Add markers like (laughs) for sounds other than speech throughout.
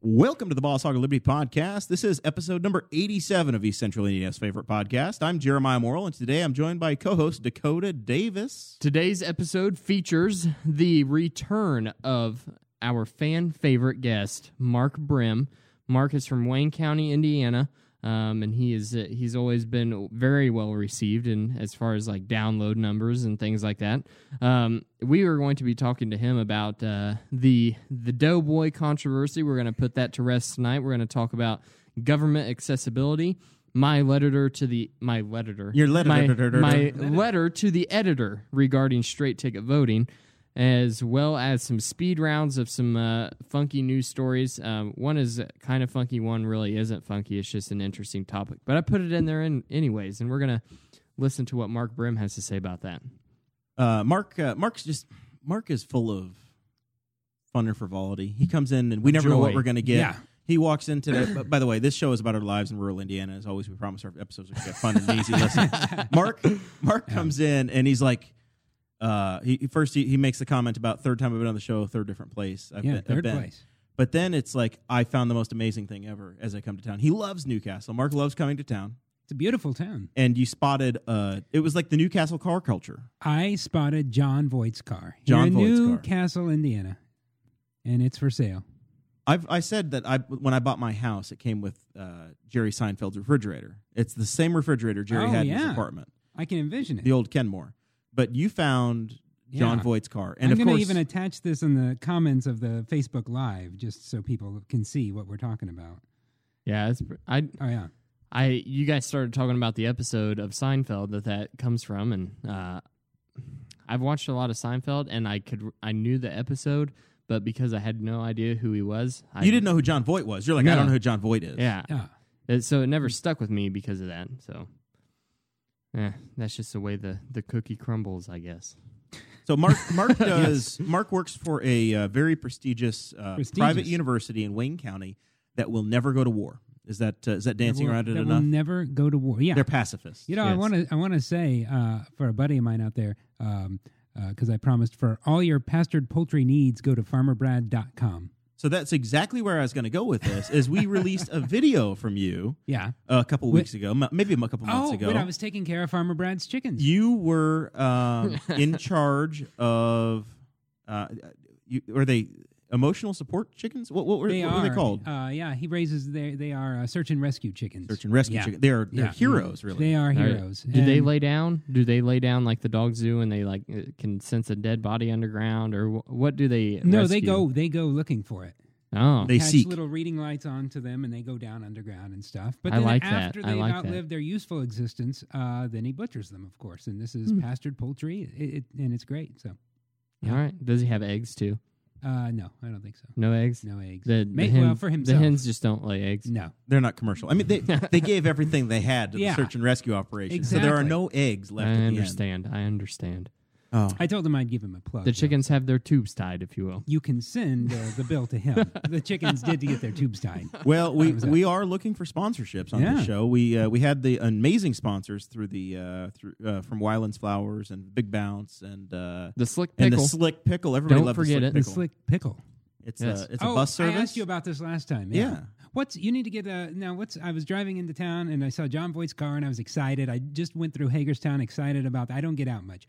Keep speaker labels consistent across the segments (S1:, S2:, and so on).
S1: Welcome to the Boss Hog of Liberty podcast. This is episode number 87 of East Central Indiana's favorite podcast. I'm Jeremiah Morrill, and today I'm joined by co host Dakota Davis.
S2: Today's episode features the return of our fan favorite guest, Mark Brim. Mark is from Wayne County, Indiana, um, and he is uh, he's always been very well received, and as far as like download numbers and things like that, um, we are going to be talking to him about uh, the the Doughboy controversy. We're going to put that to rest tonight. We're going to talk about government accessibility. My letter to the my letter
S1: Your letter-
S2: my,
S1: letter-
S2: my letter to the editor regarding straight ticket voting, as well as some speed rounds of some uh, funky news stories. Um, one is kind of funky, one really isn't funky. It's just an interesting topic, but I put it in there in anyways, and we're gonna listen to what Mark Brim has to say about that.
S1: Uh, Mark, uh, Mark's just, Mark is full of fun and frivolity. He comes in, and we never know what
S2: Joy.
S1: we're going to get.
S3: Yeah.
S1: He walks in today. but by the way, this show is about our lives in rural Indiana. As always, we promise our episodes are gonna be fun and easy. to Listen,
S3: (laughs)
S1: Mark, Mark comes in, and he's like, uh, he he- first he, he makes the comment about third time I've been on the show, third different place. I've
S3: Yeah,
S1: been, I've
S3: third
S1: been."
S3: place.
S1: But then it's like I found the most amazing thing ever as I come to town. He loves Newcastle. Mark loves coming to town,
S3: It's a beautiful town.
S1: and you spotted uh, it was like the Newcastle car culture.
S3: I spotted John Voight's car.
S1: John
S3: here
S1: Voight's
S3: in
S1: car.
S3: Newcastle, Indiana, and it's for sale.
S1: I've I said that I when I bought my house, it came with uh, Jerry Seinfeld's refrigerator. It's the same refrigerator Jerry
S3: Oh,
S1: had in his
S3: yeah.
S1: apartment,
S3: I can envision it.
S1: the old Kenmore. But you found John
S3: Yeah.
S1: Voight's car, and
S3: I'm
S1: of
S3: gonna
S1: course,
S3: even attach this in the comments of the Facebook Live, just so people can see what we're talking about.
S2: Yeah, it's, pr- I
S3: Oh yeah,
S2: I you guys started talking about the episode of Seinfeld that that comes from, and uh, I've watched a lot of Seinfeld, and I could I knew the episode, but because I had no idea who he was, I,
S1: you didn't know who John Voight was. You're like, I
S2: No.
S1: don't know who John Voight is.
S2: Yeah,
S3: yeah.
S2: It- Uh, so it never stuck with me because of that. So, eh, that's just the way the the cookie crumbles, I guess.
S1: So Mark
S3: (laughs)
S1: Mark does Mark works for a uh, very prestigious, uh, private
S3: Prestigious.
S1: university in Wayne County that will never go to war. Is that uh, is that dancing
S3: That will-
S1: around it
S3: that
S1: enough?
S3: Will never go to war. Yeah,
S1: They're pacifists.
S3: You know, I
S2: Yes.
S3: want to I want to say uh, for a buddy of mine out there, because um, uh 'cause I promised for all your pastured poultry needs, go to farmerbrad.com.
S1: So that's exactly where I was going to go with this. Is we released a video from you
S3: (laughs) Yeah.
S1: a couple
S3: Wait.
S1: weeks ago, m- maybe a couple months
S3: Oh,
S1: ago.
S3: when I was taking care of Farmer Brad's chickens.
S1: you were
S3: (laughs)
S1: um, in charge of, uh, you, are they emotional support chickens? What what were,
S3: they
S1: what
S3: are
S1: were they called?
S3: Uh, yeah, he raises. They they are uh, search and rescue chickens.
S1: Search and rescue
S3: yeah.
S1: chickens. They are they're
S3: Yeah.
S1: heroes, really.
S3: They are
S2: All right.
S3: heroes.
S2: Do they
S3: And
S2: lay down? Do they lay down like the dog zoo, and they like uh, can sense a dead body underground, or wh- what do they?
S3: No, they
S2: rescue?
S3: go. They go looking for it.
S2: Oh,
S1: They
S3: Attach
S1: seek.
S3: little reading lights onto them, and they go down underground and stuff. But
S2: I
S3: then
S2: like that.
S3: after
S2: I
S3: they've
S2: like that.
S3: outlived their useful existence, uh, then he butchers them, of course. And this
S1: Hmm.
S3: is pastured poultry, it, it, and it's great. So,
S2: all right. Does he have eggs too?
S3: uh, no, I don't think so.
S2: No eggs.
S3: No eggs.
S2: The, the
S3: Ma-
S2: hen-
S3: well, for himself.
S2: The hens just don't lay eggs.
S3: No.
S1: They're not commercial. I mean,
S2: (laughs)
S1: they they gave everything they had to
S3: Yeah.
S1: the search and rescue operation, so there are
S3: Exactly.
S1: no eggs
S2: I
S1: left. at
S2: understand. I understand.
S1: The end. Oh.
S3: I told him I'd give him a plug.
S2: The
S3: though.
S2: chickens have their tubes tied, if you will.
S3: You can send uh, the bill
S1: (laughs)
S3: to him. the chickens did to get their tubes tied.
S1: Well, we we are looking for sponsorships on
S3: Yeah.
S1: this show. We uh, we had the amazing sponsors through the uh, through uh, from Wyland's Flowers and Big Bounce and uh,
S2: The slick
S1: and
S2: pickle.
S1: the Slick Pickle. Everybody
S2: Don't
S1: loves
S2: forget
S1: the
S2: it.
S1: Slick
S2: The
S1: Pickle.
S3: Slick pickle.
S1: it's
S2: Yes.
S1: a it's a
S3: oh,
S1: bus service.
S3: I asked you about this last time. Yeah.
S1: Yeah.
S3: What's you need to get a now? What's I was driving into town and I saw John Voight's car and I was excited. I just went through Hagerstown excited about. I don't get out much,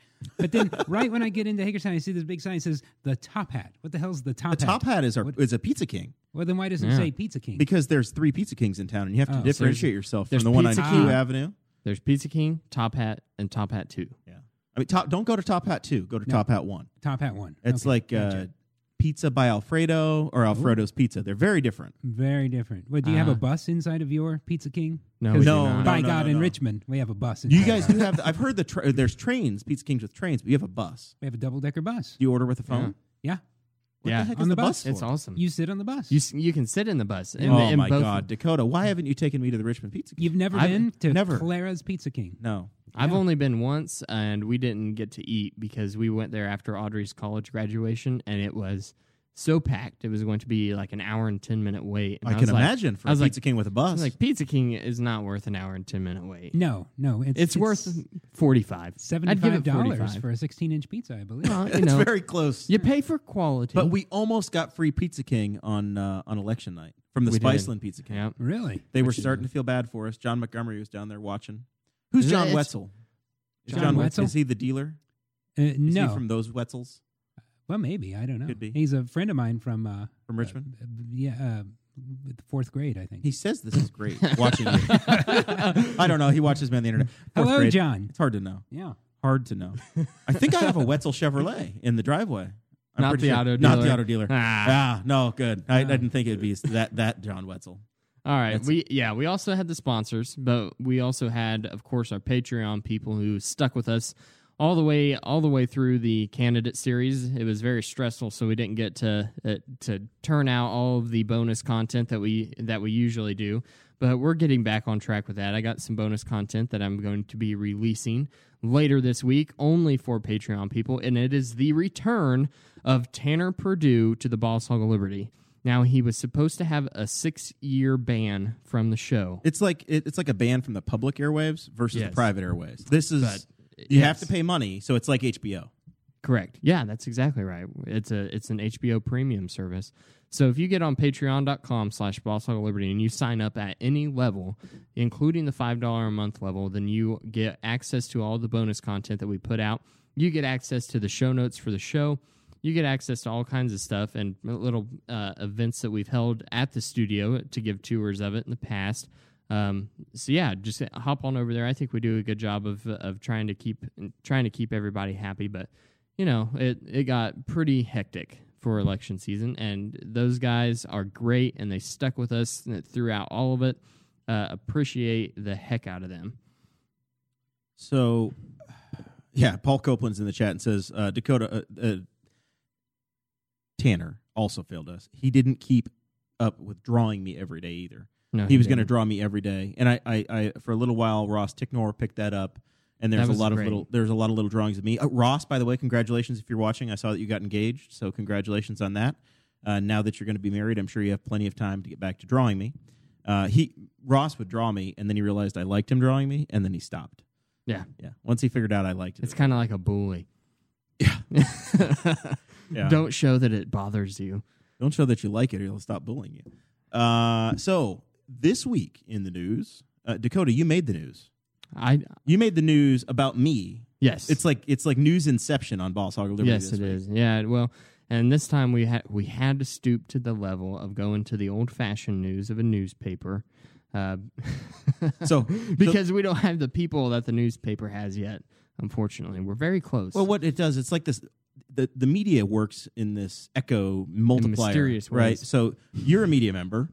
S1: (laughs)
S3: but then right when I get into Hagerstown, I see this big sign that says the Top Hat. What the hell's the Top
S1: the
S3: Hat?
S1: Top Hat is our is a Pizza King
S3: Well, then why does it
S2: Yeah.
S3: say Pizza King?
S1: because there's three Pizza Kings in town, and you have to
S3: Oh, so there's-
S1: differentiate yourself from
S2: there's
S1: the one on Q
S2: Pizza King.
S1: Avenue.
S2: There's Pizza King, Top Hat, and Top Hat Two.
S1: Yeah, I mean, top, don't go to Top Hat two. Go to Top Hat one.
S3: Top Hat one.
S1: It's
S3: Okay,
S1: like uh,
S3: gotcha.
S1: Pizza by Alfredo or Alfredo's Pizza. They're very different.
S3: Very different. What do you have a
S2: Ah.
S3: bus inside of your Pizza King?
S2: No,
S3: 'Cause
S2: we do
S1: Uh-huh. No,
S2: not.
S1: no.
S3: by God, in
S1: no.
S3: Richmond, we have a bus. Inside
S1: You guys
S3: our-
S1: do have. I've heard the tra- there's trains, Pizza Kings with trains, but you have a bus.
S3: We have a double decker bus.
S1: Do you order with a phone?
S3: Yeah,
S1: What
S2: Yeah.
S1: the heck
S3: On
S1: is
S3: the
S1: the bus?
S3: bus.
S1: for?
S2: It's awesome. You,
S3: you sit on the bus.
S2: you s- you can sit in the bus. In the,
S1: oh
S2: in
S1: my
S2: both-
S1: God, Dakota! Why haven't you taken me to the Richmond Pizza? King?
S3: You've never
S2: I've
S3: been to
S1: never.
S3: Clara's Pizza King.
S1: no.
S2: I've only been once, and we didn't get to eat because we went there after Audrey's college graduation, and it was so packed. It was going to be like an hour and ten minute wait. And
S1: I, can
S2: was like-
S1: imagine for
S2: I was
S1: a
S2: like-
S1: Pizza King with a
S2: I
S1: bus. (laughs)
S2: was like Pizza King is not worth an hour and ten minute wait.
S1: Mm,
S3: No, no, it's,
S2: It's, worth forty five.
S3: seventy-five dollars for a sixteen-inch pizza, I believe.
S2: Well, you
S1: it's
S2: know,
S1: very close.
S2: you pay for quality.
S1: But we almost got free Pizza King on uh, on election night from the
S2: We did.
S1: Spiceland Pizza King.
S2: yeah.
S3: really?
S1: They were
S2: Which is-
S1: starting to feel bad for us. John Montgomery was down there watching. Who's
S2: Isn't
S1: John
S2: it- it's-
S1: Wetzel? Is
S3: John
S1: Wet-
S3: Wetzel?
S1: Is he the dealer?
S3: Uh,
S1: Is
S3: no.
S1: he from those Wetzels
S3: well, maybe I don't know.
S1: Could be.
S3: He's a friend of mine from uh,
S1: from Richmond?
S3: uh, yeah, uh, fourth grade, I think.
S1: He says this is
S2: (laughs)
S1: great watching you. I don't know. He watches me on the internet. Fourth
S3: Hello,
S1: grade.
S3: John.
S1: It's hard to know.
S3: Yeah.
S1: Hard to know. I think I have a Wetzel Chevrolet in the driveway. I'm
S2: Not
S1: pretty
S2: the
S1: sure-
S2: auto
S1: Not the
S2: dealer.
S1: auto dealer.
S2: Ah.
S1: Ah, no, good. I, I didn't think it'd be that that John Wetzel.
S2: All right.
S1: That's-
S2: We yeah, we also had the sponsors, but we also had, of course, our Patreon people who stuck with us all the way all the way through the candidate series. It was very stressful, so we didn't get to uh, to turn out all of the bonus content that we that we usually do. But we're getting back on track with that. I got some bonus content that I'm going to be releasing later this week, only for Patreon people, and it is the return of Tanner Purdue to the Boss Hog of Liberty. Now he was supposed to have a six-year ban from the show.
S1: It's like it, it's like a band from the public airwaves versus
S2: Yes.
S1: the private airwaves. This is
S2: But,
S1: you
S2: yes.
S1: have to pay money, so it's like HBO.
S2: Correct. Yeah, that's exactly right. It's a it's an HBO premium service. So if you get on patreon.com slash boss hog of liberty and you sign up at any level, including the five dollar a month level, then you get access to all the bonus content that we put out. You get access to the show notes for the show. You get access to all kinds of stuff and little uh, events that we've held at the studio to give tours of it in the past. Um, so yeah, just hop on over there. I think we do a good job of of trying to keep trying to keep everybody happy, but you know, it, it got pretty hectic for election season, and those guys are great, and they stuck with us throughout all of it. Uh, appreciate the heck out of them.
S1: So, yeah, Paul Copeland's in the chat and says uh, Dakota uh, uh, Tanner also failed us. He didn't keep up with drawing me every day either.
S2: No,
S1: he was going to
S2: didn't.
S1: draw me every day, and I, I, I for a little while Ross Ticknor picked that up. And there's a
S2: That was
S1: lot
S2: great.
S1: of little there's a lot of little drawings of me. Uh, Ross, by the way, congratulations if you're watching. I saw that you got engaged, so congratulations on that. Uh, now that you're going to be married, I'm sure you have plenty of time to get back to drawing me. Uh, he Ross would draw me, and then he realized I liked him drawing me, and then he stopped.
S2: Yeah,
S1: Yeah. Once he figured out I liked it.
S2: it's kind of like a bully. (laughs)
S1: Yeah. Don't
S2: Don't show that it bothers you.
S1: don't show that you like it or he'll stop bullying you. Uh, so this week in the news, uh, Dakota, you made the news.
S2: I
S1: You made the news about me.
S2: yes,
S1: It's like it's like news inception on Boss Hog of Liberty.
S2: yes,
S1: this
S2: it
S1: week.
S2: is. Yeah, well, and this time we had we had to stoop to the level of going to the old fashioned news of a newspaper, uh, (laughs)
S1: So
S2: because we don't have the people that the newspaper has yet. Unfortunately, we're very close.
S1: Well, what it does, it's like this. The, the media works in this echo multiplier,
S2: mysterious
S1: right?
S2: ways.
S1: So you're a media member.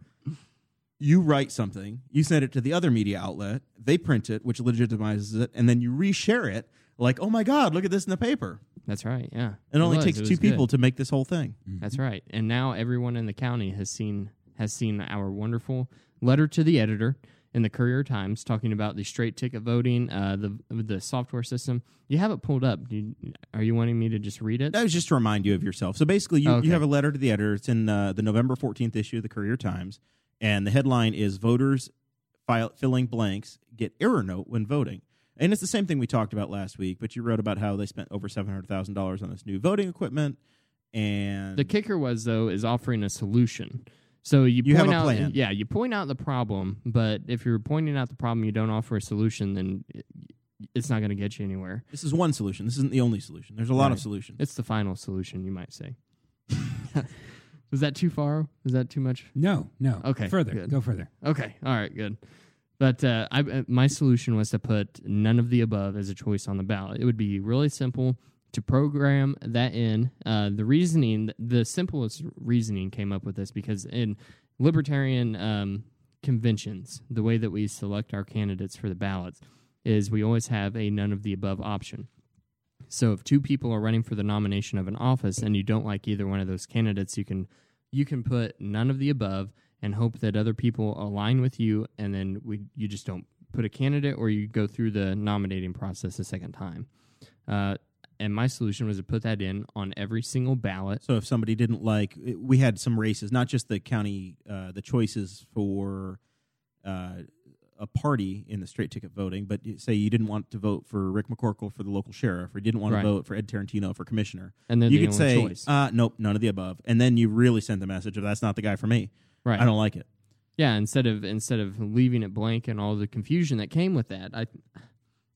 S1: You write something, you send it to the other media outlet, they print it, which legitimizes it, and then you reshare it. Like, oh my God, look at this in the paper!
S2: That's right. Yeah.
S1: It only
S2: was,
S1: takes
S2: was
S1: two
S2: good. Mm.
S1: people to make this whole thing.
S2: That's right. And now everyone in the county has seen has seen our wonderful letter to the editor in the Courier Times talking about the straight ticket voting, uh, the the software system. You have it pulled up. Do you, are you wanting me to just read it?
S1: That was just to remind you of yourself. So basically, you,
S2: Okay.
S1: you have a letter to the editor. It's in uh, the November 14th issue of the Courier Times. And the headline is Voters file, Filling Blanks Get Error Note When Voting. And it's the same thing we talked about last week, but you wrote about how they spent over $700,000 on this new voting equipment. And
S2: The kicker was though is offering a solution. So you,
S1: You have
S2: point
S1: a
S2: out,
S1: plan.
S2: yeah, you point out the problem, but if you're pointing out the problem, you don't offer a solution, then it, it's not going to get you anywhere.
S1: this is one solution. This isn't the only solution. There's a lot of
S2: Right.
S1: solutions.
S2: It's the final solution, you might say. (laughs) Was that too far? Was that too much?
S3: No, no.
S2: Okay,
S3: Further.
S2: good.
S3: Go further.
S2: Okay, all right, good. But uh, I, uh, my solution was to put none of the above as a choice on the ballot. It would be really simple, to program that in. Uh, the reasoning, the simplest reasoning came up with this because in libertarian um, conventions, the way that we select our candidates for the ballots is we always have a none of the above option. So if two people are running for the nomination of an office and you don't like either one of those candidates, you can you can put none of the above and hope that other people align with you and then we you just don't put a candidate or you go through the nominating process a second time. Uh, and my solution was to put that in on every single ballot.
S1: So if somebody didn't like, we had some races, not just the county, uh, the choices for uh, a party in the straight ticket voting, but you- say you didn't want to vote for Rick McCorkle for the local sheriff, or you didn't want
S2: Right.
S1: to vote for Ed Tarantino for commissioner.
S2: And they're
S1: you
S2: the
S1: could
S2: only
S1: say,
S2: choice.
S1: Uh, nope, none of the above, and then you really send the message of that's not the guy for me.
S2: Right.
S1: I don't like it.
S2: yeah instead of instead of leaving it blank and all the confusion that came with that i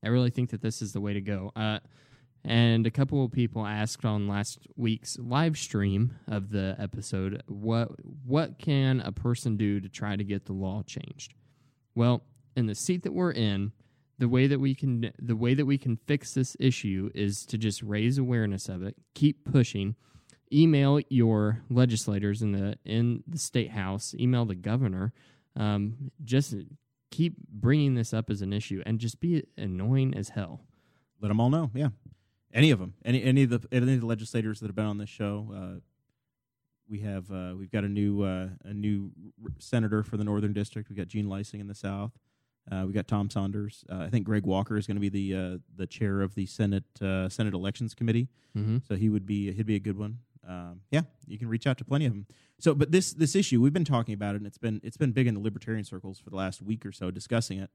S2: i really think that this is the way to go uh and a couple of people asked on last week's live stream of the episode what what can a person do to try to get the law changed well in the seat that we're in the way that we can the way that we can fix this issue is to just raise awareness of it keep pushing email your legislators in the in the state house email the governor um, just keep bringing this up as an issue and just be annoying as hell
S1: Let them all know. Yeah, any of them, any any of the any of the legislators that have been on this show. Uh, we have uh, we've got a new uh, a new r- senator for the northern district. We've got Gene Lysing in the south. Uh, we've got Tom Saunders. Uh, I think Greg Walker is going to be the uh, the chair of the Senate uh, Senate Elections Committee.
S2: mm-hmm.
S1: So he would be he'd be a good one. Um, yeah, you can reach out to plenty of them. So, but this this issue we've been talking about it, and it's been it's been big in the libertarian circles for the last week or so discussing it.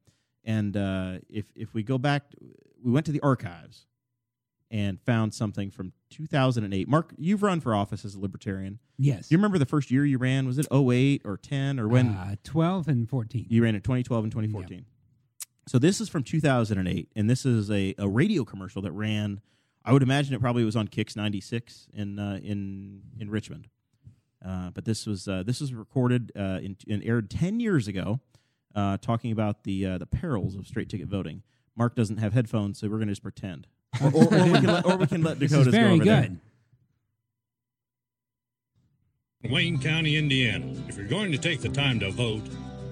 S1: And uh, if if we go back, we went to the archives and found something from 2008. Mark, you've run for office as a libertarian.
S3: Yes.
S1: Do you remember the first year you ran? Was it 08 or 10 or when?
S3: Uh, 12 and 14.
S1: You ran in 2012 and 2014. So this is from 2008, and this is a, a radio commercial that ran. I would imagine it probably was on Kix 96 in uh, in in Richmond. Uh, but this was uh, this was recorded uh, in, and aired 10 years ago, uh, talking about the uh, the perils of straight ticket voting. Mark doesn't have headphones, so we're going to just pretend, or, or, or we can let, or we can let
S3: (laughs) This
S1: Dakota's
S3: is very
S1: go over there.
S3: good.
S4: Wayne County, Indiana. If you're going to take the time to vote,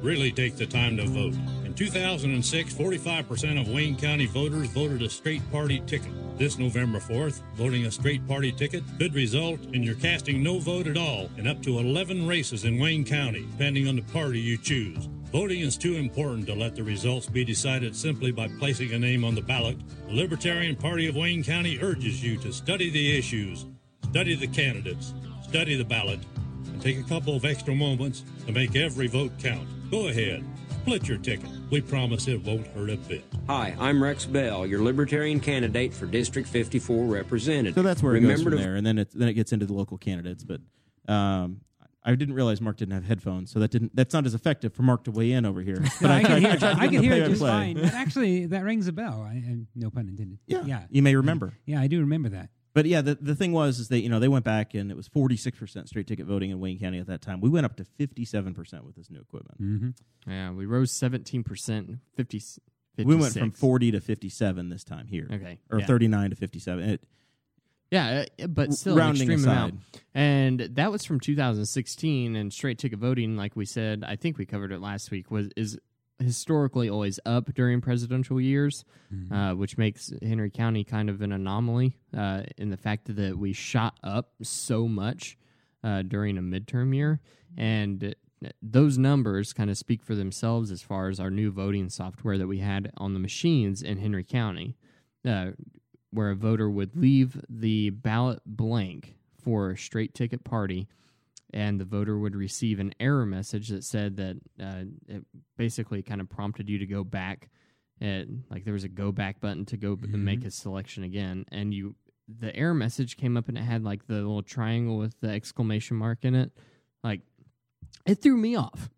S4: really take the time to vote. In 2006, 45% of Wayne County voters voted a straight party ticket. This November 4th, voting a straight party ticket could result in your casting no vote at all in up to 11 races in Wayne County, depending on the party you choose. Voting is too important to let the results be decided simply by placing a name on the ballot. The Libertarian Party of Wayne County urges you to study the issues, study the candidates, study the ballot, and take a couple of extra moments to make every vote count. Go ahead, split your ticket. We promise it won't hurt a bit.
S5: Hi, I'm Rex Bell, your Libertarian candidate for District 54 representative.
S1: So that's where it
S5: Remember
S1: goes from
S5: to
S1: there, and then it then it gets into the local candidates. But um, I didn't realize Mark didn't have headphones, so that didn't that's not as effective for Mark to weigh in over
S2: (laughs)
S1: here. But
S3: I,
S1: tried- (laughs)
S3: can hear
S1: I
S3: it.
S1: tried to
S3: I
S1: give
S3: can
S1: him
S3: hear
S1: the
S3: it just
S1: play-by-play.
S3: fine. But actually, that rings a bell. I, I no pun intended.
S1: Yeah,
S3: yeah,
S1: you may remember.
S3: Yeah, I do remember that.
S1: But yeah, the, the thing was is that you know they went back and it was forty six percent straight ticket voting in Wayne County at that time. We went up to fifty seven percent with this new equipment.
S2: yeah we rose 17% 50, 56.
S1: We went from forty to fifty seven this time here,
S2: okay
S1: or
S2: yeah.
S1: thirty nine to fifty seven. It,
S2: Yeah, uh, but
S1: R-
S2: still an
S1: rounding
S2: extreme
S1: aside.
S2: amount. And that was from 2016 and straight ticket voting like we said, I think we covered it last week was is historically always up during presidential years,
S1: Mm-hmm.
S2: uh, which makes Henry County kind of an anomaly uh, in the fact that we shot up so much uh, during a midterm year and those numbers kind of speak for themselves as far as our new voting software that we had on the machines in Henry County. Uh, where a voter would leave the ballot blank for a straight ticket party, and the voter would receive an error message that said that uh, it basically kind of prompted you to go back, and like there was a go back button to go b-
S1: Mm-hmm.
S2: and make a selection again, and you the error message came up and it had like the little triangle with the exclamation mark in it, like it threw me off.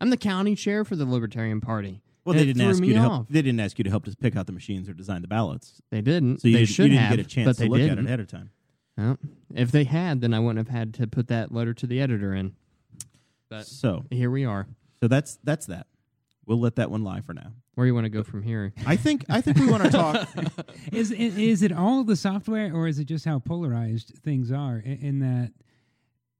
S2: I'm the county chair for the Libertarian Party.
S1: well,
S2: and
S1: they
S2: it
S1: didn't
S2: threw
S1: ask
S2: me
S1: you to
S2: off.
S1: help. They didn't ask you to help us pick out the machines or design the ballots.
S2: They didn't.
S1: So you,
S2: they
S1: didn't,
S2: should
S1: you didn't
S2: have,
S1: get a
S2: but
S1: chance
S2: they
S1: to look
S2: didn't.
S1: at it ahead of time.
S2: Well, if they had, then I wouldn't have had to put that letter to the editor in. But
S1: So
S2: here we are.
S1: so that's that's that. We'll let that one lie for now.
S2: Where you want to go from here?
S1: I think I think we want to
S3: (laughs)
S1: talk.
S3: is i- is it all the software or is it just how polarized things are i- in that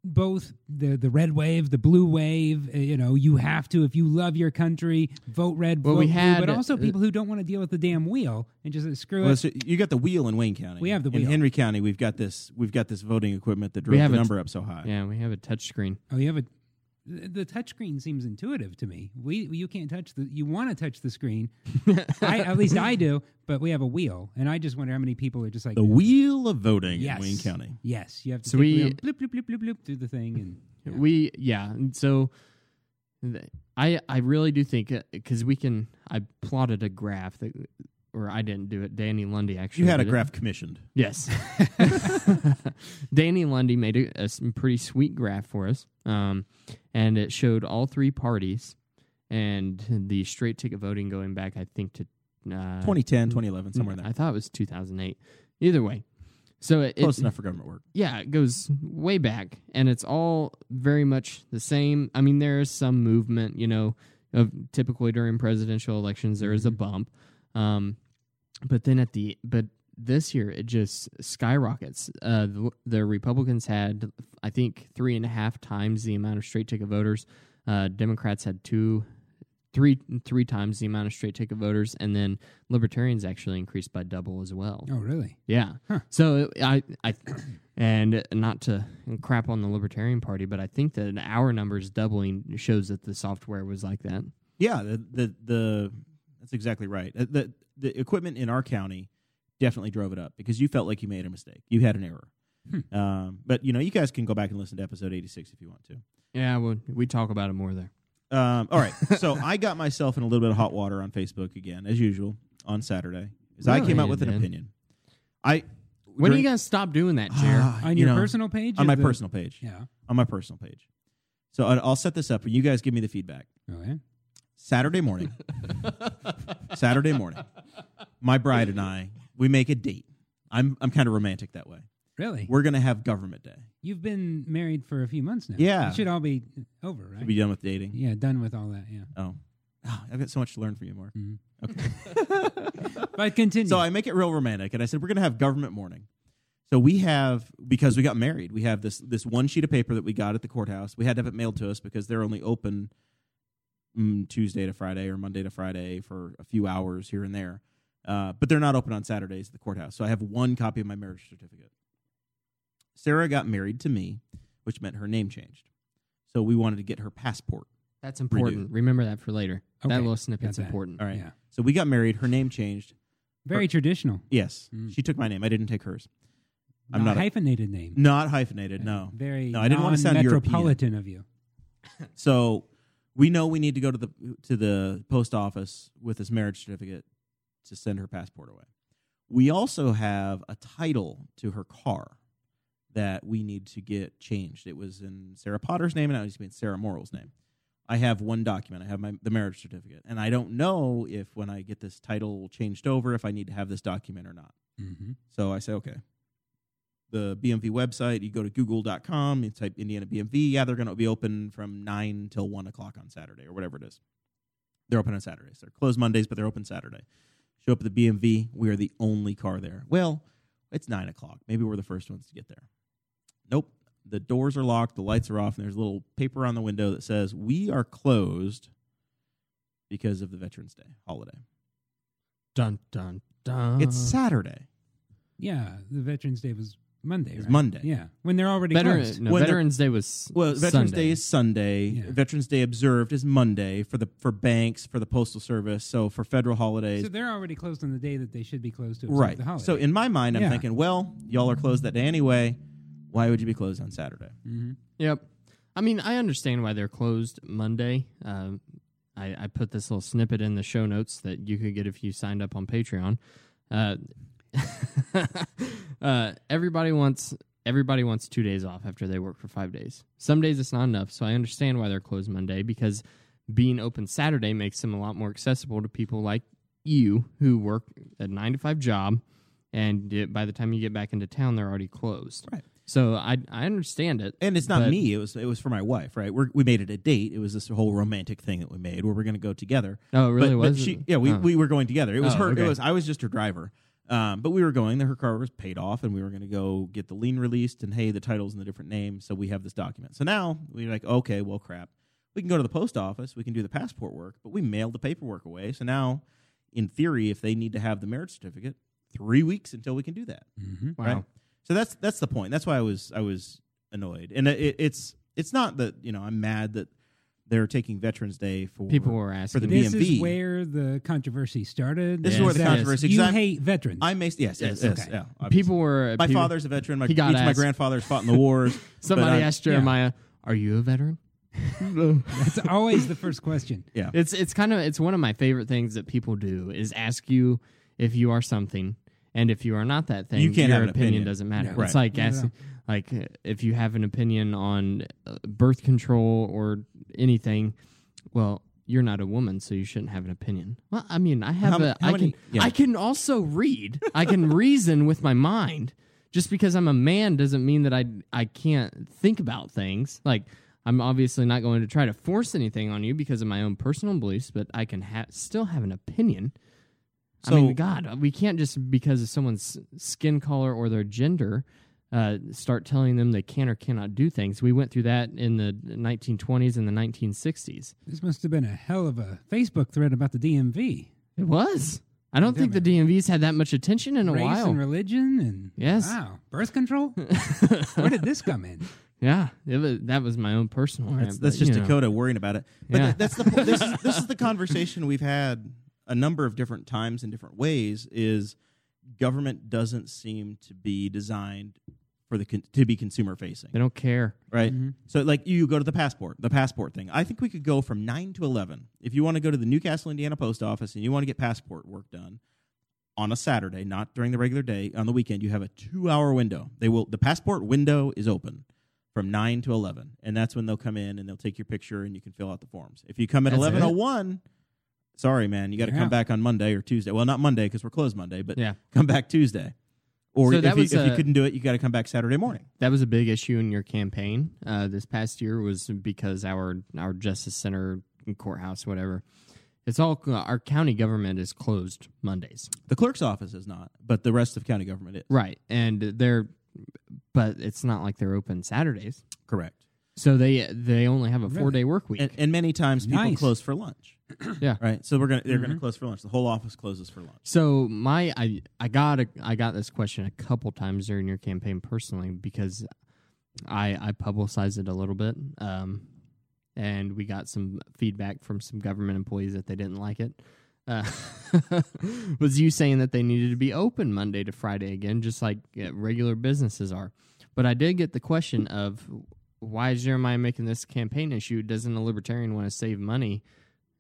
S3: both the the red wave the blue wave uh, you know you have to if you love your country vote red
S2: Well,
S3: vote
S2: we
S3: blue,
S2: had,
S3: but also
S2: uh,
S3: people who don't want to deal with the damn wheel and just uh, screw
S1: Well,
S3: it
S1: so you got the wheel in Wayne County.
S3: We have the
S1: in
S3: wheel.
S1: Henry County. We've got this. We've got this voting equipment that drove the
S2: have a t-
S1: number up so high.
S2: Yeah, we have a touch screen.
S3: oh you have a the the touch screen seems intuitive to me. We you can't touch the you want to touch the screen. I, at least I do, but we have a wheel, and I just wonder how many people are just like
S1: The wheel of voting
S3: yes,
S1: in Wayne County.
S3: Yes, you have to
S2: So
S3: take the wheel,
S2: we-
S3: bloop bloop bloop bloop bloop through the thing, and yeah.
S2: We yeah. and So th- I I really do think because we can. I plotted a graph that, or I didn't do it. Danny Lundy actually.
S1: You had a
S2: did it.
S1: graph commissioned.
S2: Yes. (laughs) Danny Lundy made a, a s- pretty sweet graph for us, um, and it showed all three parties and the straight ticket voting going back, I think, to uh,
S1: 2010, 2011, somewhere in there.
S2: Mm, I thought it was 2008. Either way. So it,
S1: Close
S2: it,
S1: enough for government work.
S2: yeah, it goes way back, and it's all very much the same. I mean, there is some movement, you know, of typically during presidential elections there is a bump, um, but then at the but this year it just skyrockets. Uh, the, the Republicans had, I think, three and a half times the amount of straight ticket voters. Uh, Democrats had two. Three three times the amount of straight ticket voters, and then libertarians actually increased by double as well.
S3: oh really?
S2: Yeah. So I I and not to crap on the Libertarian Party, but I think that our numbers doubling shows that the software was like that.
S1: Yeah, the the, the that's exactly right. Uh, The the equipment in our county definitely drove it up because you felt like you made a mistake. You had an error.
S3: Hmm.
S1: Um, but you know, you guys can go back and listen to episode 86 if you want to.
S2: Yeah, well, we talk about it more there.
S1: Um, all right. so I got myself in a little bit of hot water on Facebook again, as usual, on Saturday. Because I
S2: Really?
S1: came out with an
S2: Man.
S1: opinion. I
S2: When are
S1: during-
S2: you gonna stop doing that, Jer?
S1: Ah,
S3: On
S1: you
S3: your
S1: know,
S3: personal page?
S1: on
S3: or
S1: my
S3: the-
S1: personal page.
S3: Yeah.
S1: On my personal page. So I- I'll set this up and you guys give me the feedback.
S3: Oh, yeah.
S1: Saturday
S3: (laughs)
S1: morning. Saturday morning. My bride and I, we make a date. I'm I'm kind of romantic that way.
S3: Really?
S1: We're gonna have government day.
S3: You've been married for a few months now.
S1: Yeah.
S3: It should all be over, right?
S1: To be done with dating.
S3: yeah, done with all that.
S1: (laughs)
S3: Yeah.
S1: Oh. Ah, I've got so much to learn from you,
S3: Mm.
S1: Mark.
S3: But continue.
S1: So I make it real romantic, and I said we're going to have government morning. So we have because we got married, we have this this one sheet of paper that we got at the courthouse. We had to have it mailed to us because they're only open mm, Tuesday to Friday or Monday to Friday for a few hours here and there, uh, but they're not open on Saturdays at the courthouse. So I have one copy of my marriage certificate. Sarah got married to me, which meant her name changed. So we wanted to get her passport.
S2: That's important. Remember that for later.
S3: Okay,
S2: That little snippet's
S3: got that.
S2: important.
S1: All right.
S3: Yeah.
S1: So we got married. Her name changed. uh,
S3: Very traditional.
S1: Yes,
S3: Mm.
S1: she took my name. I didn't take hers. I'm not a-
S3: hyphenated name.
S1: Not hyphenated, no.
S3: Very
S1: No, I didn't want to sound European.
S3: metropolitan of you.
S1: So we know we need to go to the to the post office with this marriage certificate to send her passport away. We also have a title to her car that we need to get changed. It was in Sarah Potter's name and now it's been Sarah Morrill's name. I have one document. I have my the marriage certificate, and I don't know if when I get this title changed over, if I need to have this document or not.
S3: Mm-hmm.
S1: So I say, okay. The BMV website, you go to google.com, you type Indiana BMV. Yeah, they're going to be open from 9 till 1 o'clock on Saturday or whatever it is. They're open on Saturdays. They're closed Mondays, but they're open Saturday. Show up at the BMV. We are the only car there. Well, it's 9 o'clock. Maybe we're the first ones to get there. Nope. The doors are locked, the lights are off, and there's a little paper on the window that says, We are closed because of the Veterans Day holiday.
S2: Dun dun dun.
S1: it's Saturday.
S3: Yeah. The Veterans Day was Monday.
S1: It's
S3: right?
S1: Monday.
S3: Yeah. When they're already
S2: Veteran,
S3: closed.
S2: no,
S1: When they're-
S2: Veterans Day was
S1: Well, Veterans
S2: Sunday.
S1: Day is Sunday.
S3: Yeah.
S1: Veterans Day observed is Monday for the for banks, for the postal service, so for federal holidays.
S3: So they're already closed on the day that they should be closed to. observe
S1: right.
S3: The holiday.
S1: So in my mind, I'm
S3: Yeah.
S1: thinking, well, y'all are closed that day anyway. Why would you be closed on Saturday?
S2: Yep. I mean, I understand why they're closed Monday. Um, I, I put this little snippet in the show notes that you could get if you signed up on Patreon. Uh, (laughs) uh, everybody wants everybody wants two days off after they work for five days. Some days it's not enough, so I understand why they're closed Monday because being open Saturday makes them a lot more accessible to people like you who work a nine to five job, and uh, by the time you get back into town, they're already closed.
S1: Right.
S2: So I I understand it.
S1: And it's not
S2: but-
S1: me. It was it was for my wife, right? We're, we made it a date. It was this whole romantic thing that we made where we're going to go together.
S2: Oh, it really
S1: But-
S2: was?
S1: But she, yeah, we,
S2: Oh.
S1: we were going together. It was
S2: Oh,
S1: her.
S2: okay.
S1: It was I was just her driver. Um, but we were going. Her car was paid off, and we were going to go get the lien released. And hey, the title's in the different name, so we have this document. So now we're like, okay, well, crap. We can go to the post office. We can do the passport work, but we mailed the paperwork away. So now, in theory, if they need to have the marriage certificate, three weeks until we can do that.
S2: Wow.
S1: Right? So that's that's the point. That's why I was I was annoyed, and it, it's it's not that you know I'm mad that they're taking Veterans Day for
S2: People were asking.
S1: for the
S3: This
S1: DMV.
S3: is where the controversy started.
S1: This is where the
S3: that
S1: controversy-
S3: You
S1: exactly.
S3: hate veterans.
S1: I may yes yes yes,
S3: Yes, okay.
S1: yeah, obviously.
S2: People were
S1: My
S2: people-
S1: father's a veteran. My,
S2: He got
S1: each of my
S2: asked.
S1: grandfathers fought in the
S2: (laughs)
S1: wars. but
S2: Somebody
S1: I'm-
S2: asked Jeremiah, "Are you a veteran?"
S3: That's always the
S1: (laughs)
S3: first question.
S1: Yeah.
S2: It's it's kind of it's one of my favorite things that people do is ask you if you are something and if you are not that thing.
S1: You can't
S2: your
S1: have an opinion.
S2: doesn't matter.
S1: Right.
S2: It's like
S3: No, no, no.
S2: asking like uh, if you have an opinion on uh, birth control or anything. Well, you're not a woman, so you shouldn't have an opinion. Well, I mean, I have
S1: How-
S2: a
S1: how
S2: I
S1: many-
S2: can
S1: yeah.
S2: I can also read. I can reason with my mind. Just because I'm a man doesn't mean that I I can't think about things. Like I'm obviously not going to try to force anything on you because of my own personal beliefs, but I can ha- still have an opinion. I
S1: So-
S2: mean, God, we can't just because of someone's skin color or their gender uh, start telling them they can or cannot do things. We went through that in the 1920s and the 1960s.
S3: This must have been a hell of a Facebook thread about the DMV.
S2: It was. I don't think the DMVs had that much attention in a
S3: Race
S2: while.
S3: and religion and
S2: Yes.
S3: wow,
S2: (laughs)
S3: birth control. Where did this come in?
S2: yeah, it was, that was my own personal. rant,
S1: That's, that's
S2: but,
S1: just
S2: you know.
S1: Dakota worrying about it. But
S2: Yeah.
S1: th- that's the po- this is this
S2: (laughs)
S1: is the conversation we've had a number of different times in different ways. Is government doesn't seem to be designed for the con- to be consumer facing.
S2: They don't care.
S1: right? So like you go to the passport, the passport thing. I think we could go from nine to eleven. If you want to go to the Newcastle, Indiana post office and you want to get passport work done on a Saturday, not during the regular day, on the weekend, you have a two hour window. They will the passport window is open from nine to eleven. And that's when they'll come in and they'll take your picture and you can fill out the forms. If you come at
S2: That's
S1: eleven oh one Sorry, man. You got to
S3: You're
S1: come
S3: out.
S1: back on Monday or Tuesday. Well, not Monday because we're closed Monday, but
S2: Yeah.
S1: come back Tuesday. Or
S2: So
S1: if,
S2: that
S1: you,
S2: was
S1: if you
S2: a-
S1: couldn't do it, you got to come back Saturday morning.
S2: That was a big issue in your campaign uh, this past year was because our our justice center courthouse whatever it's all our county government is closed Mondays.
S1: The clerk's office is not, but the rest of county government is.
S2: Right. And they're but it's not like they're open Saturdays.
S1: Correct.
S2: So they they only have a 4-day work week.
S1: And, and many times people
S3: Nice.
S1: close for lunch.
S2: Yeah. Mm-hmm.
S1: Right. So we're gonna they're gonna close for lunch. The whole office closes for lunch.
S2: So my I I got a, I got this question a couple times during your campaign personally because I I publicized it a little bit, um, and we got some feedback from some government employees that they didn't like it. Uh, (laughs) was you saying that they needed to be open Monday to Friday again, just like uh, regular businesses are? But I did get the question of why is Jeremiah making this campaign issue? Doesn't a libertarian want to save money?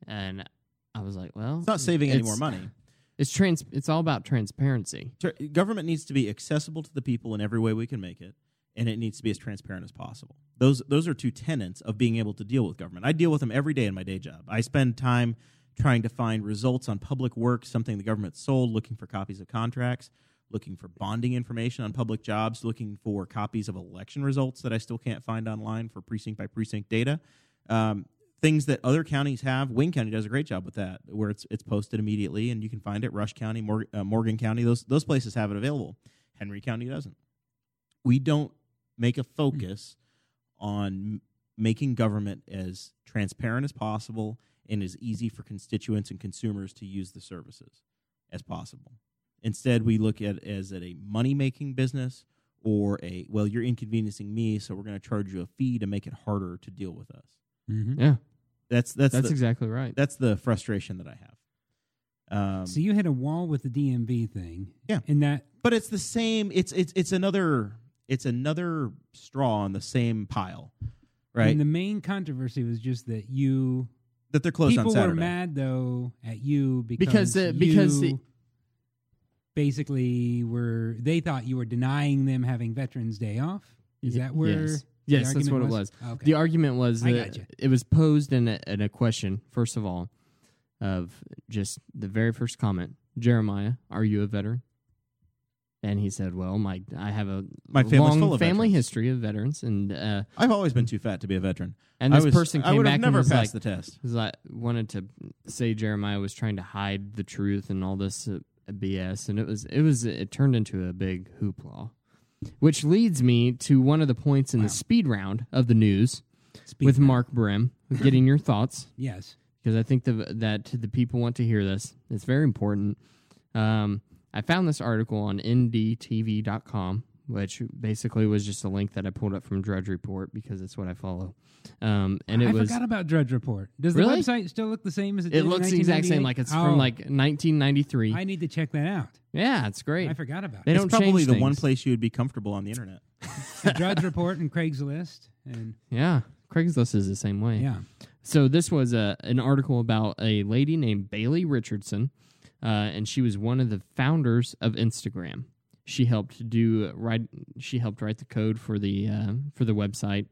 S2: And I was like, well,
S1: It's not saving any
S2: Mm-hmm. it's-
S1: more money.
S2: it's trans. It's all about transparency.
S1: Tr- Government needs to be accessible to the people in every way we can make it, and it needs to be as transparent as possible. Those those are two tenets of being able to deal with government. I deal with them every day in my day job. I spend time trying to find results on public work, something the government sold, looking for copies of contracts, looking for bonding information on public jobs, looking for copies of election results that I still can't find online for precinct by precinct data. Um, things that other counties have. Wayne County does a great job with that, where it's it's posted immediately and you can find it. Rush County, Mor- uh, Morgan County, those those places have it available. Henry County doesn't. We don't make a focus on m- making government as transparent as possible and as easy for constituents and consumers to use the services as possible. Instead, we look at it as at a money making business or a well, you're inconveniencing me, so we're going to charge you a fee to make it harder to deal with us.
S3: Mhm.
S2: Yeah,
S1: That's that's
S2: that's,
S1: the,
S2: exactly right.
S1: that's the frustration that I have. Um,
S3: So you hit a wall with the DMV thing.
S1: Yeah.
S3: And that
S1: but it's the same. It's it's it's another it's another straw on the same pile, right?
S3: and the main controversy was just that you
S1: that they're closed
S3: people
S1: on Saturday.
S3: were mad though at you because
S2: Because, uh, because
S3: you
S2: the-
S3: basically were they thought you were denying them having Veterans Day off. Is
S2: Ye-
S3: that where?
S2: yes,
S3: the
S2: yes that's
S3: argument
S2: what it was.
S3: was? Okay.
S2: The argument was
S3: I
S2: that
S3: gotcha.
S2: it was posed in a, in a question. First of all, of just the very first comment, Jeremiah, are you a veteran? And he said, "Well, my I have a
S1: My family's
S2: long
S1: full of
S2: family
S1: veterans."
S2: history of veterans, and uh,
S1: I've always been too fat to be a veteran.
S2: And
S1: I
S2: this
S1: was-
S2: person
S1: I
S2: came
S1: would
S2: back
S1: have
S2: and
S1: never
S2: was
S1: passed
S2: like-
S1: the test.
S2: Because I wanted to say Jeremiah was trying to hide the truth and all this uh, BS, and it was it was it turned into a big hoopla, which leads me to one of the points in the speed round of the news
S3: Speed
S2: with
S3: round.
S2: Mark
S3: (laughs)
S2: Brim, getting your thoughts
S3: Yes.
S2: because I think the, that the people want to hear this. It's very important. Um, I found this article on ndtv.com, which basically was just a link that I pulled up from Drudge Report because it's what I follow. Um, and it
S3: I
S2: was
S3: forgot about Drudge Report. Does
S2: Really?
S3: the website still look the same as it,
S2: it
S3: did in
S2: looks the exact same.
S3: 1998?
S2: Like it's
S3: Oh,
S2: from like 1993.
S3: I need to check that out.
S2: yeah, it's great.
S3: I forgot about
S2: They
S3: it.
S1: It's
S2: don't
S1: probably
S2: change
S1: the one
S2: things.
S1: place you would be comfortable on the internet.
S3: The Drudge Report and Craigslist and
S2: Yeah, Craigslist is the same way.
S3: yeah.
S2: So this was a an article about a lady named Bailey Richardson, uh, and she was one of the founders of Instagram. She helped do write. She helped write the code for the uh, for the website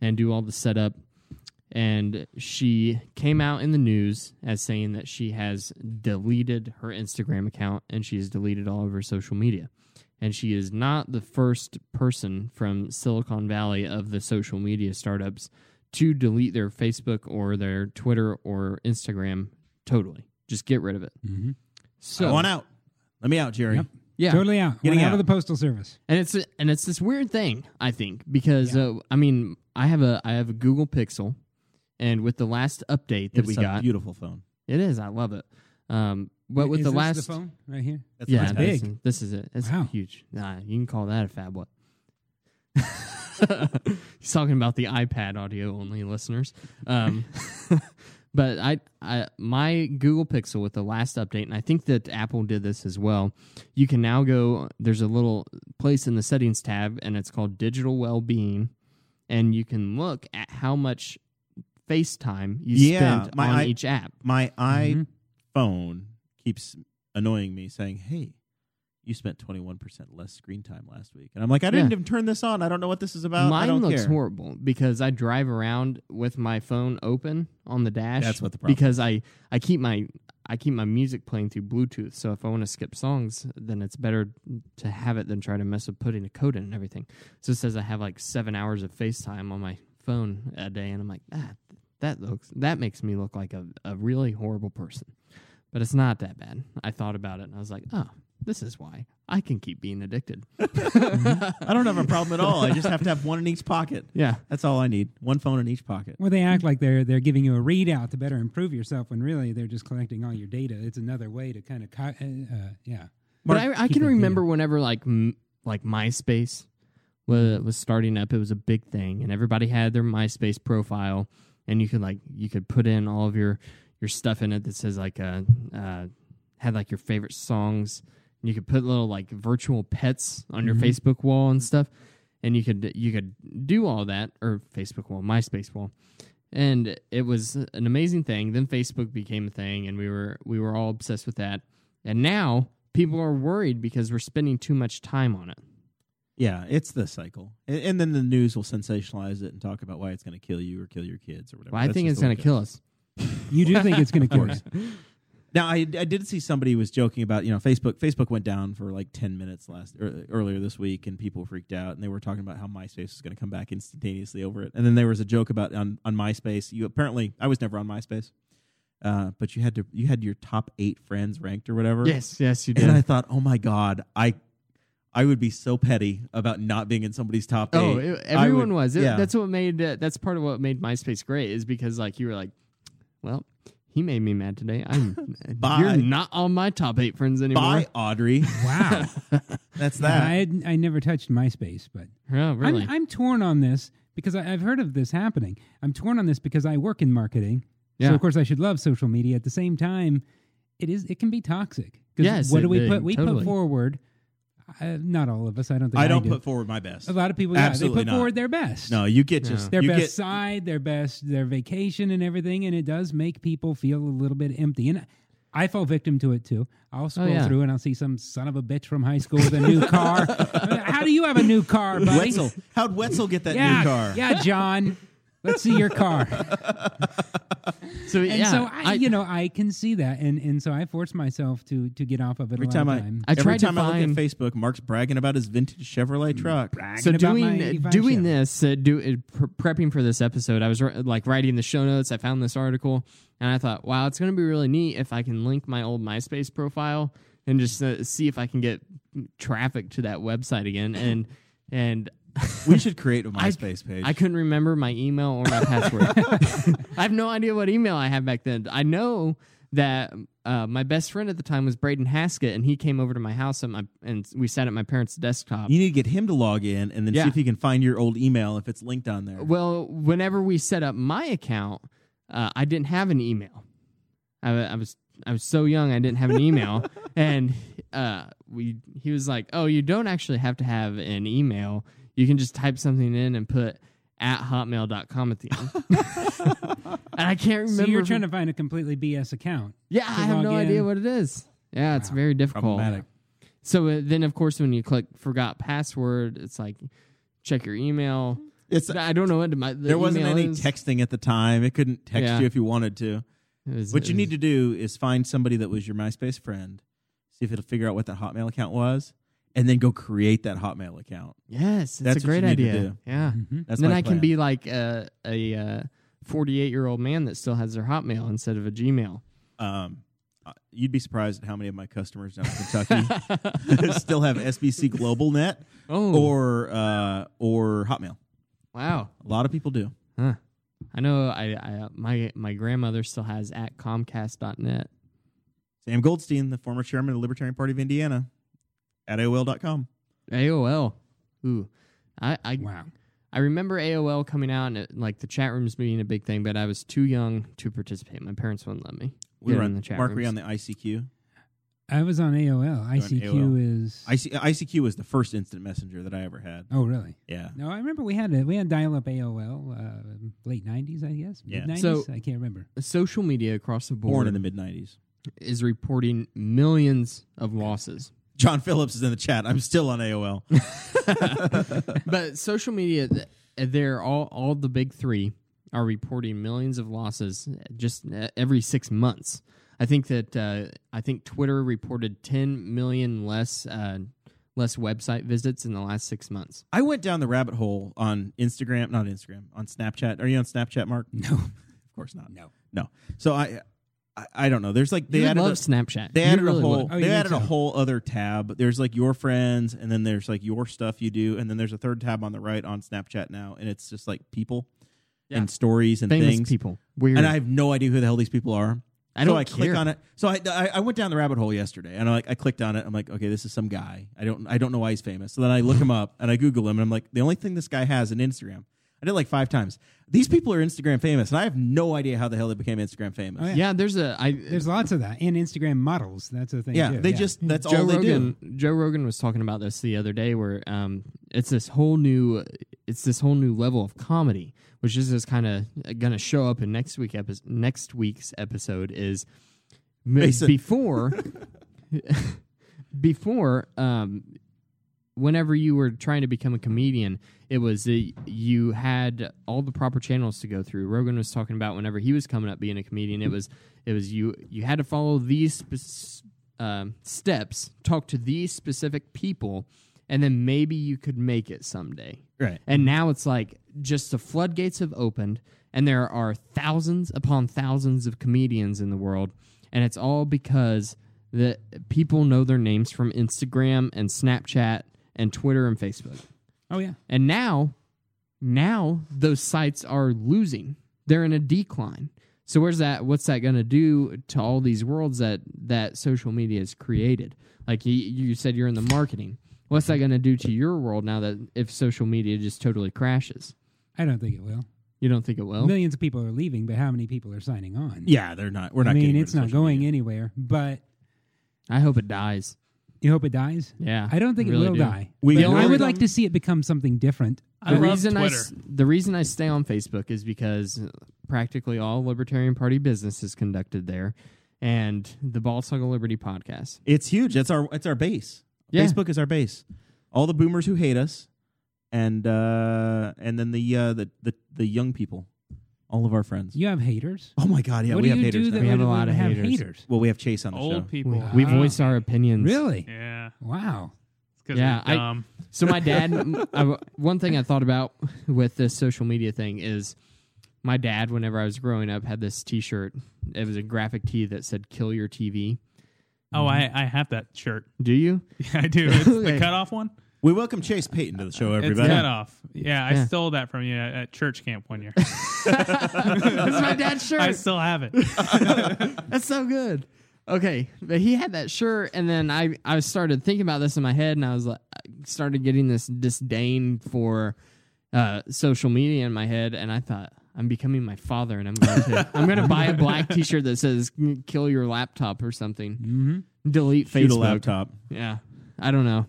S2: and do all the setup. And she came out in the news as saying that she has deleted her Instagram account and she's deleted all of her social media. And she is not the first person from Silicon Valley of the social media startups to delete their Facebook or their Twitter or Instagram totally. Just get rid of it.
S3: Mhm.
S2: So
S1: I want out. Let me out, Jerry.
S3: Yep.
S2: yeah,
S3: Totally out.
S1: Getting
S3: Went out
S1: out.
S3: of the postal service.
S2: and it's and it's this weird thing I think because uh, I mean I have a I have a Google Pixel, and with the last update that
S1: It's
S2: we
S1: a
S2: got,
S1: beautiful phone.
S2: it is I love it. Um, but with
S3: Is
S2: the
S3: this
S2: last
S3: the phone right here.
S1: That's
S2: yeah,
S1: nice.
S3: that's big.
S2: This, is- this is it. It's
S3: Wow.
S2: huge. Nah, you can call that a fab what. (laughs) He's talking about the iPad audio only listeners. Um, (laughs) but I, I, my Google Pixel with the last update, and I think that Apple did this as well. You can now go. There's a little place in the settings tab, and it's called digital well being, and you can look at how much FaceTime you
S1: Yeah,
S2: spent
S1: my
S2: on
S1: i-
S2: each app.
S1: My
S2: Mm-hmm.
S1: iPhone keeps annoying me, saying, "Hey, you spent 21 percent less screen time last week," and I'm like, "I didn't
S2: Yeah.
S1: even turn this on. I don't know what this is about. Uh, I
S2: Mine
S1: don't
S2: looks
S1: care."
S2: horrible because I drive around with my phone open on the dash.
S1: That's what the problem
S2: Because I I keep my I keep my music playing through Bluetooth. So if I want to skip songs, then it's better to have it than try to mess with putting a code in and everything. So it says I have like seven hours of FaceTime on my phone a day, and I'm like, ah, that looks that makes me look like a, a really horrible person. But it's not that bad. I thought about it and I was like, oh, this is why I can keep being addicted.
S1: I don't have a problem at all. I
S2: (laughs)
S1: just have to have one in each pocket.
S2: Yeah.
S1: That's all I need. One phone in each pocket.
S3: Well, they act like they're they're giving you a readout to better improve yourself, when really they're just collecting all your data. It's another way to kind of, co- uh, uh, yeah.
S2: But I, I can remember whenever like m- like MySpace was was starting up, it was a big thing, and everybody had their MySpace profile, and you could like you could put in all of your your stuff in it that says like uh, uh had like your favorite songs, and you could put little like virtual pets on your Facebook wall and stuff, and you could you could do all that or Facebook wall, MySpace wall, and it was an amazing thing. Then Facebook became a thing, and we were we were all obsessed with that. And now people are worried because we're spending too much time on it.
S1: Yeah, it's the cycle. And, and then the news will sensationalize it and talk about why it's going to kill you or kill your kids or whatever.
S2: Well, I
S1: That's
S2: think
S1: just
S2: it's
S1: the way
S2: going
S1: it
S2: to
S1: goes.
S2: kill us.
S3: You do think it's going to
S2: (laughs)
S3: kill us?
S1: Now, I, I did see somebody was joking about you know Facebook. Facebook went down for like ten minutes last er, earlier this week, and people freaked out, and they were talking about how MySpace was going to come back instantaneously over it. And then there was a joke about on on MySpace. You apparently I was never on MySpace, uh, but you had to you had your top eight friends ranked or whatever.
S2: Yes, yes, you
S1: And I
S2: did.
S1: thought, oh my god, I I would be so petty about not being in somebody's top eight.
S2: Oh,
S3: e,
S2: it-
S1: I
S2: everyone
S1: would-
S2: was. It-
S1: yeah.
S2: That's what made. Uh, that's part of what made MySpace great is because like you were like, well, he made me mad today. I'm.
S1: (laughs) Bye.
S2: You're not on my top eight friends anymore.
S1: Bye, Audrey.
S3: (laughs) Wow.
S1: (laughs) That's
S3: Yeah,
S1: that.
S3: I had, I never touched MySpace, but
S2: Oh, really?
S3: I'm, I'm torn on this because I, I've heard of this happening. I'm torn on this because I work in marketing,
S2: Yeah.
S3: so of course I should love social media. At the same time, it is it can be toxic. 'Cause
S2: Yes,
S3: what
S2: it-
S3: do we
S2: it-
S3: put? We
S2: totally.
S3: put forward. Uh, not all of us. I don't think. I,
S1: I don't
S3: do.
S1: put forward my best.
S3: A lot of people. Yeah, they
S1: Absolutely
S3: put
S1: not.
S3: forward their best.
S1: No, you get just
S3: their
S1: you
S3: best
S1: get-
S3: side, their best, their vacation, and everything, and it does make people feel a little bit empty. And I fall victim to it too. I'll scroll
S2: Oh, yeah.
S3: through and I'll see some son of a bitch from high school with a
S2: (laughs)
S3: new car. How do you have a new car, buddy?
S1: Wetzel. How'd Wetzel get that
S3: Yeah,
S1: new car?
S3: yeah, John. Let's see your car.
S2: So
S3: And
S2: yeah,
S3: so I, you know, I can see that, and and so I forced myself to to get off of it
S1: Every
S3: a lot
S1: time
S3: of
S1: I,
S3: time.
S2: I
S1: every
S2: tried to Mm.
S1: time I look
S2: find-
S1: at Facebook, Mark's bragging about his vintage Chevrolet truck.
S2: so
S3: about
S2: doing
S3: my E5
S2: doing
S3: Chevy.
S2: this uh, do uh, pre- prepping for this episode i was ri- like writing the show notes i found this article and i thought wow it's going to be really neat if i can link my old myspace profile and just uh, see if i can get traffic to that website again and and
S1: We should create a
S2: (laughs) I-
S1: MySpace page.
S2: I couldn't remember my email or my password. (laughs) I have no idea what email I had back then. I know that uh, my best friend at the time was Braden Haskett, and he came over to my house at my, and we sat at my parents' desktop.
S1: you need to get him to log in and then
S2: Yeah.
S1: see if he can find your old email if it's linked on there.
S2: Well, whenever we set up my account, uh, I didn't have an email. I, wa- I was I was so young, I didn't have an
S3: (laughs)
S2: email, and uh, we he was like, "Oh, you don't actually have to have an email. You can just type something in and put." At hotmail.com at the end.
S3: (laughs)
S2: and I can't remember.
S3: So you're
S2: if-
S3: trying to find a completely BS account.
S2: yeah, I have
S3: log
S2: no idea
S3: in.
S2: what it is. Yeah, it's very difficult.
S1: Problematic.
S2: So uh, then, of course, when you click forgot password, it's like check your email.
S1: It's
S2: I don't know what my the
S1: there wasn't
S2: email
S1: any
S2: is.
S1: texting at the time. It couldn't text
S2: Yeah.
S1: you if you wanted to.
S2: It was-
S1: What you
S2: it was-
S1: need to do is find somebody that was your MySpace friend, see if it'll figure out what that Hotmail account was, and then go create that Hotmail account.
S2: Yes, it's
S1: That's
S2: a
S1: what
S2: great
S1: you need to
S2: idea.
S1: do. Mm-hmm.
S2: Yeah,
S1: That's
S2: and then
S1: my
S2: I can
S1: plan.
S2: be like a a forty-eight year old man that still has their Hotmail instead of a Gmail.
S1: Um, uh, you'd be surprised at how many of my customers down in Kentucky (laughs) still have SBC Global Net
S2: Oh.
S1: or uh, or Hotmail.
S2: Wow,
S1: A lot of people do.
S2: huh? I know. I, I uh, my my grandmother still has at Comcast.net.
S1: Sam Goldstein, the former chairman of the Libertarian Party of Indiana, at AOL.com.
S2: AOL. Ooh, I I
S3: Wow.
S2: I remember AOL coming out and it, like the chat rooms being a big thing, but I was too young to participate. My parents wouldn't let me.
S1: We
S2: get
S1: were
S2: in
S1: on
S2: the chat
S1: Mark,
S2: rooms.
S1: were you on the ICQ?
S3: I was on AOL. ICQ
S1: AOL.
S3: is.
S1: IC, ICQ was the first instant messenger that I ever had.
S3: oh, really?
S1: Yeah.
S3: No, I remember we had a, we had dial up AOL, uh, late '90s, I guess.
S1: Yeah.
S3: Mid-90s?
S2: So-
S3: I can't remember.
S2: Social media across the board
S1: Born in the mid 90s.
S2: is reporting millions of losses.
S1: John Phillips is in the chat. I'm still on AOL.
S2: but social media th- they're all all the big three are reporting millions of losses just uh, every six months i think that uh, i think twitter reported 10 million less uh, less website visits in the last six months
S1: I went down the rabbit hole on Instagram, not Instagram, on Snapchat. Are you on Snapchat, Mark? No, of course not.
S3: No.
S1: no. So I, I, I don't know. There's like they
S2: they
S1: added
S2: love
S1: a,
S2: snapchat
S1: they
S2: You
S1: added
S2: really
S1: a whole
S2: would.
S3: Oh, you
S1: they
S3: need
S1: added a
S3: to.
S1: whole other tab. There's like your friends, and then there's like your stuff you do, and then there's a third tab on the right on Snapchat now, and it's just like people
S2: Yeah.
S1: and stories and
S2: famous
S1: things.
S2: people weird
S1: And I have no idea who the hell these people are.
S2: I don't
S1: so I click
S2: care.
S1: on it. So I, I I went down the rabbit hole yesterday, and I like I clicked on it. I'm like, okay, this is some guy. I don't I don't know why he's famous. So then I look him up and I Google him, and I'm like, the only thing this guy has in Instagram. I did it like five times. These people are Instagram famous, and I have no idea how the hell they became Instagram famous.
S3: Oh,
S1: yeah,
S3: yeah.
S2: yeah there's a i
S3: There's lots of that, and Instagram models. That's a thing. too,
S1: they just that's
S2: Joe
S1: all they do.
S2: Rogan, Joe Rogan was talking about this the other day, where um, it's this whole new, it's this whole new level of comedy, which is just kind of going to show up in next week epi- next week's episode. Is m-
S1: Mason. (laughs)
S2: before, before, um, whenever you were trying to become a comedian, it was that you had all the proper channels to go through. Rogan was talking about whenever he was coming up being a comedian, it was it was you you had to follow these spe- um, steps, talk to these specific people, and then maybe you could make it someday.
S1: Right.
S2: And now it's like just the floodgates have opened, and there are thousands upon thousands of comedians in the world, and it's all because the people know their names from Instagram and Snapchat and Twitter and Facebook.
S3: Oh yeah.
S2: And now, now those sites are losing. They're in a decline. So where's that? What's that going to do to all these worlds that that social media has created? Like you, you said, you're in the marketing. What's that going to do to your world now that if social media just totally crashes?
S3: I don't think it will.
S2: You don't think it will?
S3: Millions of people are leaving, but how many people are signing on?
S1: Yeah, they're not. We're not.
S3: I mean,
S1: getting rid
S3: it's
S1: of
S3: not
S1: social
S3: going
S1: media.
S3: anywhere. But
S2: I hope it dies.
S3: you hope it dies.
S2: Yeah,
S3: I don't think
S2: really
S3: it will
S2: do.
S3: die.
S1: We
S3: But
S1: can
S3: I
S1: only-
S3: would like to see it become something different.
S2: The reason I s- the reason I stay on Facebook is because practically all Libertarian Party business is conducted there, and the Ball Suck of Liberty podcast.
S1: It's huge. That's our it's our base.
S2: Yeah.
S1: Facebook is our base. All the boomers who hate us, and uh, and then the uh, the, the the young people All of our friends.
S3: You have haters.
S1: Oh my God! Yeah,
S3: what
S1: we
S3: do
S1: have
S3: you
S1: haters.
S3: do
S1: now.
S3: that
S2: We have a
S3: would-
S2: lot
S3: would
S2: of
S3: have
S2: haters.
S1: well, we have Chase on the show.
S6: Old people.
S2: We
S3: Wow.
S2: voice our opinions.
S3: Really?
S6: Yeah.
S3: Wow.
S6: It's because
S2: Yeah, I-
S6: they're dumb.
S2: So my dad, (laughs) I, one thing I thought about with this social media thing is my dad, whenever I was growing up, had this T-shirt. It was a graphic tee that said "Kill Your TV."
S6: oh, I, I have that shirt. (laughs)
S2: Do you?
S6: Yeah,
S2: (laughs)
S6: I do. It's the
S2: Okay.
S6: cutoff one.
S1: We welcome Chase Payton to the show,
S6: It's
S1: everybody.
S6: cutoff. Yeah, I
S2: Yeah.
S6: stole that from you at, at church camp
S2: (laughs)
S6: one year.
S2: That's my dad's shirt.
S6: I still
S2: (laughs)
S6: have it.
S2: That's so good. Okay, but he had that shirt, and then I I started thinking about this in my head, and I was like, I started getting this disdain for uh, social media in my head, and I thought I'm becoming my father, and I'm going to I'm going to buy a black T-shirt that says "Kill your laptop" or something. Mm-hmm. Delete
S1: Shoot
S2: Facebook.
S1: a laptop.
S2: Yeah, I don't know.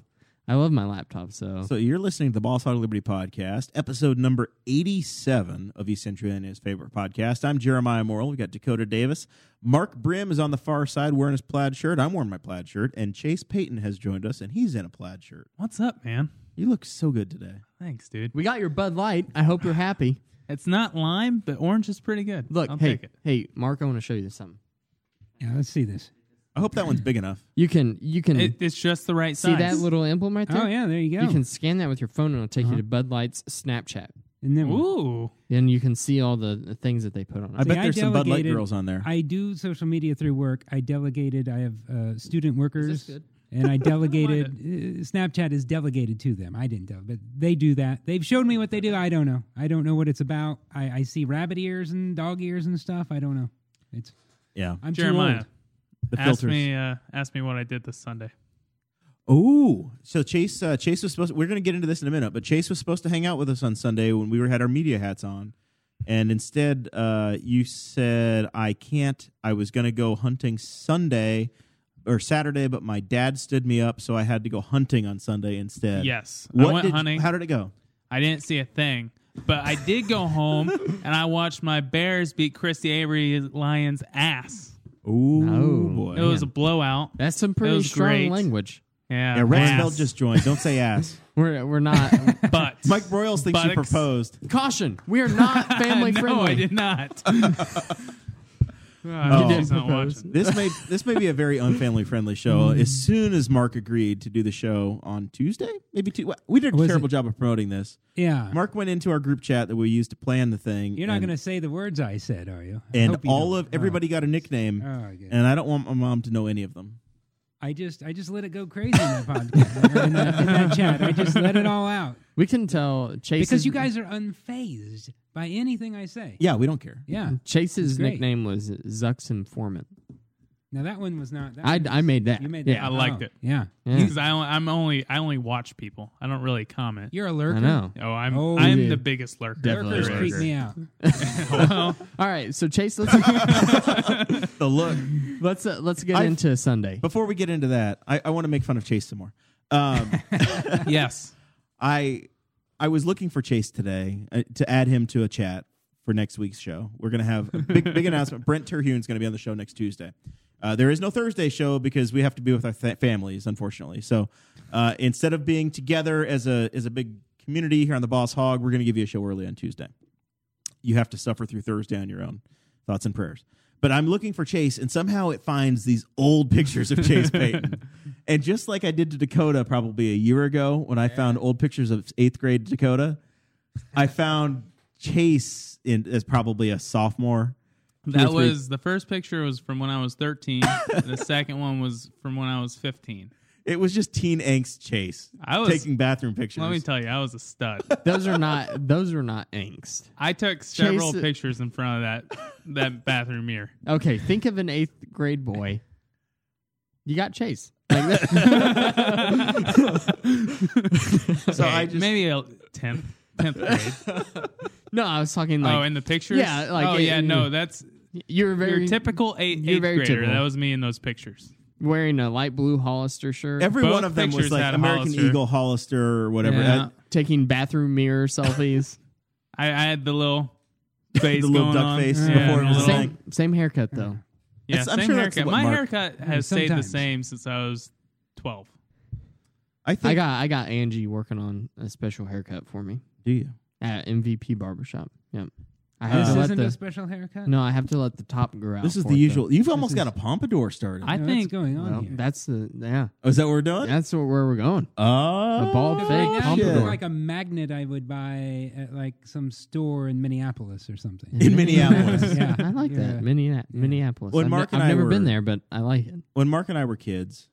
S2: I love my laptop, so,
S1: So you're listening to the Boss Out of Liberty podcast, episode number 87 of Eccentric and his favorite podcast. I'm Jeremiah Morrill. We've got Dakota Davis. Mark Brim is on the far side wearing his plaid shirt. I'm wearing my plaid shirt. And Chase Payton has joined us, and he's in a plaid shirt.
S6: What's up, man?
S1: You look so good today.
S6: Thanks, dude.
S2: we got your Bud Light. I hope you're happy.
S6: It's not lime, but orange is pretty good.
S2: Look,
S6: I'll
S2: hey,
S6: take it.
S2: hey, Mark, I want to show you something.
S3: Yeah, let's see this.
S1: I hope that one's big enough.
S2: You can you can
S6: It- It's just the right
S2: see
S6: size.
S2: that little emblem right there.
S3: Oh yeah, there you go.
S2: You can scan that with your phone, and it'll take you to Bud Light's Snapchat,
S3: and then
S6: Ooh.
S2: and you can see all the, the things that they put on
S1: I
S2: it.
S1: bet
S3: I
S1: there's some Bud Light
S3: delegated-
S1: girls on there.
S3: I do social media through work. I delegated. I have uh, student workers,
S2: good?
S3: and I delegated. uh, Snapchat is delegated to them. I didn't, delegate, but they do that. They've showed me what they do. I don't know. I don't know what it's about. I, I see rabbit ears and dog ears and stuff. I don't know. It's
S6: (laughs)
S1: yeah.
S3: I'm
S6: Jeremiah,
S3: Too
S1: The
S6: ask
S1: filters.
S6: me, uh, ask me what I did this Sunday.
S1: Oh, so Chase uh, Chase was supposed. we're going to get into this in a minute, but Chase was supposed to hang out with us on Sunday when we were had our media hats on, and instead, uh, you said I can't. I was going to go hunting Sunday or Saturday, but my dad stood me up, so I had to go hunting on Sunday instead.
S6: Yes. I
S1: What
S6: went
S1: did-
S6: hunting.
S1: How did it go?
S6: I didn't see a thing, but I did go
S2: (laughs)
S6: home and I watched my Bears beat Christy Avery Lions' ass.
S1: Oh
S2: No.
S1: boy.
S6: It was a blowout.
S2: That's some pretty
S6: was
S2: strong
S6: great.
S2: language.
S6: Yeah.
S1: yeah, Rexfeld
S6: ass.
S1: just joined. Don't say ass.
S2: We're we're not
S6: (laughs) But
S1: Mike Broyles thinks you
S6: Buttocks.
S1: proposed.
S2: caution. We are not family
S6: (laughs) no,
S2: friendly.
S6: I
S2: (laughs)
S6: did not. oh, she's not
S2: propose.
S6: watching.
S1: This
S3: (laughs)
S1: may this may be a very unfamily friendly show.
S3: Hmm.
S1: As soon as Mark agreed to do the show on Tuesday, maybe two, we did a
S3: Was
S1: terrible
S3: it-
S1: job of promoting this.
S3: Yeah,
S1: Mark went into our group chat that we used to plan the thing.
S3: you're not
S1: and,
S3: going to say the words I said, are you? I
S1: And
S3: hope you
S1: all
S3: don't.
S1: of everybody got a nickname,
S3: Oh, I get it.
S1: and I don't want my mom to know any of them.
S3: I just I just let it go crazy in that podcast, in, that, in that chat. I just let it all out
S2: We can tell Chase's
S3: because you guys are unfazed by anything I say.
S1: Yeah, we don't care.
S3: Yeah.
S2: Chase's
S3: great.
S2: nickname was Zuck's informant.
S3: Now that one was not. That
S2: I,
S3: one
S2: I made that.
S3: You made that.
S2: yeah,
S6: I liked it.
S3: Yeah.
S2: Yeah.
S6: Because I, only- I'm only I only watch people. I don't really comment.
S3: You're a
S2: I
S3: lurker.
S2: know.
S6: oh, I'm
S3: Oh,
S6: I'm
S2: yeah.
S6: the biggest lurker.
S2: Definitely
S3: Lurkers
S2: Lurker.
S3: creep me out.
S6: well,
S2: All right, so Chase, let's (laughs)
S1: The
S3: (laughs)
S1: look.
S2: let's uh, let's get
S1: I've-
S2: into Sunday.
S1: Before we get into that, I, I want to make fun of Chase some more. Um,
S6: yes.
S1: I I was looking for Chase today uh, to add him to a chat for next week's show. We're gonna have a big big announcement. Brent Terhune's gonna be on the show next Tuesday. Uh, there is no Thursday show because we have to be with our th- families, unfortunately. So uh, instead of being together as a as a big community here on the Boss Hog, we're gonna give you a show early on Tuesday. You have to suffer through Thursday on your own. Thoughts and prayers. But I'm looking for Chase, and somehow it finds these old pictures of
S6: (laughs)
S1: Chase Payton. And just like I did to Dakota probably a year ago when I found old pictures of eighth grade Dakota, I found Chase in, as probably a sophomore. Two or
S6: That
S1: three-
S6: was the first picture was from when I was 13. the second one was from when I was 15.
S1: it was just teen angst Chase
S6: I was-
S1: taking bathroom pictures.
S6: Let me tell you, I was a stud.
S2: Those are not those are not angst.
S6: I took several
S2: Chase-
S6: pictures in front of that that bathroom mirror.
S2: Okay, think of an eighth grade boy. You got Chase. (laughs) Like that-
S1: so
S6: Okay,
S1: I just
S6: maybe a tenth tenth grade.
S2: no, I was talking like
S6: oh, in the pictures.
S2: Yeah, like,
S6: oh
S2: it-
S6: yeah, no, that's
S2: you were very
S6: your typical eight,
S2: you're
S6: eighth
S2: very
S6: grader.
S2: typical.
S6: That was me in those pictures.
S2: wearing a light blue Hollister shirt,
S1: every
S6: both
S1: one of them was
S6: pictures
S1: like
S6: had
S1: American
S6: Hollister.
S1: Eagle Hollister or whatever.
S2: Yeah.
S1: That-
S2: taking bathroom
S1: (laughs)
S2: mirror selfies.
S6: I, I had the little face,
S1: The little
S6: going
S1: duck
S6: on.
S1: face
S6: yeah,
S1: before it
S6: and the
S1: was
S6: little-
S1: like-
S2: same, same haircut though.
S6: yeah,
S1: That's- I'm
S6: same
S1: sure that's
S6: haircut.
S1: what
S6: My
S1: Mark-
S6: haircut has stayed the
S3: sometimes.
S6: same since I was twelve.
S1: I think.
S2: I got I got Angie working on a special haircut for me
S1: do you?
S2: at MVP Barbershop. Yep. I have
S3: this
S2: to let
S3: isn't
S2: the
S3: a special haircut.
S2: no. I have to let the top grow. out
S1: This is
S2: for
S1: the
S2: it, though.
S1: usual. You've almost got a pompadour started.
S6: I
S3: Now,
S6: think
S3: what's going on
S2: Well,
S3: here.
S2: that's the yeah.
S1: oh, is that what we're doing?
S2: That's where where we're going.
S1: Oh,
S2: A bald
S3: Because
S2: fake
S3: right now you look
S2: pompadour.
S3: like a magnet I would buy at like some store in Minneapolis or something.
S1: in
S2: (laughs)
S1: Minneapolis.
S3: yeah,
S2: I like
S3: Yeah.
S2: that Minneap- Minneapolis.
S1: When
S2: I've,
S1: Mark
S2: ne-
S1: and
S2: I've
S1: I
S2: never
S1: were-
S2: been there, but I like it.
S1: when Mark and I were kids,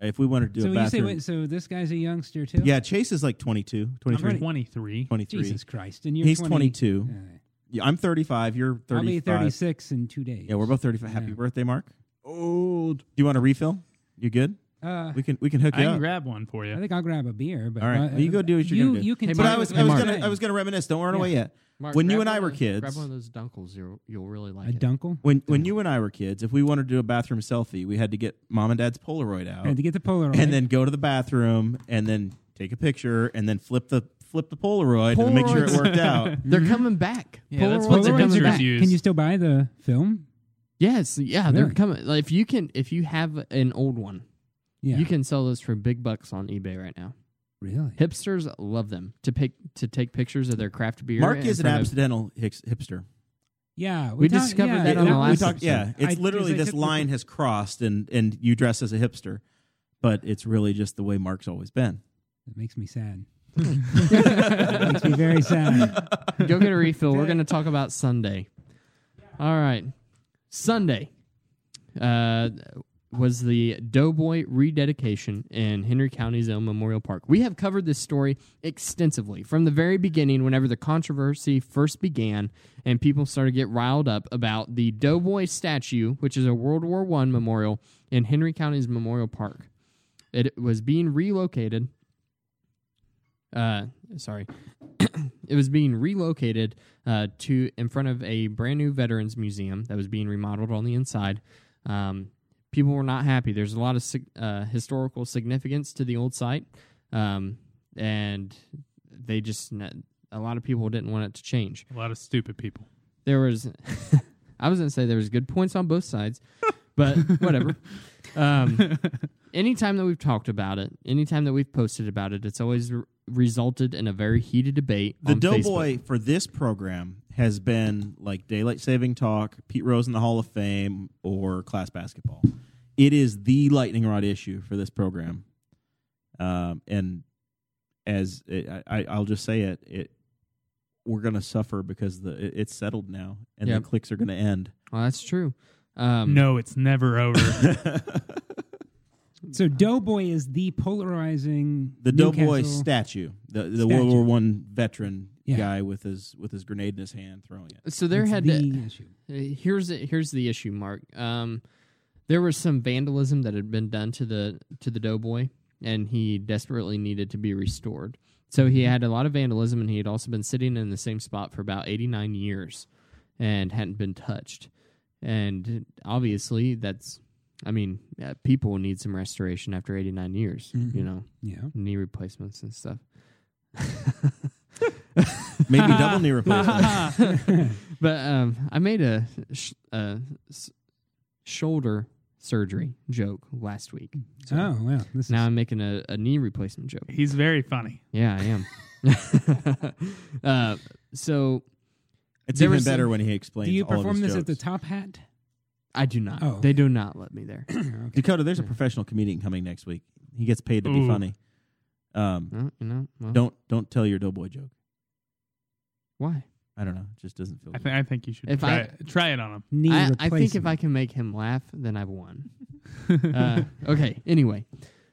S1: if we wanted to do
S3: So
S1: a
S3: you say
S1: bathroom,
S3: wait, so this guy's a youngster too?
S1: yeah, Chase is like 22, 23,
S6: I'm 23.
S1: 23.
S3: Jesus Christ, and you're
S1: He's
S3: 20
S1: 22.
S3: All right.
S1: Yeah, I'm 35. You're 35.
S3: I'll be 36 in two days.
S1: Yeah, we're both 35. Happy
S3: Yeah.
S1: birthday, Mark. Old. Do you want a refill? You good?
S3: Uh,
S1: We can we can hook
S6: I
S1: you
S6: can
S1: up.
S6: grab one for
S3: I
S6: you.
S3: think I'll grab a beer. But
S1: All right.
S3: uh,
S1: Well, you go do what you're
S3: you,
S1: gonna do.
S3: You can.
S2: Hey,
S3: take
S1: but
S2: Mark,
S1: I was I was gonna I was gonna reminisce. Don't run away yet. when you and I were kids,
S2: grab one of those dunkles. You'll you'll really like
S3: a dunkel.
S1: when when you and I were kids, if we wanted to do a bathroom selfie, we had to get mom and dad's Polaroid out
S3: I had to get the Polaroid.
S1: and then go to the bathroom and then take a picture and then flip the flip the Polaroid and make sure it
S2: Polaroids.
S1: worked
S3: (laughs)
S1: out.
S2: They're coming back.
S6: Yeah, that's
S3: Polaroids
S6: what
S2: Polaroids
S6: the
S2: are
S3: are
S2: coming
S6: pictures
S2: back.
S6: use.
S3: can you still buy the film?
S2: Yes, yeah, they're
S3: Really?
S2: coming. Like, if you can, if you have an old one,
S3: Yeah.
S2: you can sell those for big bucks on eBay right now.
S3: really.
S2: Hipsters love them to pick to take pictures of their craft beer.
S1: Mark
S2: in
S1: is an
S2: front of-
S1: accidental hicks, hipster.
S3: Yeah,
S2: We
S3: talk-
S2: discovered
S3: yeah,
S2: that on the
S1: we
S2: last
S1: talked-
S2: episode.
S1: yeah, it's
S3: I-
S1: literally
S3: because
S1: this
S3: I took the-
S1: line has crossed and and you dress as a hipster, but it's really just the way Mark's always been.
S3: That makes
S1: (laughs)
S3: me sad. That makes me very sad.
S2: Go get a refill. We're going to talk about Sunday. All right, Sunday uh, was the Doughboy rededication in Henry County's own Memorial Park. We have covered this story extensively from the very beginning. Whenever the controversy first began, and people started to get riled up about the Doughboy statue, which is a World War One memorial in Henry County's Memorial Park, it was being relocated. Uh, sorry, it was being relocated uh, to in front of a brand new veterans museum that was being remodeled on the inside. Um, people were not happy. There's a lot of sig- uh, historical significance to the old site, um, and they just n- a lot of people didn't want it to change.
S6: A lot of stupid people.
S2: There was, (laughs) I was gonna say there was good points on both sides,
S1: (laughs)
S2: but whatever. Um, anytime that we've talked about it, anytime that we've posted about it, it's always. re- resulted in a very heated debate
S1: The
S2: on Facebook.
S1: Doughboy for this program has been like daylight saving talk, Pete Rose in the Hall of Fame, or class basketball. It is the lightning rod issue for this program, um, and as it, I- I, I'll just say it, it we're going to suffer because the it, it's settled now, and
S2: Yep.
S1: the clicks are going to end.
S2: Well, that's true.
S1: Hmm.
S2: Um,
S6: No, it's
S1: (laughs)
S6: never over.
S3: So Doughboy is the polarizing
S1: The Doughboy
S3: Newcastle-
S1: statue, the, the
S3: Statue.
S1: World War One veteran
S3: Yeah.
S1: guy with his with his grenade in his hand throwing
S3: (laughs)
S1: it.
S2: So there
S3: It's
S2: had
S3: the
S2: to,
S3: issue.
S2: here's here's the issue, Mark. Um, there was some vandalism that had been done to the to the Doughboy, and he desperately needed to be restored. So he
S3: Mm-hmm.
S2: had a lot of vandalism, and he had also been sitting in the same spot for about eighty nine years, and hadn't been touched. And obviously, that's, I mean, uh, people need some restoration after eighty nine years.
S3: Mm-hmm.
S2: You know,
S3: Yeah.
S2: knee replacements and stuff.
S1: Maybe double knee replacement.
S3: (laughs)
S2: But um, I made a, sh- a s- shoulder surgery joke last week. So
S3: Oh well, this is
S2: now I'm making a, a knee replacement joke.
S6: He's very funny.
S2: Yeah, I am. (laughs) uh, so
S1: It's
S2: There
S1: even
S2: was
S1: better
S2: some-
S1: when he explains.
S3: Do you
S1: all of
S3: perform
S1: his
S3: this at the
S1: jokes.
S3: top hat?
S2: I do not.
S3: Oh.
S2: They do not let me
S3: (coughs)
S2: there.
S1: Dakota,
S2: Hmm.
S1: there's a professional comedian coming next week. He gets paid to be
S6: Ooh.
S1: funny. Um,
S2: Well, you know, well,
S1: don't don't tell your doughboy joke.
S2: Why?
S1: I don't know. It just doesn't feel.
S6: I,
S1: good.
S6: th- I think you should
S2: If
S6: try,
S2: I-
S6: it. try it on him.
S3: Knee
S2: I, I think if I
S3: replacement.
S2: can make him laugh, then I've
S3: (laughs)
S2: won. uh, okay. Anyway,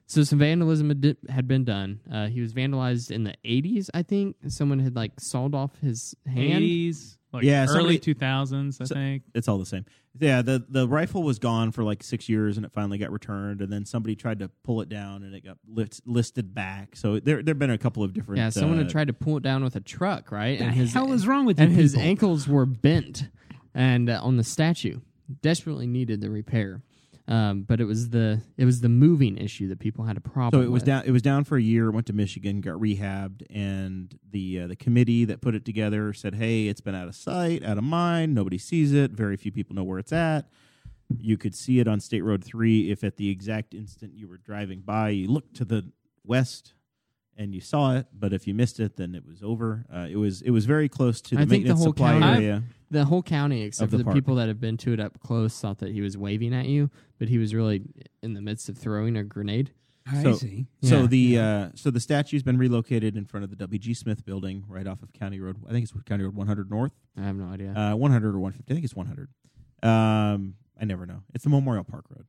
S2: so some vandalism had di- had been done. Uh, he was vandalized in the 80s, I think. Someone had like sawed off his hand.
S6: 80s, like
S1: Yeah,
S6: early
S1: somebody-
S6: 2000s, I
S1: So-
S6: think.
S1: It's all the same. Yeah, the the rifle was gone for like six years, and it finally got returned. And then somebody tried to pull it down, and it got lit, listed back. So there there've been a couple of different.
S2: Yeah, someone
S1: uh,
S2: had tried to pull it down with a truck, right?
S3: The hell is wrong with you
S2: and his
S3: people?
S2: ankles were bent, and uh, on the statue, desperately needed the repair. Um, but it was the it was the moving issue that people had a problem.
S1: So it was
S2: with.
S1: down. It was down for a year. Went to Michigan, got rehabbed, and the uh, the committee that put it together said, "Hey, it's been out of sight, out of mind. Nobody sees it. Very few people know where it's at. You could see it on State Road Three if, at the exact instant you were driving by, you looked to the west, and you saw it. But if you missed it, then it was over. Uh, it was it was very close to the
S2: I think the
S1: maintenance
S2: whole
S1: supply
S2: county-
S1: area.
S2: The whole county, except
S1: Of
S2: for
S1: the
S2: the
S1: park.
S2: people that have been to it up close, thought that he was waving at you, but he was really in the midst of throwing a grenade.
S3: I
S1: So-
S3: see.
S1: So
S2: Yeah.
S1: the uh, so the statue's been relocated in front of the W. G. Smith building, right off of County Road. I think it's County Road 100 North,
S2: I have no idea.
S1: uh, 100 or 150. I think it's 100. Um, I never know. It's the Memorial Park Road.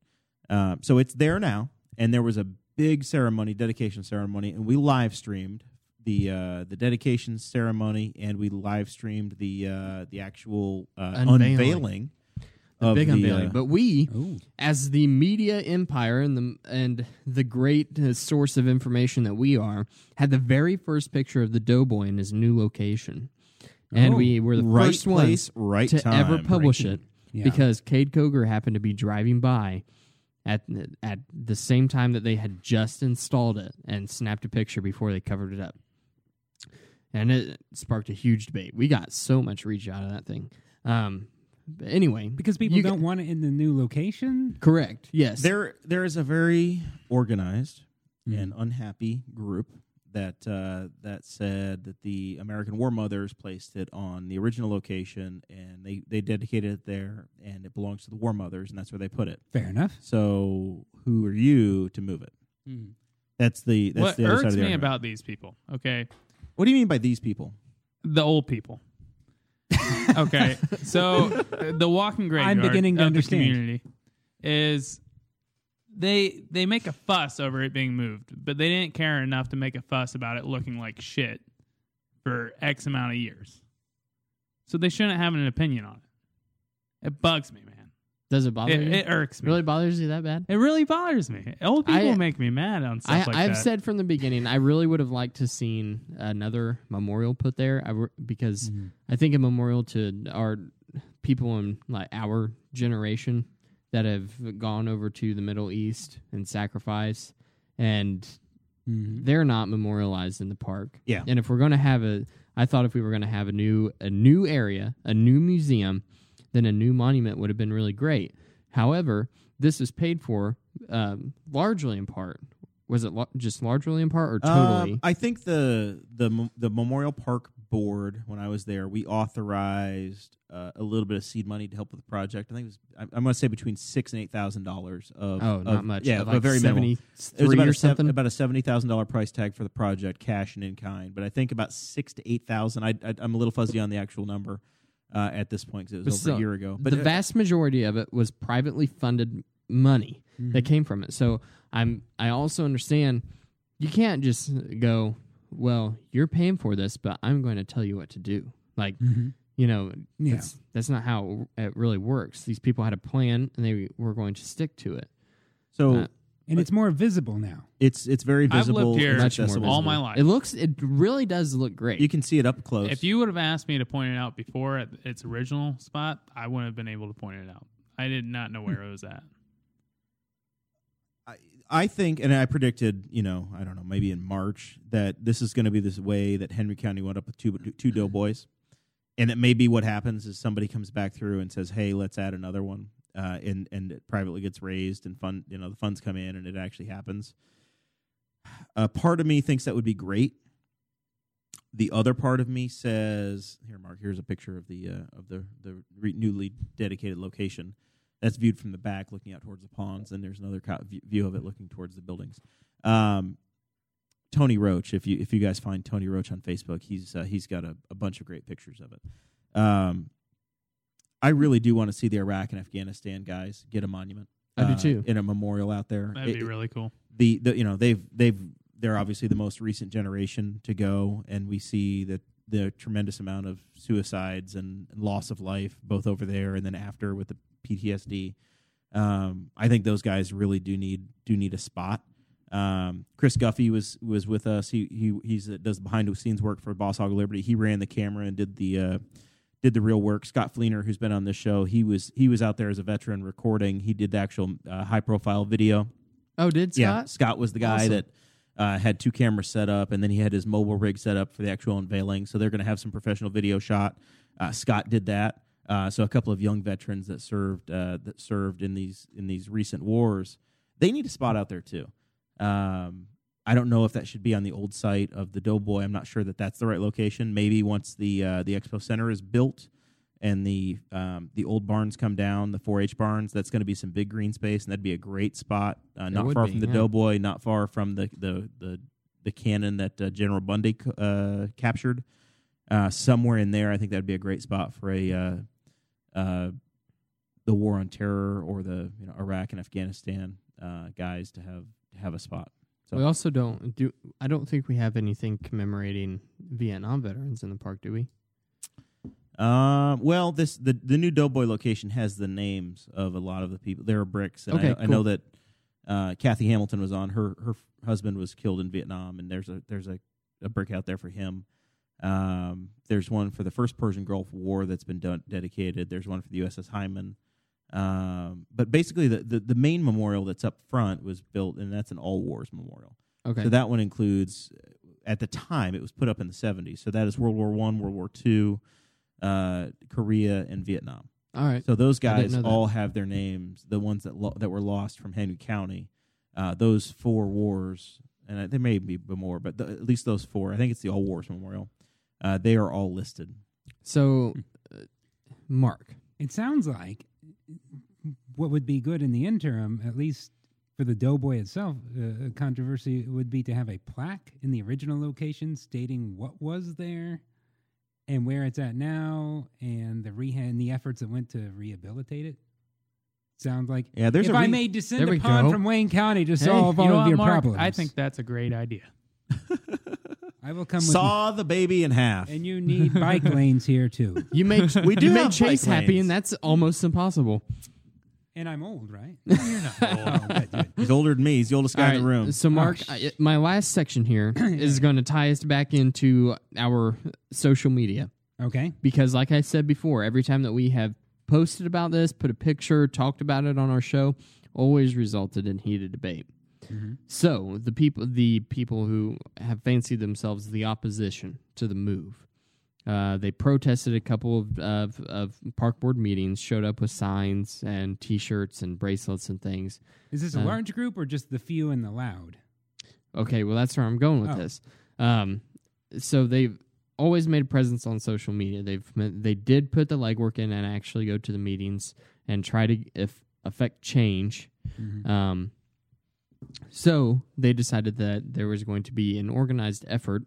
S1: Um, so it's there now, and there was a big ceremony, dedication ceremony, and we live streamed the uh, the dedication ceremony, and we live streamed the uh, the actual uh,
S2: Unveiling.
S1: unveiling.
S2: the
S1: of
S2: big
S1: the,
S2: unveiling.
S1: uh,
S2: but we,
S3: Oh,
S2: as the media empire and the and the great uh, source of information that we are, had the very first picture of the Doughboy in his new location, and
S3: Oh,
S2: we were the
S1: right
S2: first
S1: place,
S2: ones
S1: right
S2: to
S1: time.
S2: ever publish it
S3: yeah.
S2: because Cade Coger happened to be driving by. At, at the same time that they had just installed it and snapped a picture before they covered it up. And it sparked a huge debate. We got so much reach out of that thing. Um, but anyway,
S3: because people
S2: you
S3: don't
S2: g-
S3: want it in the new location.
S2: correct. Yes.
S1: There, there is a very organized
S6: Mm-hmm.
S1: and unhappy group that uh, that said that the American War Mothers placed it on the original location, and they they dedicated it there, and it belongs to the War Mothers, and that's where they put it.
S3: Fair enough.
S1: So, who are you to move it? That's the that's
S6: Hmm. what
S1: the other side
S6: irks
S1: of the
S6: me
S1: argument.
S6: about these people, okay?
S1: What do you mean by these people?
S6: The old people. okay, so uh, the walking graveyard
S3: beginning to
S6: of
S3: understand.
S6: the community is they they make a fuss over it being moved, but they didn't care enough to make a fuss about it looking like shit for X amount of years. So they shouldn't have an opinion on it. It bugs me, man.
S2: Does it bother
S6: It,
S2: you?
S6: it irks me.
S2: really bothers you that bad?
S6: It really bothers me. Old
S2: I-
S6: people make me mad on stuff
S2: I,
S6: like
S2: I've
S6: that.
S2: said from the beginning, I really would have liked to seen another memorial put there I wor- because I think a memorial to our people in like our generation that have gone over to the Middle East and sacrifice, and
S1: Mm-hmm.
S2: they're not memorialized in the park.
S1: Yeah.
S2: and if we're gonna have a, I thought if we were gonna have a new a new area, a new museum, then a new monument would have been really great. However, this is paid for um, largely in part. Was it lar- just largely in part or totally?
S1: Um, I think the the mem- the Memorial Park Board, when I was there, we authorized uh, a little bit of seed money to help with the project. I think it was I- I'm going to say between six and eight thousand dollars of
S2: oh,
S1: of-
S2: not much.
S1: Yeah,
S2: Of
S1: but
S2: like
S1: very minimal.
S2: seventy
S1: It was
S2: three
S1: about
S2: or
S1: a, sev-
S2: something.
S1: about a seventy thousand dollar price tag for the project, cash and in kind. But I think about six to eight thousand. I, I I'm a little fuzzy on the actual number uh, at this point because it
S2: But
S1: was over
S2: still,
S1: a year ago.
S2: the
S1: uh,
S2: vast majority of it was privately funded money that
S1: Mm-hmm.
S2: came from it. So I'm I also understand you can't just go, well, you're paying for this, but I'm going to tell you what to do. Like,
S1: Mm-hmm.
S2: you know,
S3: Yeah.
S2: that's, that's not how it really works. These people had a plan and they were going to stick to it.
S1: so
S2: uh,
S3: And it's more visible now.
S1: it's it's very
S6: I've lived
S1: visible.
S6: here
S1: it's
S2: Much more
S1: accessible.
S6: all my life.
S2: It looks it really does look great.
S1: You can see it up close.
S6: If you would have asked me to point it out before at its original spot, I wouldn't have been able to point it out. I did not know where it was at.
S1: I- I think, and I predicted, you know, I don't know, maybe in March that this is going to be this way that Henry County went up with two two doughboys, and that maybe what happens is somebody comes back through and says, "Hey, let's add another one," uh, and and it privately gets raised and fund, you know, the funds come in and it actually happens. A part of me thinks that would be great. The other part of me says, "Here, Mark. Here's a picture of the uh, of the the re- newly dedicated location." that's viewed from the back looking out towards the ponds and there's another co- view- view of it looking towards the buildings um, tony roach if you if you guys find tony roach on facebook he's uh, he's got a, a bunch of great pictures of it um, i really do want to see the iraq and afghanistan guys get a monument
S2: I do
S1: uh,
S2: too.
S1: in a memorial out there
S6: That'd
S1: It-
S6: be really cool.
S1: the, the you know they've they've they're obviously the most recent generation to go, and we see that the tremendous amount of suicides and loss of life both over there and then after with the PTSD. Um, I think those guys really do need do need a spot. Um, Chris Guffey was was with us. He he he's uh, does behind the scenes work for Boss Hog Liberty. He ran the camera and did the uh, did the real work. Scott Fleener, who's been on this show, he was he was out there as a veteran recording. He did the actual uh, high profile video.
S2: oh, did Scott?
S1: Yeah, Scott was the guy
S2: Awesome.
S1: that uh, had two cameras set up, and then he had his mobile rig set up for the actual unveiling. So they're going to have some professional video shot. Uh, Scott did that. Uh, so a couple of young veterans that served uh, that served in these in these recent wars, they need a spot out there too. Um, I don't know if that should be on the old site of the Doughboy. I'm not sure that that's the right location. Maybe once the uh, the expo center is built and the um, the old barns come down, the 4-H barns, that's going to be some big green space, and that'd be a great spot. Uh, not
S2: would
S1: far
S2: be,
S1: from the
S2: yeah.
S1: Doughboy, not far from the the the, the cannon that uh, General Bundy c- uh, captured. Uh, somewhere in there, I think that'd be a great spot for a uh, uh, the war on terror or the you know Iraq and Afghanistan uh, guys to have to have a spot. So
S2: We also don't do. I don't think we have anything commemorating Vietnam veterans in the park, do we?
S1: Um. Well, this the the new Doughboy location has the names of a lot of the people. There are bricks, and
S2: Okay,
S1: I, I know
S2: cool.
S1: that uh, Kathy Hamilton was on. Her her f- husband was killed in Vietnam, and there's a there's a, a brick out there for him. Um. There's one for the first Persian Gulf War that's been done, dedicated. There's one for the USS Hyman. Um. But basically, the, the the main memorial that's up front was built, and that's an all wars memorial.
S2: Okay.
S1: So that one includes, at the time, it was put up in the 70s. So that is World War One, World War Two, uh, Korea, and Vietnam.
S2: All right.
S1: So those
S2: I didn't
S1: guys
S2: know that.
S1: all have their names. The ones that lo- that were lost from Henry County, uh, those four wars, and I- there may be more, but th- at least those four. I think it's the All Wars Memorial. Uh, they are all listed.
S2: So,
S1: Hmm.
S2: uh, Mark,
S3: It sounds like what would be good in the interim, at least for the Doughboy itself, uh, controversy would be to have a plaque in the original location stating what was there and where it's at now, and the reha- and the efforts that went to rehabilitate it. Sounds like
S1: Yeah, there's
S3: if
S1: a
S3: I
S1: re-
S3: may descend
S2: There we
S3: upon
S2: go.
S3: from Wayne County to solve
S6: you
S3: all
S6: know
S3: of
S6: what,
S3: your
S6: Mark?
S3: problems,
S6: I think that's a great idea.
S3: I will come with
S1: Saw the baby in half.
S3: you. And you need bike lanes here too.
S1: (laughs)
S2: you make
S1: We do
S2: you make
S1: have
S2: Chase
S1: bike
S2: happy,
S1: lanes.
S2: and that's almost impossible.
S3: And I'm old, right? You're not old. Oh, good, good.
S1: He's older than me. He's the oldest guy
S2: All
S1: in the
S2: right,
S1: room.
S2: So, Mark, I, my last
S1: (clears throat)
S2: section here is going to tie us back into our social media.
S3: Okay.
S2: because like i said before every time that we have posted about this put a picture talked about it on our show always resulted in heated debate so the people the people who have fancied themselves the opposition to the move uh, they protested a couple of, of, of park board meetings showed up with signs and t-shirts and bracelets and things
S3: Is
S2: Uh,
S3: this a large group or just the few and the loud?
S2: Okay, well that's where I'm going with
S3: Oh.
S2: this. Um, so they've always made a presence on social media. They've they did put the legwork in and actually go to the meetings and try to if affect change.
S1: Mm-hmm.
S2: Um, so they decided that there was going to be an organized effort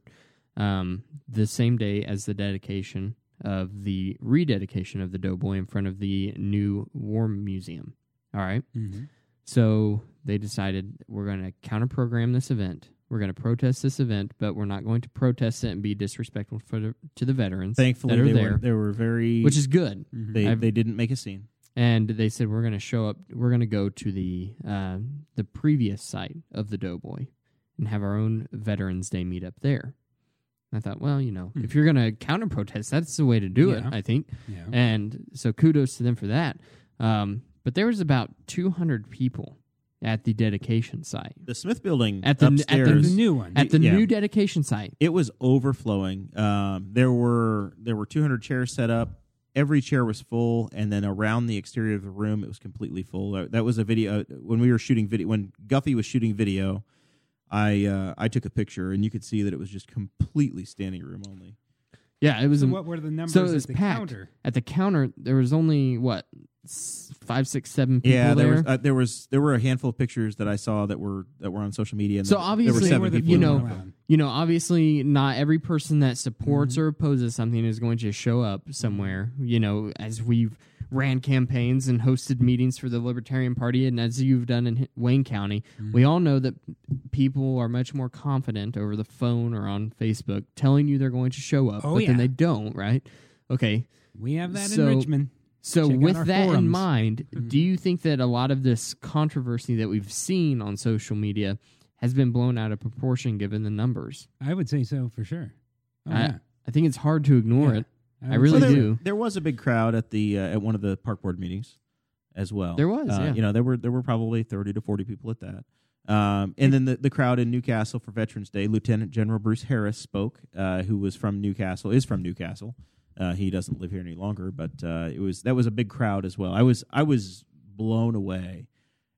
S2: um, the same day as the dedication of the rededication of the Doughboy in front of the new War Museum. All right.
S1: Mm-hmm.
S2: So they decided we're going to counter program this event. We're going to protest this event, but we're not going to protest it and be disrespectful for the, to the veterans
S1: Thankfully,
S2: that are
S1: they
S2: there,
S1: were they were very
S2: which is Mhm. good.
S1: they
S2: I've-
S1: they didn't make a scene.
S2: And they said we're going to show up. We're going to go to the uh, the previous site of the Doughboy and have our own Veterans Day meet up there. And I thought, well, you know, if you're going to counter protest, that's the way to do it.
S3: Hmm. Yeah.
S2: I think.
S3: Yeah.
S2: And so kudos to them for that. Um, but there was about 200 people at the dedication site.
S1: The Smith Building
S2: At the- at the
S1: upstairs.
S3: The new one.
S2: At the
S1: Yeah.
S2: new dedication site.
S1: it was overflowing. Um, there were there were 200 chairs set up. Every chair was full, and then around the exterior of the room, it was completely full. Uh, That was a video when we were shooting video when Guffey was shooting video. I uh, I took a picture, and you could see that it was just completely standing room only.
S2: Yeah, it was.
S3: so
S2: am-
S3: what were the numbers
S2: so it
S3: at
S2: was
S3: the
S2: packed.
S3: counter?
S2: At the counter, there was only what s- five, six, seven people
S1: yeah, there,
S2: there.
S1: was uh, there was there were a handful of pictures that I saw that were that were on social media. And
S2: So
S1: there-
S2: obviously,
S1: there
S3: They
S1: were
S3: were
S1: seven
S3: the
S1: people.
S2: you
S3: few
S2: know,
S3: and the loud.
S2: you know, obviously, not every person that supports
S1: Mm-hmm.
S2: or opposes something is going to show up somewhere. You know, as we've ran campaigns and hosted meetings for the Libertarian Party, and as you've done in H- Wayne County,
S1: Mm-hmm.
S2: we all know that people are much more confident over the phone or on Facebook telling you they're going to show up,
S3: Oh,
S2: but then
S3: yeah.
S2: they don't, right? Okay.
S3: we have that
S2: so-
S3: in Richmond.
S2: So,
S3: Check out
S2: with
S3: our
S2: that in
S3: forums. Mm-hmm.
S2: mind, do you think that a lot of this controversy that we've seen on social media has been blown out of proportion given the numbers?
S3: I would say so for sure. Oh,
S2: I,
S3: yeah.
S2: I think it's hard to ignore
S3: Yeah.
S2: it. I,
S3: would
S2: really
S1: Well, there,
S2: do.
S1: There was a big crowd at the uh, at one of the park board meetings as well.
S2: There was,
S1: Uh,
S2: yeah.
S1: You know, there were there were probably thirty to forty people at that. Um, and then the, the crowd in Newcastle for Veterans Day, Lieutenant General Bruce Harris spoke, uh, who was from Newcastle, is from Newcastle. Uh, he doesn't live here any longer, but uh, it was that was a big crowd as well. I was I was blown away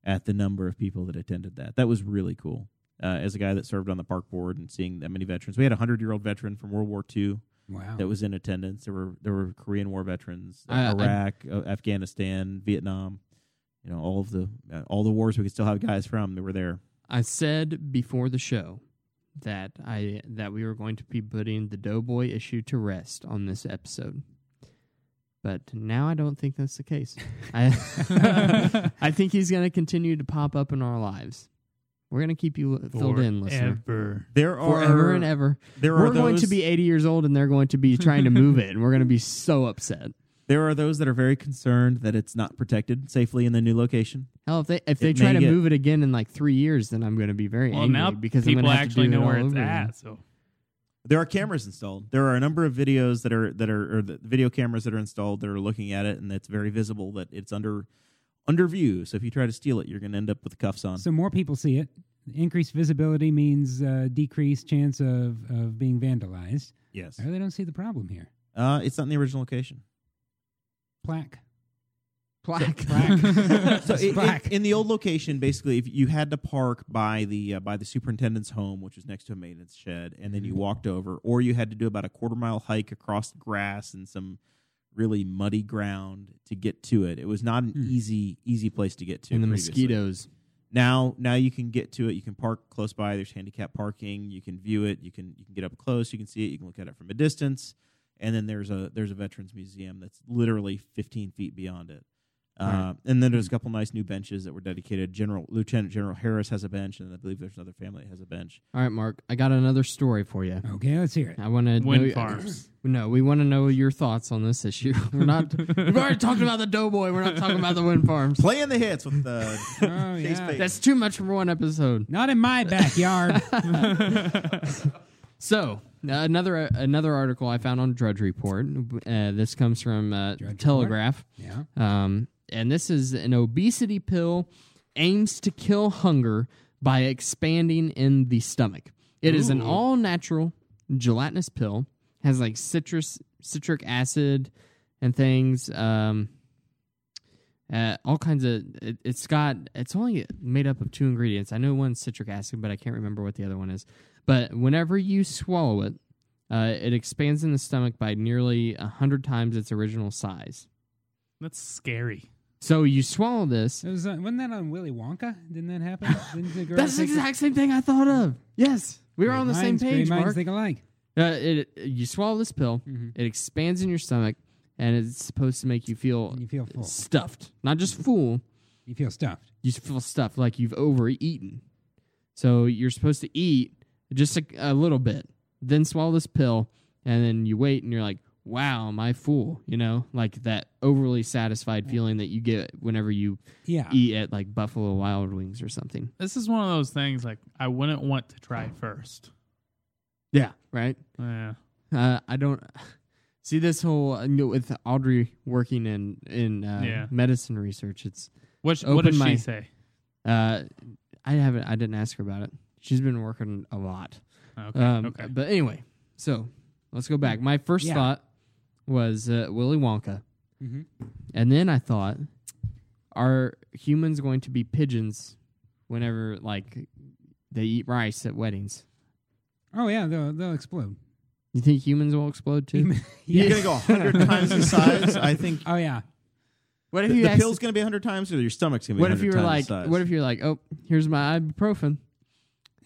S1: at the number of people that attended that. That was really cool. uh, as a guy that served on the park board and seeing that many veterans. We had a hundred year old veteran from World War II
S3: Wow.
S1: that was in attendance. There were there were Korean War veterans,
S2: I- I-
S1: Iraq, uh, Afghanistan, Vietnam. You know all of the uh, all the wars we could still have guys from that were there.
S2: I said before the show that I that we were going to be putting the Doughboy issue to rest on this episode. But now I don't think that's the
S3: (laughs)
S2: case. I (laughs) I think he's going to continue to pop up in our lives. We're going to keep you filled in, listener.
S6: Forever.
S1: There are
S2: Forever and ever.
S1: There
S2: we're
S1: are
S2: going to
S1: those-
S2: be 80 years old and they're going to be trying to move it and we're going to be so upset.
S1: There are those that are very concerned that it's not protected safely in the new location.
S2: Hell, if they if they
S1: It
S2: try
S1: may
S2: to
S1: get-
S2: move it again in like three years, then I'm going to be very
S6: Well,
S2: angry
S6: now
S2: because I'm
S6: people
S2: gonna have
S6: actually
S2: to do
S6: know
S2: it
S6: where
S2: all
S6: it's
S2: over again.
S6: at. So
S1: There are cameras installed. There are a number of videos that are that are or the video cameras that are installed that are looking at it, and it's very visible that it's under under view. So if you try to steal it, you're going to end up with cuffs on.
S3: So more people see it. Increased visibility means uh, decreased chance of, of being vandalized.
S1: yes,
S3: I really don't see the problem here.
S1: uh, it's not in the original location.
S3: Plaque.
S2: Plaque. (laughs)
S1: so it- it-
S3: Black.
S1: in the old location, basically, if you had to park by the uh, by the superintendent's home, which was next to a maintenance shed, and
S2: Mm-hmm.
S1: then you walked over, or you had to do about a quarter mile hike across grass and some really muddy ground to get to it. It was not an easy easy place to get to.
S2: Hmm. and the
S1: previously.
S2: mosquitoes.
S1: Now now you can get to it. You can park close by. There's handicap parking. You can view it. You can you can get up close. You can see it. You can look at it from a distance. And then there's a there's a veterans museum that's literally 15 feet beyond it. Uh, and then there's a couple nice new benches that were dedicated. General Lieutenant General Harris has a bench, and I believe there's another family that has a bench.
S2: All right, Mark. I got another story for you.
S3: Okay,
S2: (laughs)
S3: let's hear it.
S2: I want to
S6: Wind
S2: know,
S6: farms.
S2: (laughs) No, we want to know your thoughts on this issue. (laughs) We're not. we've already talked about the Doughboy. We're not talking about the
S1: (laughs)
S2: wind farms.
S1: Playing the hits with (laughs) the
S3: Oh,
S1: Chase
S3: yeah.
S1: Payton.
S2: That's too much for one episode.
S3: Not in my
S2: (laughs)
S3: backyard.
S2: So uh, another another article I found on Drudge Report. Uh, this comes from uh,
S3: Report?
S2: Telegraph.
S3: yeah.
S2: Um, and this is an obesity pill aims to kill hunger by expanding in the stomach. It is an all natural gelatinous pill. Has like citrus, citric acid, and things. Um, uh, all kinds of. It, it's got. It's only made up of two ingredients. I know one's citric acid, but I can't remember what the other one is. But whenever you swallow it, uh, it expands in the stomach by nearly hundred times its original size.
S6: that's scary.
S2: So you swallow this.
S3: It was, uh, wasn't that on Willy Wonka? Didn't that happen? Didn't the girl
S2: That's the
S3: take the-
S2: exact same thing I thought of. Yes, we were on the same
S3: Minds- great
S2: page,
S3: minds Mm-hmm.
S2: Mark.
S3: think alike.
S2: Uh, it, you swallow this pill, it expands in your stomach, and it's supposed to make you feel,
S3: And you feel full.
S2: stuffed. Not just full,
S3: You feel stuffed.
S2: you s- feel stuffed like you've overeaten. So you're supposed to eat just a, a little bit, then swallow this pill, and then you wait, and you're like, "Wow, am I full?" You know, like that overly satisfied feeling that you get whenever you
S3: Yeah.
S2: eat at like Buffalo Wild Wings or something.
S6: This is one of those things like I wouldn't want to try first.
S2: Yeah, right.
S6: Yeah.
S2: Uh, I don't (laughs) see this whole uh, no, with Audrey working in in uh,
S6: Yeah.
S2: medicine research. It's
S6: What sh-
S2: Open
S6: what does
S2: my-
S6: she say?
S2: uh, I haven't I didn't ask her about it. She's been working a lot.
S6: Okay.
S2: um,
S6: okay.
S2: But anyway, so let's go back. My first
S3: Yeah.
S2: thought was uh, Willy Wonka,
S3: Mhm.
S2: and then I thought, are humans going to be pigeons whenever like they eat rice at weddings?
S3: Oh, yeah, they'll, they'll explode.
S2: You think humans will explode too?
S1: You're gonna go
S2: (laughs)
S1: hundred times the size. I think
S3: (laughs) Oh, yeah.
S2: what
S1: the,
S2: if you
S1: the
S2: asked-
S1: pill's gonna be hundred times, or your stomach's gonna be.
S2: What if
S1: 100
S2: you were
S1: times the
S2: like,
S1: size.
S2: what if you're like, oh, here's my ibuprofen,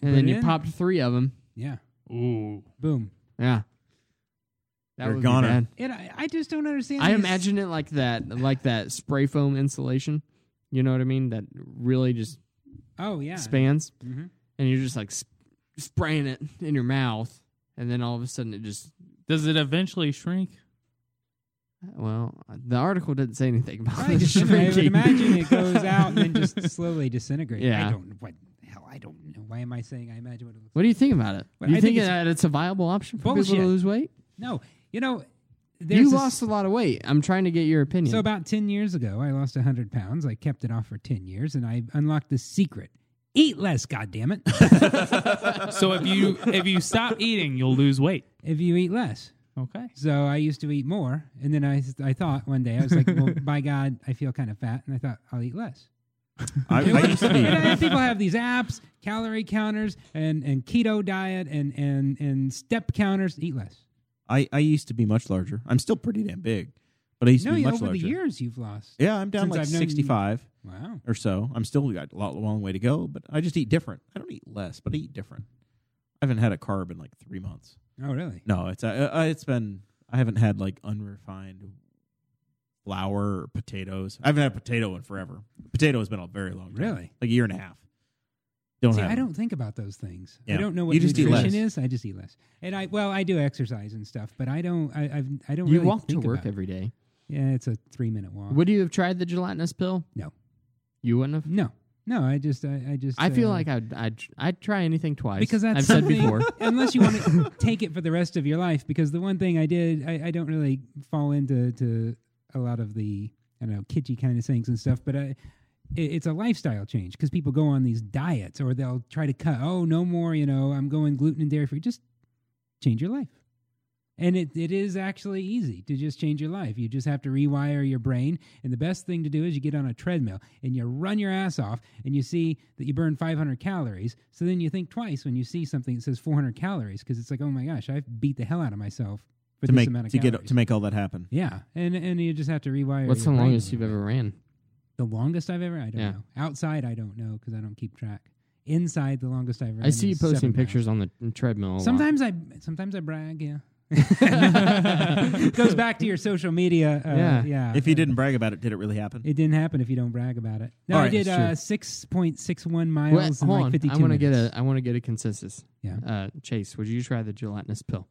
S2: and then
S3: it
S2: you
S3: in?
S2: popped three of them.
S3: Yeah.
S6: Ooh.
S3: Boom.
S2: Yeah, that
S1: You're
S2: would
S1: goner.
S2: be bad.
S3: And I, I just don't understand.
S2: I
S3: these-
S2: imagine it like that, like that spray foam insulation. You know what I mean? That really just
S3: Oh, yeah.
S2: expands,
S3: Mhm.
S2: and you're just like sp- spraying it in your mouth, and then all of a sudden it just.
S6: Does it eventually shrink?
S2: Well, the article didn't say anything about
S3: (laughs) I,
S2: the (laughs)
S3: just, I would
S2: shrinking.
S3: imagine
S2: (laughs)
S3: it goes out and then just slowly disintegrates.
S2: Yeah.
S3: I don't what hell. I don't know. Why am I saying I imagine what it looks
S2: What do you think about it?
S3: Well,
S2: do you
S3: I
S2: think,
S3: think it's
S2: that it's a viable option for people
S3: Bullshit.
S2: to lose weight?
S3: No, you know, there's
S2: You
S3: this-
S2: lost a lot of weight. I'm trying to get your opinion.
S3: So about ten years ago, I lost hundred pounds. I kept it off for ten years, and I unlocked the secret: eat less. Goddamn it!
S6: so if you if you stop eating, you'll lose weight.
S3: (laughs) if you eat less.
S6: Okay.
S3: So I used to eat more, and then I I thought one day I was like, well, by God, I feel kind of fat, and I thought I'll eat less.
S1: I, I used to
S2: (laughs)
S3: And
S1: be.
S3: I- people have these apps, calorie counters, and, and keto diet, and, and, and step counters. Eat less.
S1: I, I used to be much larger. I'm still pretty damn big, but I used
S3: No,
S1: to be
S3: you-
S1: much
S3: over
S1: larger.
S3: the years you've lost.
S1: Yeah, I'm down
S3: Since
S1: like
S3: I've known you.
S1: 65
S3: Wow.
S1: or so. I'm still got a lot long way to go, but I just eat different. I don't eat less, but I eat different. I haven't had a carb in like three months.
S3: Oh, really?
S1: No, it's uh, uh, it's been I haven't had like unrefined flour or potatoes. I haven't had a potato in forever. Potato has been a very long time.
S3: Really?
S1: like a year and a half. Don't
S3: See,
S1: have
S3: I
S1: them.
S3: don't think about those things.
S1: Yeah.
S3: I don't know
S1: You
S3: what
S1: just eat
S3: nutrition
S1: less.
S3: is. I just eat less. And I well, I do exercise and stuff, but I don't. I, I've I don't.
S2: You
S3: really
S2: walk to
S3: think
S2: work
S3: about it.
S2: every day.
S3: Yeah, it's a three minute walk.
S2: Would you have tried the gelatinous pill?
S3: No.
S2: You wouldn't have.
S3: no, no. I just I, I just.
S2: I feel
S3: uh,
S2: like I'd, I'd I'd try anything twice.
S3: because that's
S2: I've said
S3: something-
S2: before.
S3: (laughs) unless you want to (laughs) take it for the rest of your life. Because the one thing I did, I, I don't really fall into to a lot of the I don't know kitschy kind of things and stuff, but I. it- It's a lifestyle change because people go on these diets or they'll try to cut. Oh, no more! You know, I'm going gluten and dairy free. Just change your life, and it, it is actually easy to just change your life. You just have to rewire your brain, and the best thing to do is you get on a treadmill and you run your ass off, and you see that you burn 500 calories. So then you think twice when you see something that says 400 calories because it's like, oh my gosh, I've beat the hell out of myself for
S1: to
S3: this
S1: make
S3: amount of
S1: to
S3: calories.
S1: get to make all that happen.
S3: Yeah, and and you just have to rewire.
S2: What's the
S3: your brain a
S2: longest
S3: little
S2: you've
S3: bit.
S2: ever ran?
S3: The longest I've ever. I don't
S2: Yeah.
S3: know. Outside, I don't know because I don't keep track. Inside, the longest I've.
S2: I see you posting pictures on the treadmill. a lot.
S3: Sometimes I sometimes I brag.
S2: (laughs)
S3: Yeah. it goes back to your social media. Uh,
S2: Yeah.
S3: yeah.
S1: If you didn't brag about it, did it really happen?
S3: It didn't happen if you don't brag about it. No,
S1: All
S3: I
S1: right,
S3: did
S1: that's true.
S3: uh, six point six one miles
S2: Wait,
S3: in
S2: hold
S3: like
S2: on.
S3: fifty two.
S2: I want to get a I want to get a consensus.
S3: Yeah.
S2: Uh, Chase, would you try the gelatinous pill?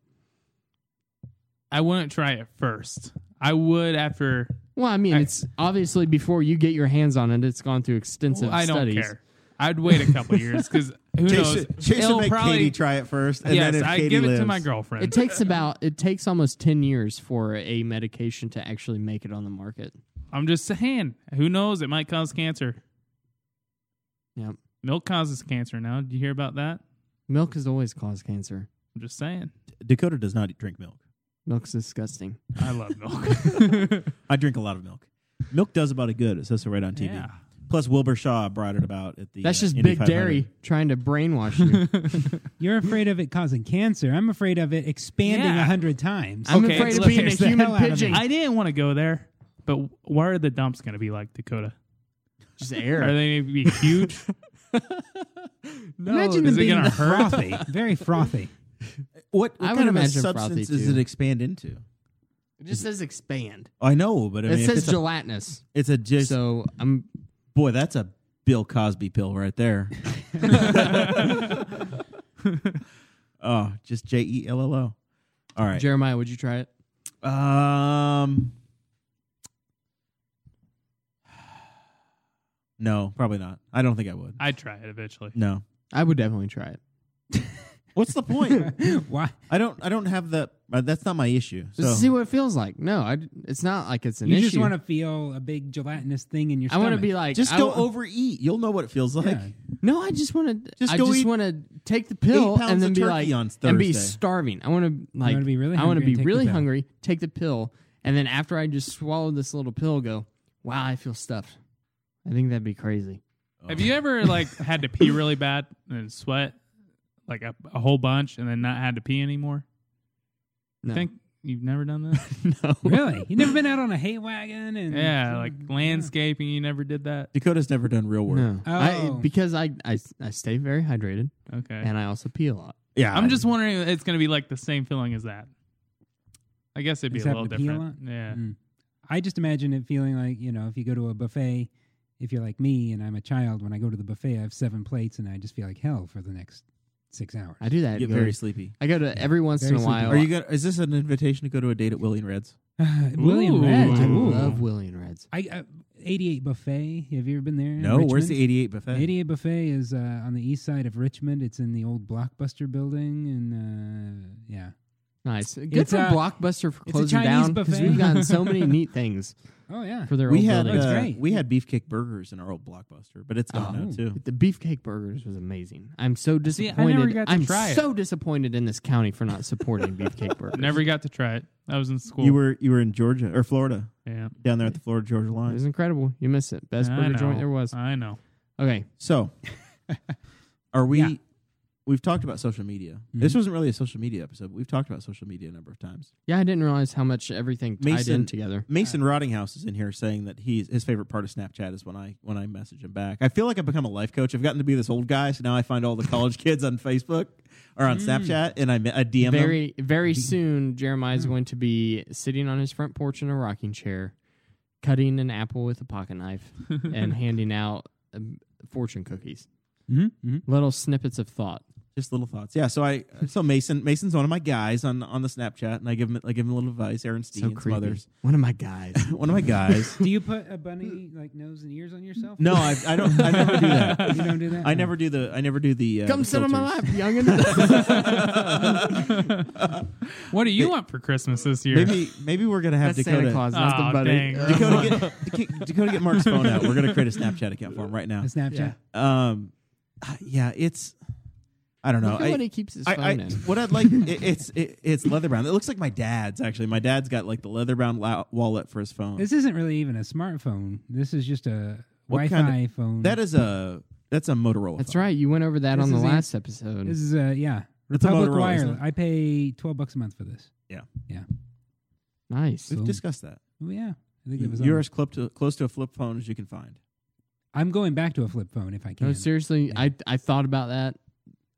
S6: I wouldn't try it first. I would after.
S2: Well, I mean,
S6: I-
S2: it's obviously before you get your hands on it, it's gone through extensive
S6: I don't
S2: studies.
S6: care. I'd wait a couple
S1: (laughs)
S6: years because who
S1: Chase,
S6: knows?
S1: should- Chase
S6: It'll
S1: should make
S6: probably-
S1: Katie try it first, and
S6: yes,
S1: then if
S6: I
S1: Katie
S6: give
S1: lives,
S6: it to my girlfriend.
S2: It takes about it takes almost ten years for a medication to actually make it on the market.
S6: I'm just saying. Who knows? It might cause cancer.
S2: Yep.
S6: Milk causes cancer. Now, did you hear about that?
S2: Milk has always caused cancer.
S6: I'm just saying.
S1: Dakota does not drink milk.
S2: Milk's disgusting.
S6: I love
S2: (laughs)
S6: milk.
S1: I drink a lot of milk. Milk does about a good. It says so right on TV.
S6: Yeah.
S1: Plus, Wilbur Shaw brought it about at the.
S2: That's
S1: uh,
S2: just
S1: Indy
S2: big
S1: 500.
S2: dairy trying to brainwash you.
S6: (laughs)
S3: You're afraid of it causing cancer. I'm afraid of it expanding a
S6: Yeah.
S3: hundred times.
S2: I'm
S6: Okay,
S2: afraid of
S6: look,
S2: being a
S3: scares the hell
S2: human
S3: out of
S2: pigeon.
S6: (laughs)
S3: me.
S6: I didn't want to go there, but where are the dumps going to be like Dakota?
S2: Just
S6: Are
S2: air.
S6: they going to be
S2: (laughs)
S6: huge?
S3: Imagine them
S6: is it
S3: being (laughs)
S6: gonna hurt?
S3: frothy, very
S2: (laughs)
S3: frothy.
S1: What, what
S2: I would
S1: kind of a
S2: imagine
S1: substance
S2: frothy,
S1: does
S2: too.
S1: it expand into?
S2: It just says expand.
S1: I know, but I mean,
S2: it
S1: if
S2: says
S1: it's, a,
S2: gelatinous.
S1: it's a just
S2: so um, I'm
S1: boy. That's a Bill Cosby pill right (laughs) there. oh, just J E L L O. All right.
S2: Jeremiah. Would you try it?
S1: Um. No, probably not. I don't think I would.
S6: I'd try it eventually.
S1: No.
S2: I would definitely try it.
S1: What's the (laughs) point?
S3: Why?
S1: I don't. I don't have the. Uh, that's not my issue. So
S2: Just see what it feels like. No, I, it's not like it's an
S3: You
S2: issue.
S3: just want to feel a big gelatinous thing in your
S2: I
S3: stomach.
S2: want to be like.
S1: just
S2: I
S1: go
S2: w-
S1: overeat. You'll know what it feels like.
S3: Yeah.
S2: No, I just want to.
S1: Just
S2: I
S1: go
S2: just
S1: eat
S2: want to take the pill
S1: eight pounds
S2: and then
S1: of
S2: be
S1: turkey
S2: like
S1: on
S2: and be
S1: Thursday.
S2: starving. I want to like.
S3: wanna be really
S2: I want
S3: hungry
S2: to be
S3: and take the
S2: really
S3: pill.
S2: hungry. Take the pill, and then after I just swallow this little pill, go. Wow, I feel stuffed. I think that'd be crazy.
S6: Have you ever like had to pee really bad and sweat like a, a whole bunch and then not had to pee anymore?
S2: No. (laughs)
S6: Think you've never done that?
S3: really? You never been out on a hay wagon and
S6: yeah, like landscaping. You never did that.
S1: Dakota's never done real work.
S2: No, I,
S3: Oh.
S2: because I, I I stay very hydrated
S6: Okay.
S2: and I also pee a lot.
S1: Yeah,
S6: I'm just wondering if it's going to be like the same feeling as that. I guess it'd be
S3: Is
S6: a
S3: that
S6: little
S3: the pee a
S6: different. Yeah.
S3: Mm. I just imagine it feeling like you know if you go to a buffet, if you're like me and I'm a child, when I go to the buffet, I have seven plates and I just feel like hell for the next six hours. (laughs)
S2: I do that.
S1: get
S2: Go-
S1: very sleepy.
S2: I go to every once in
S3: Very
S2: a while.
S1: Are you gonna? Is this an invitation to go to a date at Willie and Red's?
S3: William
S6: Ooh.
S3: Red.
S2: I
S6: Ooh.
S2: love William Reds.
S3: I uh, 88 buffet. Have you ever been there? in
S1: No. Where's
S3: Richmond?
S1: the 88 buffet?
S3: 88 buffet is uh, on the east side of Richmond. It's in the old Blockbuster building, and uh, yeah,
S2: Nice. Good
S3: It's
S2: for
S3: a-
S2: Blockbuster for
S3: a
S2: closing
S3: Chinese
S2: down because
S3: buffet.
S2: we've gotten so many
S6: (laughs)
S2: neat things
S1: (laughs)
S3: Oh yeah.
S2: for their
S1: we
S2: old
S1: had
S2: building.
S3: That's
S1: uh,
S3: great.
S1: we had beefcake burgers in our old blockbuster, but it's gone now too.
S2: The beefcake burgers was amazing. I'm so
S6: See, I
S2: disappointed.
S6: never got to
S2: am
S6: try it.
S2: so disappointed in this county for not
S6: (laughs)
S2: supporting beefcake burgers.
S6: Never got to try it. I was in school.
S1: You were you were in Georgia or Florida
S6: Yeah.
S1: down there at the Florida Georgia
S2: It was
S1: line.
S2: incredible. You missed it. Best
S6: I
S2: burger
S6: know.
S2: joint there was.
S6: I know.
S2: Okay. (laughs)
S1: So, are we?
S3: Yeah.
S1: We've talked about social media.
S2: Mm-hmm.
S1: This wasn't really a social media episode. But we've talked about social media a number of times.
S2: Yeah, I didn't realize how much everything tied in
S1: Mason-
S2: together.
S1: Mason Rottinghouse is in here saying that he's his favorite part of Snapchat is when I when I message him back. I feel like I've become a life coach. I've gotten to be this old guy, so now I find all the college (laughs) kids on Facebook or on Snapchat, and I, me- I DM them.
S2: Mm. Very, very soon, Jeremiah's going to be sitting on his front porch in a rocking chair, cutting an apple with a pocket knife, and handing out um, fortune cookies.
S3: Mm-hmm. Mm-hmm.
S2: Little snippets of thought.
S1: Just little thoughts. Yeah. So I so Mason Mason's one of my guys on on the Snapchat, and I give him I give him a little advice. Aaron Steen,
S2: So
S1: some
S2: creepy.
S1: others.
S2: One of my guys.
S1: One of my guys.
S3: Do you put a bunny like nose and ears on yourself?
S1: no, I, I don't. I never do
S2: (laughs)
S1: that.
S3: you don't do
S1: (laughs)
S3: that.
S1: I never do the. I never do the. Uh,
S2: (laughs) Come
S1: the
S2: sit on my
S1: filters.
S2: lap, (laughs) youngin.
S6: What do you want for Christmas this
S1: (laughs)
S6: year?
S1: Maybe maybe we're gonna have
S2: That's
S1: Dakota.
S2: Santa Claus, not
S6: Aw,
S2: the buddy.
S6: dang.
S1: Dakota
S2: (laughs)
S1: get Dakota get Mark's phone out. We're gonna create a Snapchat account for him right now.
S3: Oh. A Snapchat.
S2: Yeah.
S1: Um, yeah, it's. I don't know.
S2: Look at
S1: I-
S2: what he keeps his
S1: I-
S2: phone
S1: I-
S2: in.
S1: what I'd like it, it's it, it's leather bound. It looks like my dad's actually. My dad's got like the leather bound la- wallet for his phone.
S3: This isn't really even a smartphone. This is just a
S1: What
S3: Wi-Fi
S1: kind
S3: phone.
S1: that is a that's a Motorola.
S2: That's
S1: phone.
S2: right. You went over that
S3: This
S2: on the
S3: is the-
S2: last episode.
S3: This is a yeah.
S1: It's a
S3: Republic
S1: Motorola, isn't
S3: Wireless. I pay twelve bucks a month for this.
S2: nice.
S1: We've
S3: So-
S1: discussed that.
S3: Oh yeah, I think it was. on
S1: You're
S3: there.
S1: as close to close to a flip phone as you can find.
S3: I'm going back to a flip phone if I can.
S2: No, seriously,
S3: Yeah.
S2: I I thought about that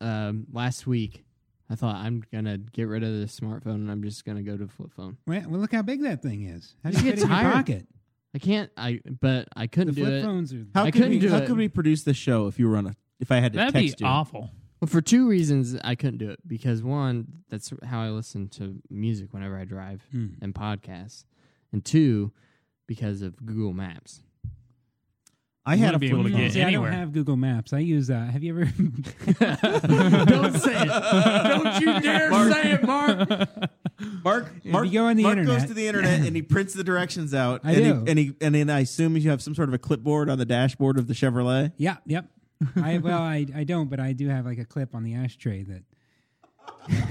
S2: um, last week. I thought I'm gonna get rid of the smartphone and I'm just gonna go to flip phone.
S3: Well, well, look how big that thing is. How do
S2: Just
S3: you
S2: get
S3: get it in your
S2: tired.
S3: pocket?
S2: I can't. I but I
S3: The
S2: couldn't do
S3: flip
S2: it.
S3: phones are.
S1: How
S2: I
S1: could
S2: couldn't
S1: we
S2: do
S1: how
S2: it.
S1: could we produce this show if you were on a if I had to
S6: That'd be
S1: text you?
S6: awful.
S2: Well, for two reasons, I couldn't do it because one, that's how I listen to music whenever I drive
S3: Hmm.
S2: and podcasts, and two, because of Google Maps.
S1: I
S6: You
S1: had a
S6: wouldn't be
S1: flip
S6: able
S1: phone.
S6: to get
S3: See, I don't
S6: anywhere.
S3: have Google Maps. I use. Uh, have you ever? (laughs)
S2: Don't say it. Don't you dare say it, Mark.
S1: Mark,
S3: you
S1: Mark,
S3: go on the
S1: Mark goes
S3: internet-
S1: to the internet and he prints the directions out.
S3: I
S1: and,
S3: do.
S1: He, and he and then I assume you have some sort of a clipboard on the dashboard of the Chevrolet.
S3: yeah. Yep. I well, I, I don't, but I do have like a clip on the ashtray that.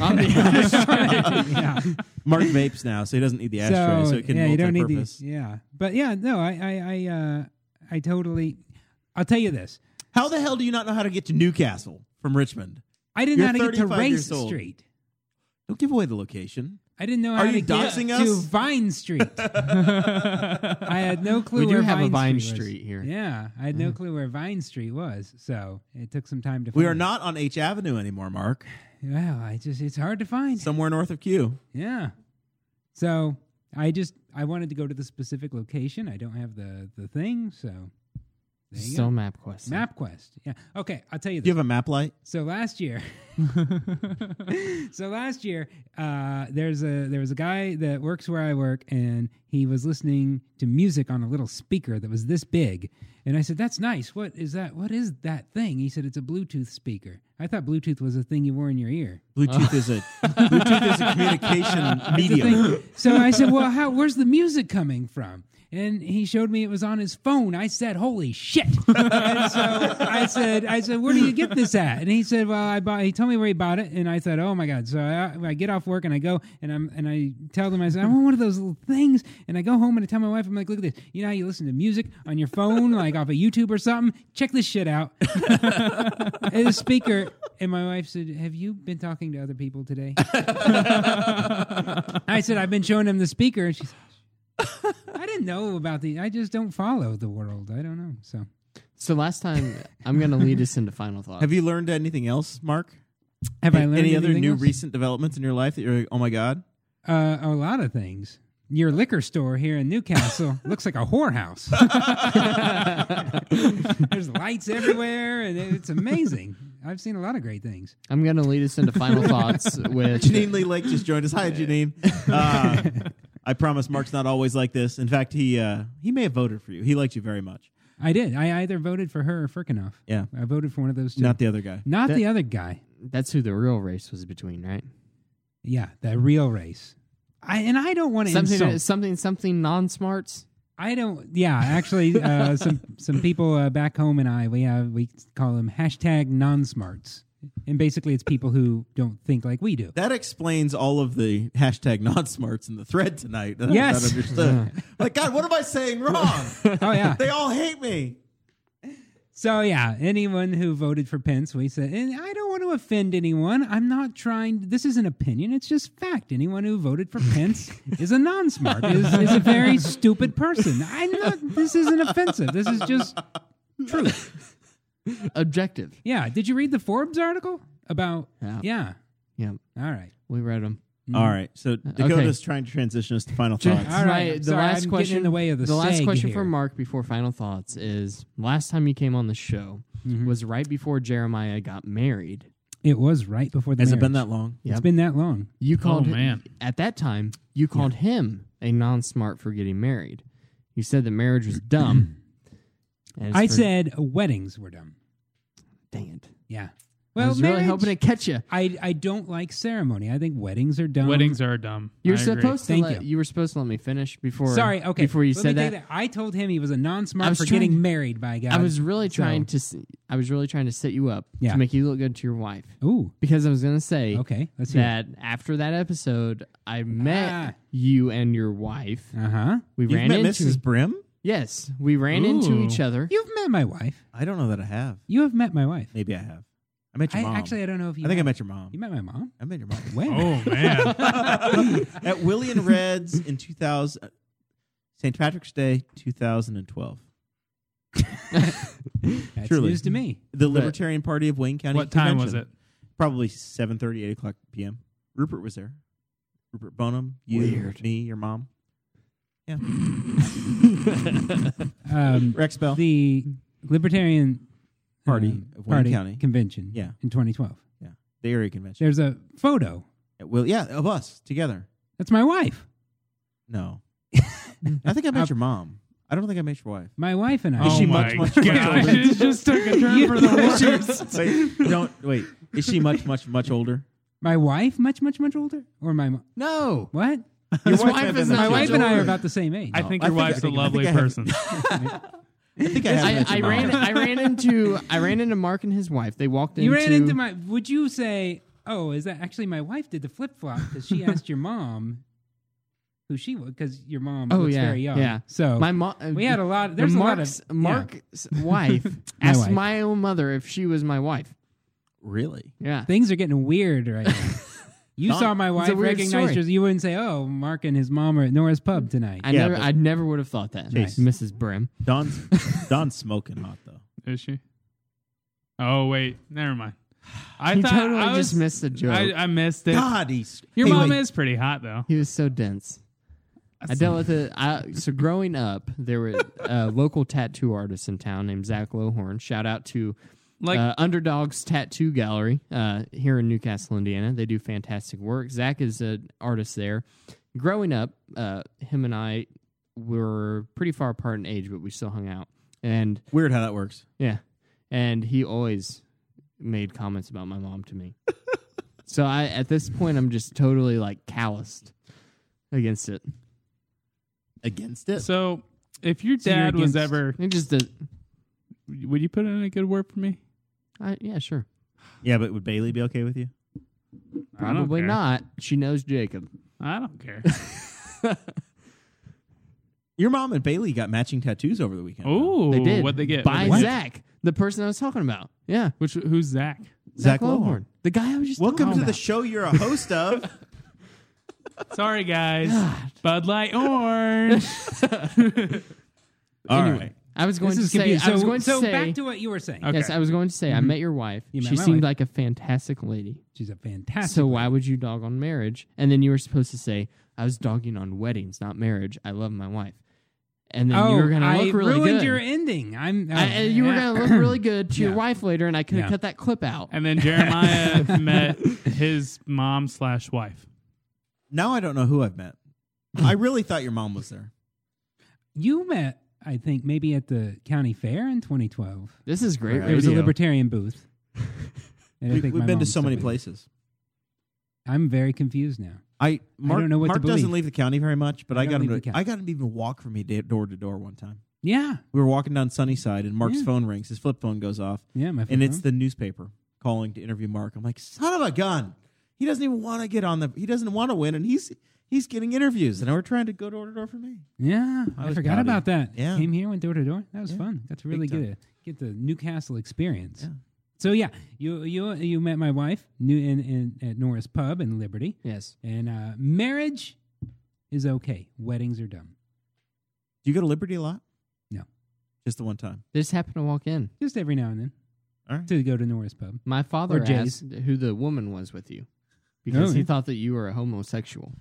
S2: On
S3: (laughs)
S2: the-
S3: Yeah.
S1: Mark vapes now, so he doesn't need the ashtray, so, it can
S3: yeah, you don't need
S1: multi-purpose.
S3: these. Yeah, but yeah, no, I I I, uh, I totally. I'll tell you this.
S1: How the hell do you not know how to get to Newcastle from Richmond?
S3: I didn't
S1: You're
S3: know how to get to
S1: 35
S3: Race
S1: years old.
S3: Street.
S1: Don't give away the location.
S3: I didn't know
S1: Are
S3: how
S1: you
S3: to get
S1: doxing
S3: to
S1: us?
S3: Vine
S1: (laughs)
S3: Street. I had no clue.
S2: We do
S3: where
S2: have a
S3: Vine
S2: Vine
S3: was.
S2: Street here.
S3: Yeah, I had no clue where Vine Street was, so it took some time to.
S1: Uh-huh. We
S3: find
S1: are
S3: it.
S1: not on H Avenue anymore, Mark.
S3: Wow, I just it's hard to find.
S1: Somewhere north of Q.
S3: yeah, so I just I wanted to go to the specific location. I don't have the the thing, so there you
S2: so
S3: go.
S2: MapQuest.
S3: MapQuest. Yeah. Okay, I'll tell you
S1: Do you
S3: this.
S1: have a map light?
S3: So last year, so last year, uh, there's a there was a guy that works where I work, and he was listening to music on a little speaker that was this big, and I said, "That's nice. What is that? What is that thing?" He said, "It's a Bluetooth speaker." I thought Bluetooth was a thing you wore in your ear.
S1: Bluetooth is
S3: (laughs)
S1: a Bluetooth is a communication medium.
S3: So I said, "Well, how? Where's the music coming from?" And he showed me it was on his phone. I said, "Holy shit!" (laughs) and so I said, "I said, where do you get this at?" And he said, "Well, I bought." He told me where he bought it, and I said, "Oh my god!" So I, I get off work and I go and I'm and I tell them I said, "I want one of those little things." And I go home and I tell my wife, "I'm like, look at this. You know how you listen to music on your phone, like off of YouTube or something? Check this shit out." (laughs) and the speaker. And my wife said, "Have you been talking to other people today?" I said, I've been showing him the speaker, and she's. I didn't know about the. I just don't follow the world. I don't know. So
S2: So last time, I'm gonna lead us into
S3: (laughs)
S2: final thoughts.
S1: Have you learned anything else, Mark?
S3: have I
S1: Any-
S3: learned
S1: any other
S3: anything
S1: new
S3: else?
S1: recent developments in your life that you're like, oh my
S3: (laughs)
S1: god?
S3: Uh, a lot of things. Your liquor store here
S1: (laughs)
S3: in Newcastle looks like a whorehouse. There's lights everywhere, and it's amazing. I've seen a lot of great things.
S2: I'm gonna lead us into final thoughts with
S1: Janine Lee Lake just joined us. Hi,
S3: (laughs)
S1: Janine. Uh, I promise Mark's not always like this. In fact, he uh, he may have voted for you. He liked you very much.
S3: I did. I either voted for her or Firkinoff.
S1: Yeah.
S3: I voted for one of those two.
S1: Not the other guy.
S3: Not the other guy.
S2: That's who the real race was between, right?
S3: Yeah, the real race. I and I don't want to
S2: Something,
S3: insult.
S2: something, something non-smarts.
S3: I don't. Yeah,
S1: (laughs)
S3: actually, uh, some some people uh, back home and I we have we call them hashtag non-smarts, and basically it's people who don't think like we do.
S1: That explains all of the hashtag (laughs) not smarts in the thread tonight. That
S3: Yes.
S1: I understood.
S3: (laughs)
S1: like, God, what am I saying wrong?
S3: Oh yeah.
S1: they all hate me.
S3: So yeah, anyone who voted for Pence, we said, and I don't want to offend anyone. I'm not trying. This is an opinion. It's just fact. Anyone who voted for
S1: (laughs)
S3: Pence is a non-smart. Is, is a very stupid person. I'm not. This isn't offensive. This is just truth.
S2: Objective.
S3: Yeah. Did you read the Forbes article about?
S2: Yeah.
S3: Yeah.
S2: Yeah,
S3: All right.
S2: we read them.
S3: Mm.
S1: All right. So Dakota's trying to transition us to final
S2: (laughs)
S1: thoughts.
S3: Uh, All right,
S2: the
S3: sorry, I'm
S2: last
S3: getting in
S2: question
S3: the way of the
S2: last
S3: seg
S2: question
S3: here.
S2: for Mark before final thoughts is: Last time you came on the show was right before Jeremiah got married.
S3: It was right before the.
S1: Has it been
S3: marriage.
S1: that long?
S3: It's
S2: Yep.
S3: been that long.
S2: You called
S6: man.
S2: at that time. You called him a non-smart for getting married. You said that marriage was dumb. And it's
S3: I
S2: for-
S3: said weddings were dumb.
S2: "Dang it!"
S3: Yeah.
S2: I
S3: Well,
S2: was really
S3: marriage-
S2: hoping to catch you.
S3: I I don't like ceremony. I think weddings are dumb.
S6: Weddings are dumb.
S2: You're
S6: I agree.
S2: supposed
S3: Thank
S2: to. Let,
S3: you.
S2: you were supposed to let me finish before.
S3: Sorry, okay.
S2: Before you
S3: Let
S2: said
S3: me
S2: that,
S3: take I told him he was a
S2: I
S3: non-smart
S2: was
S3: for
S2: trying-
S3: getting married. By God,
S2: I was really
S3: So-
S2: trying to. s- I was really trying to set you up
S3: Yeah.
S2: to make you look good to your wife
S3: Ooh,
S2: because I was going to say
S3: okay. Let's hear.
S2: that after that episode, I met
S3: Ah.
S2: you and your wife.
S3: Uh huh.
S2: We
S1: You've
S2: ran
S1: met
S2: into
S1: Mrs. Brim?
S2: yes, we ran into
S6: Ooh.
S2: each other.
S3: You've met my wife.
S1: I don't know that I have.
S3: You have met my wife.
S1: Maybe I have. I met your
S3: I
S1: mom.
S3: actually I don't know if you.
S1: I think I met your mom.
S3: you met my mom.
S1: I met your mom.
S3: When?
S6: Oh man,
S1: (laughs) At Willie and Red's in 2000, uh, St. Patrick's Day 2012.
S3: (laughs) That's
S1: truly.
S3: news to me.
S1: The Libertarian Party of Wayne County.
S6: what time was it?
S1: Convention. Probably 7.30, 8 o'clock p.m. Rupert was there. Rupert Bonham, you,
S2: Weird.
S1: me, your mom. (laughs) Yeah. (laughs)
S3: Um,
S1: Rex Bell.
S3: the Libertarian
S1: Party
S3: um,
S1: of Wayne
S3: Party
S1: County.
S3: convention.
S1: Yeah.
S3: in 2012.
S1: yeah. The area convention.
S3: There's a photo.
S1: At Will, yeah, of us together.
S3: That's my wife.
S1: (laughs) No. I think I met your mom. I don't think I met your wife.
S3: My wife and I.
S6: oh
S1: she
S6: my
S1: much, much, much
S6: gosh,
S1: older?
S2: (laughs)
S6: it just took a turn for the
S3: (laughs)
S6: worse.
S1: wait, don't wait. Is she much, much, much (laughs) older?
S3: my wife, much, much, much older, or my mo-
S2: No,
S3: what?
S1: Your
S2: wife
S1: might have
S2: is
S1: been
S2: not
S1: that
S2: Much
S3: My wife and I
S1: older.
S3: are about the same age.
S6: I think
S1: I think
S6: your
S1: I
S6: wife's a
S1: think- I
S6: lovely
S1: think I-
S6: person.
S1: I think I have
S2: I,
S1: met
S2: I
S1: your mom.
S2: ran.
S3: (laughs)
S2: I ran into. I ran into Mark and his wife. They walked
S3: You ran into my. Would you say, oh, is that actually my wife did the flip flop because
S2: (laughs)
S3: she asked your mom who she was because your mom
S2: Oh
S3: looks
S2: yeah,
S3: very young.
S2: yeah.
S3: So
S2: my mom.
S3: we had a lot.
S2: The
S3: There's a lot
S2: Mark's
S3: of yeah.
S2: Mark's wife
S3: (laughs) My
S2: asked
S3: wife.
S2: my own mother if she was my wife.
S1: Really?
S2: Yeah,
S3: Things are getting weird
S2: (laughs)
S3: right now. You
S1: Don-
S3: saw my wife
S2: weird
S3: recognized
S2: story.
S3: her. You wouldn't say, "Oh, Mark and his mom are at Nora's pub tonight."
S2: I
S1: Yeah,
S2: never.
S1: but-
S2: I never would have thought that,
S1: Jeez.
S2: Mrs. Brim.
S1: Don's Don's smoking hot though.
S6: Is she? Oh wait, never mind. I
S2: He
S6: thought
S2: totally
S6: I was,
S2: just missed the joke.
S6: I, I missed it.
S1: God, he's
S6: Your
S1: Anyway,
S6: mom is pretty hot though.
S2: He was so dense. I dealt with it. I, so growing up, there were (laughs) a local tattoo artist in town named Zach Lowhorn. Shout out to
S6: Like
S2: uh, Underdogs Tattoo Gallery uh, here in Newcastle, Indiana. They do fantastic work. Zach is an artist there. Growing up, uh, him and I were pretty far apart in age, but we still hung out. And
S1: weird how that works.
S2: yeah. And he always made comments about my mom to me. so I at this point I'm just totally like calloused against it.
S1: Against it.
S6: so, if your
S3: you're
S6: dad was
S3: against-
S6: ever,
S2: It just does
S6: would you put in a good word for me?
S2: I, yeah, sure.
S1: yeah, but would Bailey be okay with you?
S6: I don't
S2: Probably
S6: care.
S2: not. She knows Jacob.
S6: I
S2: (laughs)
S6: don't care.
S1: Your mom and Bailey got matching tattoos over the weekend.
S6: Ooh,
S2: They did.
S6: what they get
S2: by
S6: what'd they get?
S2: Zach, the person I was talking about. Yeah.
S6: Which who's Zach?
S1: Zach
S2: Lowhorn.
S1: Lowhorn.
S2: The guy I was just
S1: Welcome to
S2: talking
S1: the
S2: about.
S1: show you're a host
S3: (laughs)
S1: of.
S6: Sorry guys, Bud Light Orange.
S2: (laughs)
S1: All right.
S2: Anyway, I was going
S3: this
S2: to
S3: is
S2: say
S3: confusing.
S2: I was
S3: so,
S2: going to
S3: so
S2: say
S3: back to what you were saying.
S6: Okay.
S2: Yes, I was going to say I met your wife.
S3: You met
S2: she
S3: my
S2: seemed
S3: wife.
S2: like a fantastic lady.
S3: She's a fantastic.
S2: So why would you dog on marriage? And then you were supposed to say, "I was dogging on weddings, not marriage. I love my wife." And then
S3: oh,
S2: you were going to
S3: I
S2: look really
S3: ruined
S2: good.
S3: your ending. I'm.
S2: I- and you were
S3: yeah.
S2: going to look
S3: (coughs)
S2: really good to your
S3: Yeah.
S2: wife later, and I could have
S3: Yeah.
S2: cut that clip out.
S6: and then Jeremiah met his mom slash wife.
S1: Now I don't know who I've met. (laughs) I really thought your mom was there.
S3: (clears throat) You met, I think, maybe at the county fair in 2012.
S2: This is great.
S1: Right.
S3: There was
S1: (laughs)
S3: a
S2: radio.
S3: libertarian booth. And I
S1: We,
S3: think
S1: we've
S3: my
S1: been to
S3: mom
S1: so many
S3: stopped in.
S1: places.
S3: I'm very confused now.
S1: I Mark,
S3: don't know what to
S1: Mark doesn't
S3: believe.
S1: leave the county very much, but I,
S3: don't
S1: got him.
S3: leave
S1: To,
S3: the county.
S1: I got him to even walk for me da- door to door one time.
S3: Yeah,
S1: We were walking down Sunnyside, and Mark's
S3: Yeah.
S1: phone rings. His flip phone goes off,
S3: yeah, my.
S1: and it's
S3: phone.
S1: the newspaper calling to interview Mark. I'm like, son of a gun! He doesn't even want to get on the. He doesn't want to win, and he's he's getting interviews, and we're trying to go door to door for me.
S3: yeah.
S1: I
S3: I,
S1: was
S3: forgot
S1: proud of
S3: about that.
S1: Yeah.
S3: came here, went door to door. That was fun. Got to really
S1: Big
S3: get
S1: time.
S3: a, get the Newcastle experience.
S1: Yeah.
S3: So yeah, you you you met my wife new in, in at Norris Pub in Liberty,
S2: Yes.
S3: and uh, marriage is okay. Weddings are dumb.
S1: Do you go to Liberty a lot?
S3: No.
S1: just the one time.
S2: They just happened to walk in.
S3: Just every now and then
S1: All right.
S3: to go to Norris Pub.
S2: My
S3: Or
S2: father
S3: Jay's.
S2: asked who the woman was with you because
S3: Oh,
S2: he
S3: yeah.
S2: thought that you were a homosexual.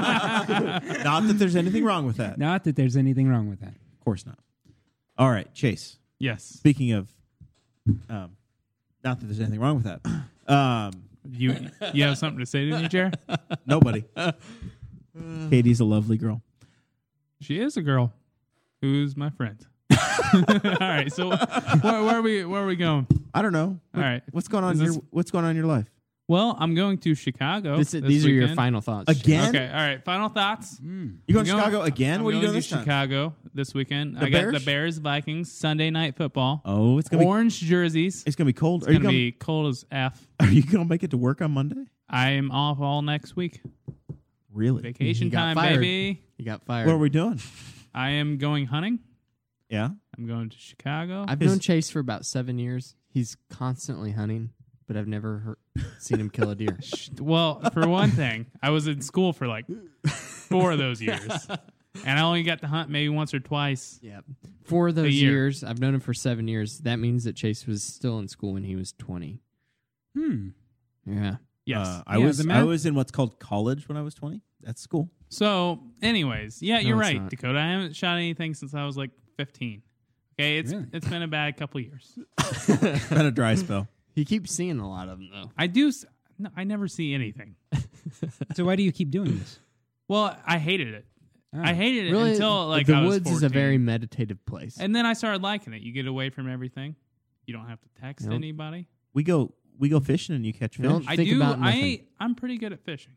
S1: Not that there's anything wrong with that.
S3: Not that there's anything wrong with that.
S1: Of course not. All right, Chase.
S6: Yes.
S1: Speaking of, um, not that there's anything wrong with that. Um,
S6: You you have something to say to me, Jer?
S1: nobody. (laughs) Uh, Katie's a lovely girl.
S6: She is a girl who's
S2: (laughs)
S6: my friend. All right. So where, where are we where are we going?
S1: I don't know.
S6: All right.
S1: What's going on?
S6: Is
S1: In your,
S6: this-
S1: what's going on in your life
S6: Well, I'm going to Chicago.
S2: This-
S6: this
S2: these are your
S6: weekend.
S2: final thoughts.
S1: again?
S6: Okay. All right. Final thoughts.
S1: You going to
S6: I'm going-
S1: Mm, Chicago again?
S6: I'm
S1: what are you
S6: going
S1: doing
S6: to
S1: this time?
S6: Chicago this weekend.
S1: The
S6: I got
S1: Bears?
S6: the Bears Vikings Sunday night football.
S1: Oh, it's gonna
S6: Orange jerseys.
S1: be it's gonna be cold.
S6: It's
S1: are you
S6: gonna
S1: gonna
S6: be cold as f.
S1: (laughs) Are you gonna make it to work on Monday?
S6: I am off all next week.
S1: Really?
S6: Vacation
S2: He got
S6: time,
S2: fired.
S6: baby.
S2: You got fired.
S1: What are we doing?
S6: I am going hunting.
S1: Yeah.
S6: I'm going to Chicago.
S2: I've
S1: Is-
S2: known Chase for about seven years. He's constantly hunting, but I've never heard, seen him kill a
S3: (laughs)
S2: deer.
S6: well, for one thing, I was in school for like four of those years, and I only got to hunt maybe once or twice.
S2: yeah. Four of those
S6: year.
S2: years, I've known him for seven years. That means that Chase was still in school when he was 20.
S3: Hmm.
S2: Yeah.
S6: Yes.
S1: Uh, I
S3: Yeah,
S1: was
S3: the
S1: I
S3: math-
S1: was in what's called college when I was twenty. That's school.
S6: so, anyways, yeah,
S2: No,
S6: you're
S2: it's
S6: right,
S2: not.
S6: Dakota. I haven't shot anything since I was like 15. Okay, it's
S3: Really?
S6: it's been a bad couple years.
S1: Been a
S6: (laughs)
S1: dry spell.
S2: He keeps seeing a lot of them, though.
S6: I do. s- No, I never see anything.
S3: So why do you keep
S2: (laughs)
S3: doing this? Well,
S6: I hated it.
S3: Oh.
S6: I hated it
S2: Really,
S6: until like
S2: the
S6: I was
S2: woods is a
S6: 14.
S2: very meditative place.
S6: And then I started liking it. You get away from everything. You don't have to text
S2: Nope.
S6: anybody.
S1: We go we go fishing and you catch fish.
S2: No.
S6: I
S2: Think
S6: do.
S2: about
S6: I
S2: nothing.
S6: I'm pretty good at fishing.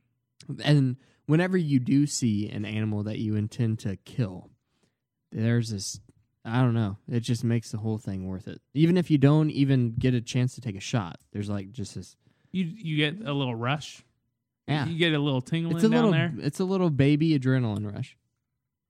S2: And whenever you do see an animal that you intend to kill, there's this I don't know, it just makes the whole thing worth it. Even if you don't even get a chance to take a shot, there's like just this
S6: You you get a little rush.
S2: yeah.
S6: You get a little tingling
S2: It's a
S6: down
S2: little
S6: there,
S2: it's a little baby adrenaline rush.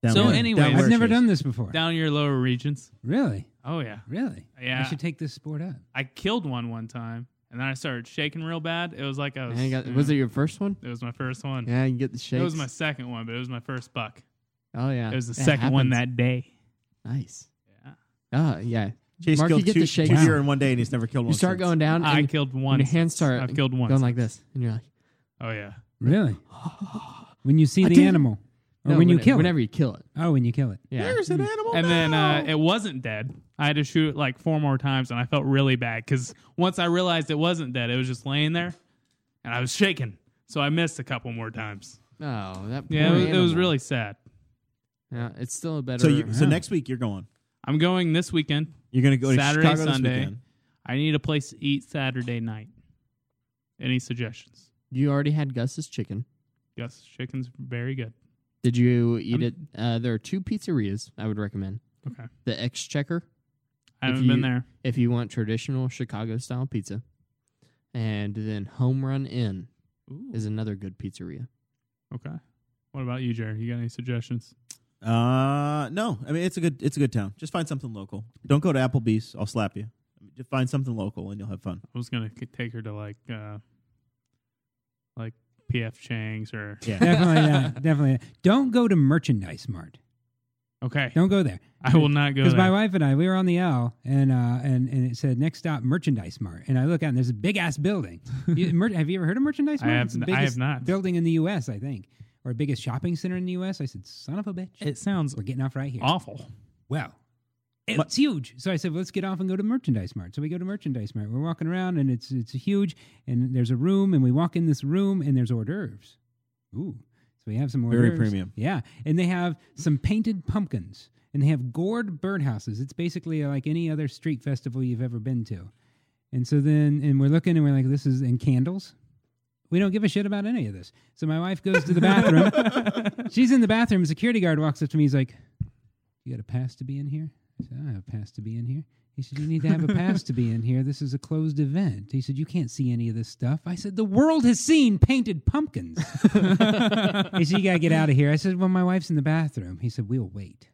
S1: Down
S6: So
S1: where-
S6: anyways-
S1: down where
S3: I've never
S1: Chase?
S3: done this before.
S6: down your lower regions.
S3: Really,
S6: Oh yeah,
S3: really.
S6: Yeah.
S3: I should take this
S2: (laughs)
S3: sport up.
S6: I killed one one time, and then I started shaking real bad. It was like I was.
S2: And you got- was it your first one?
S6: It was my first one.
S2: Yeah, you get the shakes.
S6: it was my second one, but it was my first buck.
S2: oh yeah.
S6: It was the second one
S2: happens.
S6: that day.
S2: nice.
S6: Yeah.
S2: Oh yeah.
S1: Chase
S2: Mark, you
S1: killed
S2: get
S1: two, two
S2: the shakes.
S1: deer in one day and he's never killed one.
S2: You start
S1: since.
S2: going down
S6: I
S2: and,
S6: killed one.
S2: and your hands start
S6: I've killed one.
S2: going like this. And you're like
S6: Oh yeah.
S3: Really. when you see
S2: I
S3: the
S2: did-
S3: animal, or
S2: no,
S3: when you
S2: whenever-
S3: kill
S2: whenever
S3: it.
S2: you kill it.
S3: Oh, when you kill it.
S2: Yeah.
S1: There's an animal.
S6: And then uh,
S1: now.
S6: it wasn't dead. I had to shoot it like four more times, and I felt really bad because once I realized it wasn't dead, it was just laying there, and I was shaking. So I missed a couple more times.
S2: Oh, that
S6: Yeah, it
S2: poor
S6: was, it was
S2: animal.
S6: really sad.
S2: Yeah, it's still a better
S1: so you, so
S3: Yeah.
S1: next week you're going.
S6: I'm going this weekend.
S1: You're gonna go to
S6: Saturday,
S1: Chicago
S6: Sunday.
S1: this weekend.
S6: I need a place to eat Saturday night. Any suggestions?
S2: You already had Gus's chicken.
S6: Yes, chicken's very good.
S2: Did you eat
S6: I'm-
S2: it? Uh, there are two pizzerias I would recommend.
S6: Okay,
S2: The Exchequer,
S6: I
S2: If
S6: haven't
S2: you-
S6: been there.
S2: if you want traditional Chicago style pizza, and then Home Run Inn
S6: Ooh.
S2: is another good pizzeria.
S6: okay. What about you, Jerry? You got any suggestions?
S1: Uh, no. I mean, it's a good it's a good town. Just find something local. Don't go to Applebee's. I'll slap you. Just find something local and you'll have fun.
S6: I was gonna c- take her to like, uh like P.F. Chang's or
S1: Yeah.
S2: (laughs)
S3: Definitely not. Definitely not. Don't go to Merchandise Mart.
S6: okay.
S3: Don't go there.
S6: I will not go
S3: Because
S6: there.
S3: my wife and I, we were on the L, and uh, and and it said next stop Merchandise Mart, and I look out and there's a big ass
S6: (laughs)
S3: building. You- mer- have you ever heard of Merchandise
S6: I
S3: Mart?
S6: have
S3: It's the
S6: n- I have
S3: biggest
S6: not.
S3: Building in the U.S. I think, or biggest shopping center in the U.S. I said, son of a bitch,
S6: it sounds
S3: we're getting off right here.
S6: awful.
S3: Well, it's huge. So I said, let's get off and go to Merchandise Mart. So we go to Merchandise Mart. We're walking around, and it's it's huge, and there's a room, and we walk in this room, and there's hors d'oeuvres. Ooh. So we have some hors
S1: Very
S3: d'oeuvres.
S1: premium.
S3: Yeah. And they have some painted pumpkins and they have gourd birdhouses. It's basically like any other street festival you've ever been to. And so then, and we're looking and we're like, this is, and candles. We don't give a shit about any of this. So my wife goes to the bathroom.
S1: (laughs)
S3: She's in the bathroom. A security guard walks up to me. He's like, "You got a pass to be in here?" I said, "I have a pass to be in here." He said, "You need to have a pass to be in here. This is a closed event." He said, "You can't see any of this stuff." I said, "The world has seen painted pumpkins." he said, "You gotta get out of here." I said, "Well, my wife's in the bathroom." He said, "We'll wait."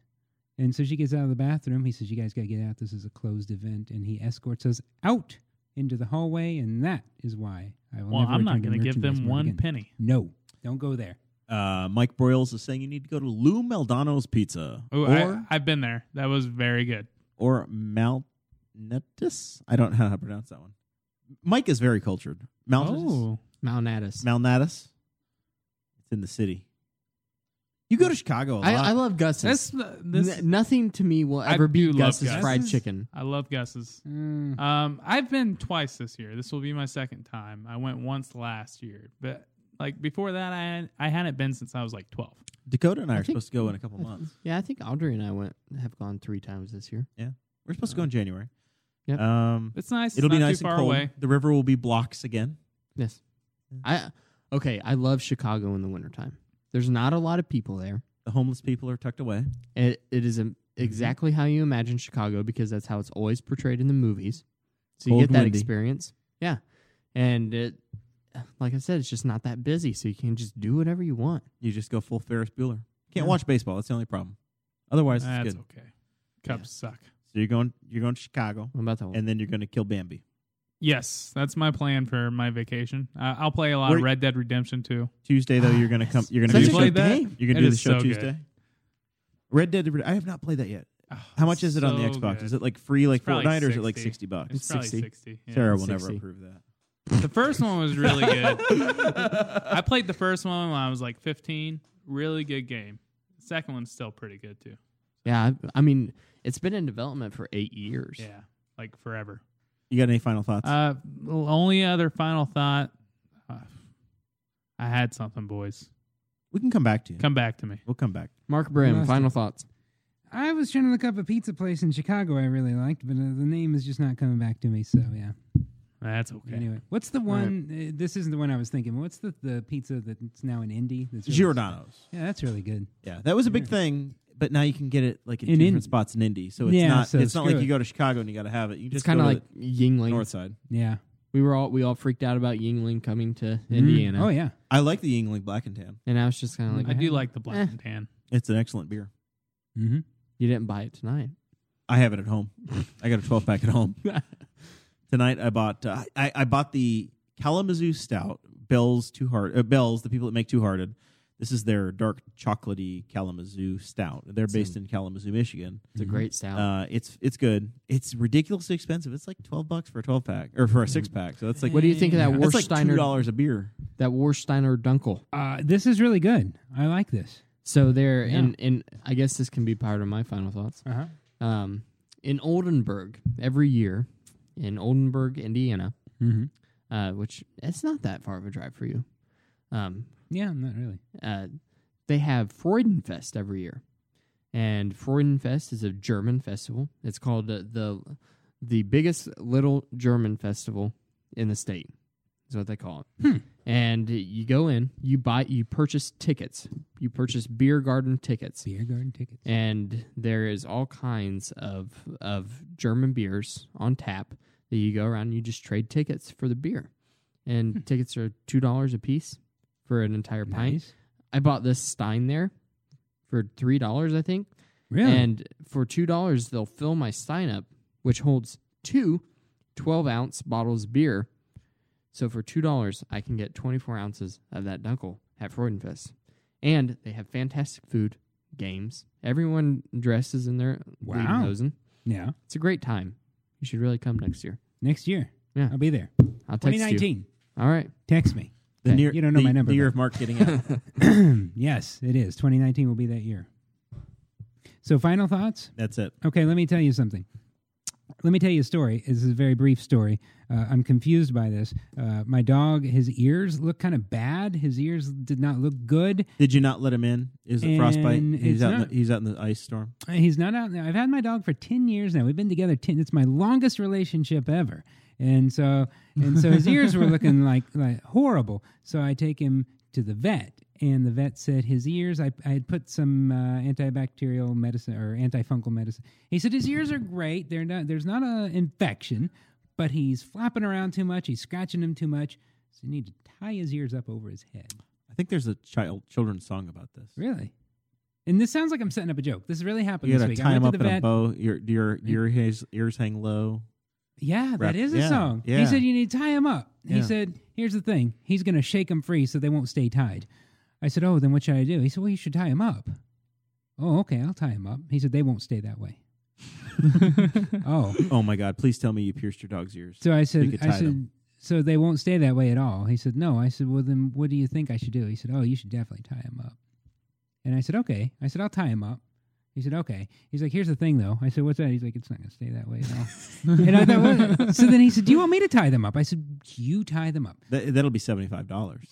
S3: And so she gets out of the bathroom. He says, "You guys gotta get out. This is a closed event." And he escorts us out into the hallway, and that is why I will.
S6: Well,
S3: never
S6: I'm not
S3: going to
S6: give
S3: Merchandise
S6: them
S3: Mart
S6: one
S3: again.
S6: penny.
S3: No, don't go there.
S1: Uh, Mike Broyles is saying you need to go to Lou Maldondo's Pizza
S6: Ooh,
S1: or
S6: Oh, I, I've been there. That was very good.
S1: or Malnatus. I don't know how to pronounce that one. Mike is very cultured. Malnatus.
S6: Oh.
S2: Malnatus.
S1: Malnatus. It's in the city. You go to Chicago a lot.
S2: I, I love Gus's.
S6: That's the- this.
S2: N- nothing to me will
S6: I
S2: ever
S6: do
S2: beat
S6: love
S2: Gus's
S6: Gus's.
S2: fried chicken.
S6: I love Gus's.
S3: Mm.
S6: Um, I've been twice this year. This will be my second time. I went once last year, but like before that, I I hadn't been since I was like twelve.
S1: Dakota and I,
S2: I
S1: are
S2: think-
S1: supposed to go in a couple months.
S2: Yeah, I think Audrey and I went have gone three times this year.
S1: We're supposed to go in January.
S2: Yep.
S1: Um,
S6: It's nice.
S1: it'll
S6: it's
S1: be
S6: not
S1: nice
S6: too
S1: and
S6: far
S1: cold.
S6: away.
S1: The river will be blocks again.
S2: Yes. I okay, I love Chicago in the wintertime. There's not a lot of people there.
S1: The homeless people are tucked away.
S2: It, it is um
S1: Mm-hmm.
S2: exactly how you imagine Chicago because that's how it's always portrayed in the movies. So you
S1: Cold,
S2: get that
S1: windy.
S2: experience. Yeah. And it like I said, it's just not that busy, so you can just do whatever you want.
S1: You just go full Ferris Bueller. Can't watch baseball. That's the only problem. Otherwise,
S6: That's
S1: it's good.
S6: okay. Cubs suck.
S1: So you're going. You're going to Chicago,
S2: What about that one?
S1: and then you're going to kill Bambi.
S6: Yes, that's my plan for my vacation. Uh, I'll play a lot of
S1: Where-
S6: Red Dead Redemption too.
S1: Tuesday though, you're going to
S6: (sighs)
S1: come. You're going to
S6: Such
S1: do
S6: a
S1: the
S6: good
S1: show.
S6: game.
S1: You're going
S6: It
S1: to do the
S6: is
S1: show
S6: so good.
S1: Tuesday. Red Dead. Red- I have not played that yet. How much is it on the
S6: Ah, so
S1: Xbox?
S6: good.
S1: Is it like free, like
S6: It's probably
S1: Fortnite, or is it like
S6: 60.
S1: sixty bucks?
S6: It's probably
S2: 60.
S6: sixty. yeah.
S1: Sarah will never
S2: 60.
S1: approve that.
S6: The first one was
S1: (laughs)
S6: really good. I played the first one when I was like 15. Really good game. The second one's still pretty good too.
S2: Yeah, I, I mean, it's been in development for eight years.
S6: Yeah, like forever.
S1: You got any final thoughts?
S6: Uh, l- only other final thought. Uh, I had something, boys.
S1: we can come back to you.
S6: Come back to me.
S1: We'll come back.
S2: Mark Brim,
S3: Nasty.
S2: final thoughts.
S3: I was trying to look up a pizza place in Chicago I really liked, but uh, the name is just not coming back to me. So yeah.
S6: That's okay.
S3: Anyway, what's the one? Uh, this isn't the one I was thinking. What's the, the pizza that's now in Indy? That's really-
S1: Giordano's.
S3: Yeah, that's really good.
S1: Yeah, that was a big thing. But now you can get it like in,
S3: In
S1: two
S3: Indy.
S1: different spots in Indy, so it's
S3: Yeah,
S1: not
S3: so
S1: it's not like
S3: screw
S1: you
S3: it.
S1: go to Chicago and you got to have it. You
S2: It's
S1: just
S2: kind of
S1: go to
S2: like Yingling.
S1: the north side.
S3: Yeah.
S2: We were all we all freaked out about Yingling coming to Indiana.
S3: Oh yeah.
S1: I like the Yingling Black and Tan.
S2: And I was just kind of like,
S6: I do
S2: "Eh,
S6: like the black
S2: Eh.
S6: and tan.
S1: It's an excellent beer.
S3: Mm-hmm.
S2: you didn't buy it tonight.
S1: I have it at home. I got a twelve pack at
S3: (laughs)
S1: home. Tonight I bought uh, I I bought the Kalamazoo Stout Bell's Two Hard uh, Bell's the people that make Two Hearted. This is their dark chocolatey Kalamazoo Stout. They're based in Kalamazoo, Michigan.
S2: It's a great stout.
S1: Uh, it's it's good. It's ridiculously expensive. It's like twelve bucks for a twelve pack or for a six pack. So that's like
S2: what do you think of that
S1: that's like two
S2: Warsteiner
S1: dollars a beer.
S2: that Warsteiner Dunkel?
S3: Uh, this is really good. I like this.
S2: So there,
S3: Yeah.
S2: and and I guess this can be part of my final thoughts.
S3: Uh huh.
S2: Um, in Oldenburg, every year, in Oldenburg, Indiana,
S3: Mm-hmm.
S2: uh, which it's not that far of a drive for you. Um,
S3: Yeah, not really.
S2: uh, they have Freudenfest every year, and Freudenfest is a German festival. It's called uh, the the biggest little German festival in the state. Is what they call it. And you go in, you buy, you purchase tickets, you purchase beer garden tickets,
S3: Beer garden tickets.
S2: and there is all kinds of of German beers on tap that you go around and you just trade tickets for the beer. And tickets are two dollars a piece for an entire pint.
S3: Nice.
S2: I bought this Stein there for three dollars, I think.
S3: Really?
S2: And for two dollars, they'll fill my Stein up, which holds two 12 ounce bottles of beer. So for two dollars, I can get twenty four ounces of that Dunkel at Freudenfest, and they have fantastic food, games. Everyone dresses in their
S3: Wow.
S2: Lederhosen.
S3: yeah.
S2: It's a great time. You should really come next year.
S3: Next year.
S2: Yeah.
S3: I'll be there.
S2: I'll text you.
S3: 2019.
S2: All right.
S3: Text me.
S1: The
S2: Okay.
S1: near,
S3: You don't know
S1: the-
S3: my number,
S1: The year
S3: but-
S1: of Mark getting
S3: (laughs)
S1: out.
S3: yes, it is. 2019 will be that year. So, final thoughts?
S1: That's it.
S3: Okay, let me tell you something. Let me tell you a story. This is a very brief story. Uh, I'm confused by this. Uh, my dog, his ears look kind of bad. His ears did not look good.
S1: Did you not let him in? Is it frostbite?
S3: And
S1: He's
S3: it's
S1: out. In the,
S3: not-
S1: he's out in the ice storm.
S3: Uh, He's not out now. I've had my dog for 10 years now. We've been together 10. It's my longest relationship ever. and so and so his ears were looking like like horrible. So I take him to the vet, and the vet said his ears. I I had put some uh, antibacterial medicine or antifungal medicine. He said his ears are great. They're not. There's not a infection, but he's flapping around too much. He's scratching them too much. So you need to tie his ears up over his head.
S1: I think there's a child children's song about this.
S3: Really? And this sounds like I'm setting up a joke. This really happened
S1: You
S3: this
S1: gotta
S3: week.
S1: tie
S3: I
S1: him
S3: went
S1: up in
S3: to the
S1: a
S3: vet.
S1: bow. Your your your ears, ears hang low.
S3: Yeah,
S1: Wrap-
S3: that is a
S1: yeah,
S3: song.
S1: yeah.
S3: He said you need to tie him up.
S1: Yeah.
S3: He said, "Here's the thing. He's going to shake him free so they won't stay tied." I said, "Oh, then what should I do?" He said, "Well, you should tie him up." Oh, okay, I'll tie him up. He said, "They won't stay that way." (laughs) oh,
S1: Oh my God! Please tell me you pierced your dog's ears.
S3: so I said,
S1: could
S3: I
S1: tie
S3: said,
S1: them.
S3: so they won't stay that way at all. He said, no. I said, well, then what do you think I should do? He said, oh, you should definitely tie him up. And I said, okay. I said, I'll tie him up. He said, okay. He's like, here's the thing, though. I said, what's that? He's like, it's not going to stay that way at all.
S1: (laughs)
S3: and I thought, what? so then he said, do you want me to tie them up? I said, you tie them up.
S1: That, that'll be seventy five dollars.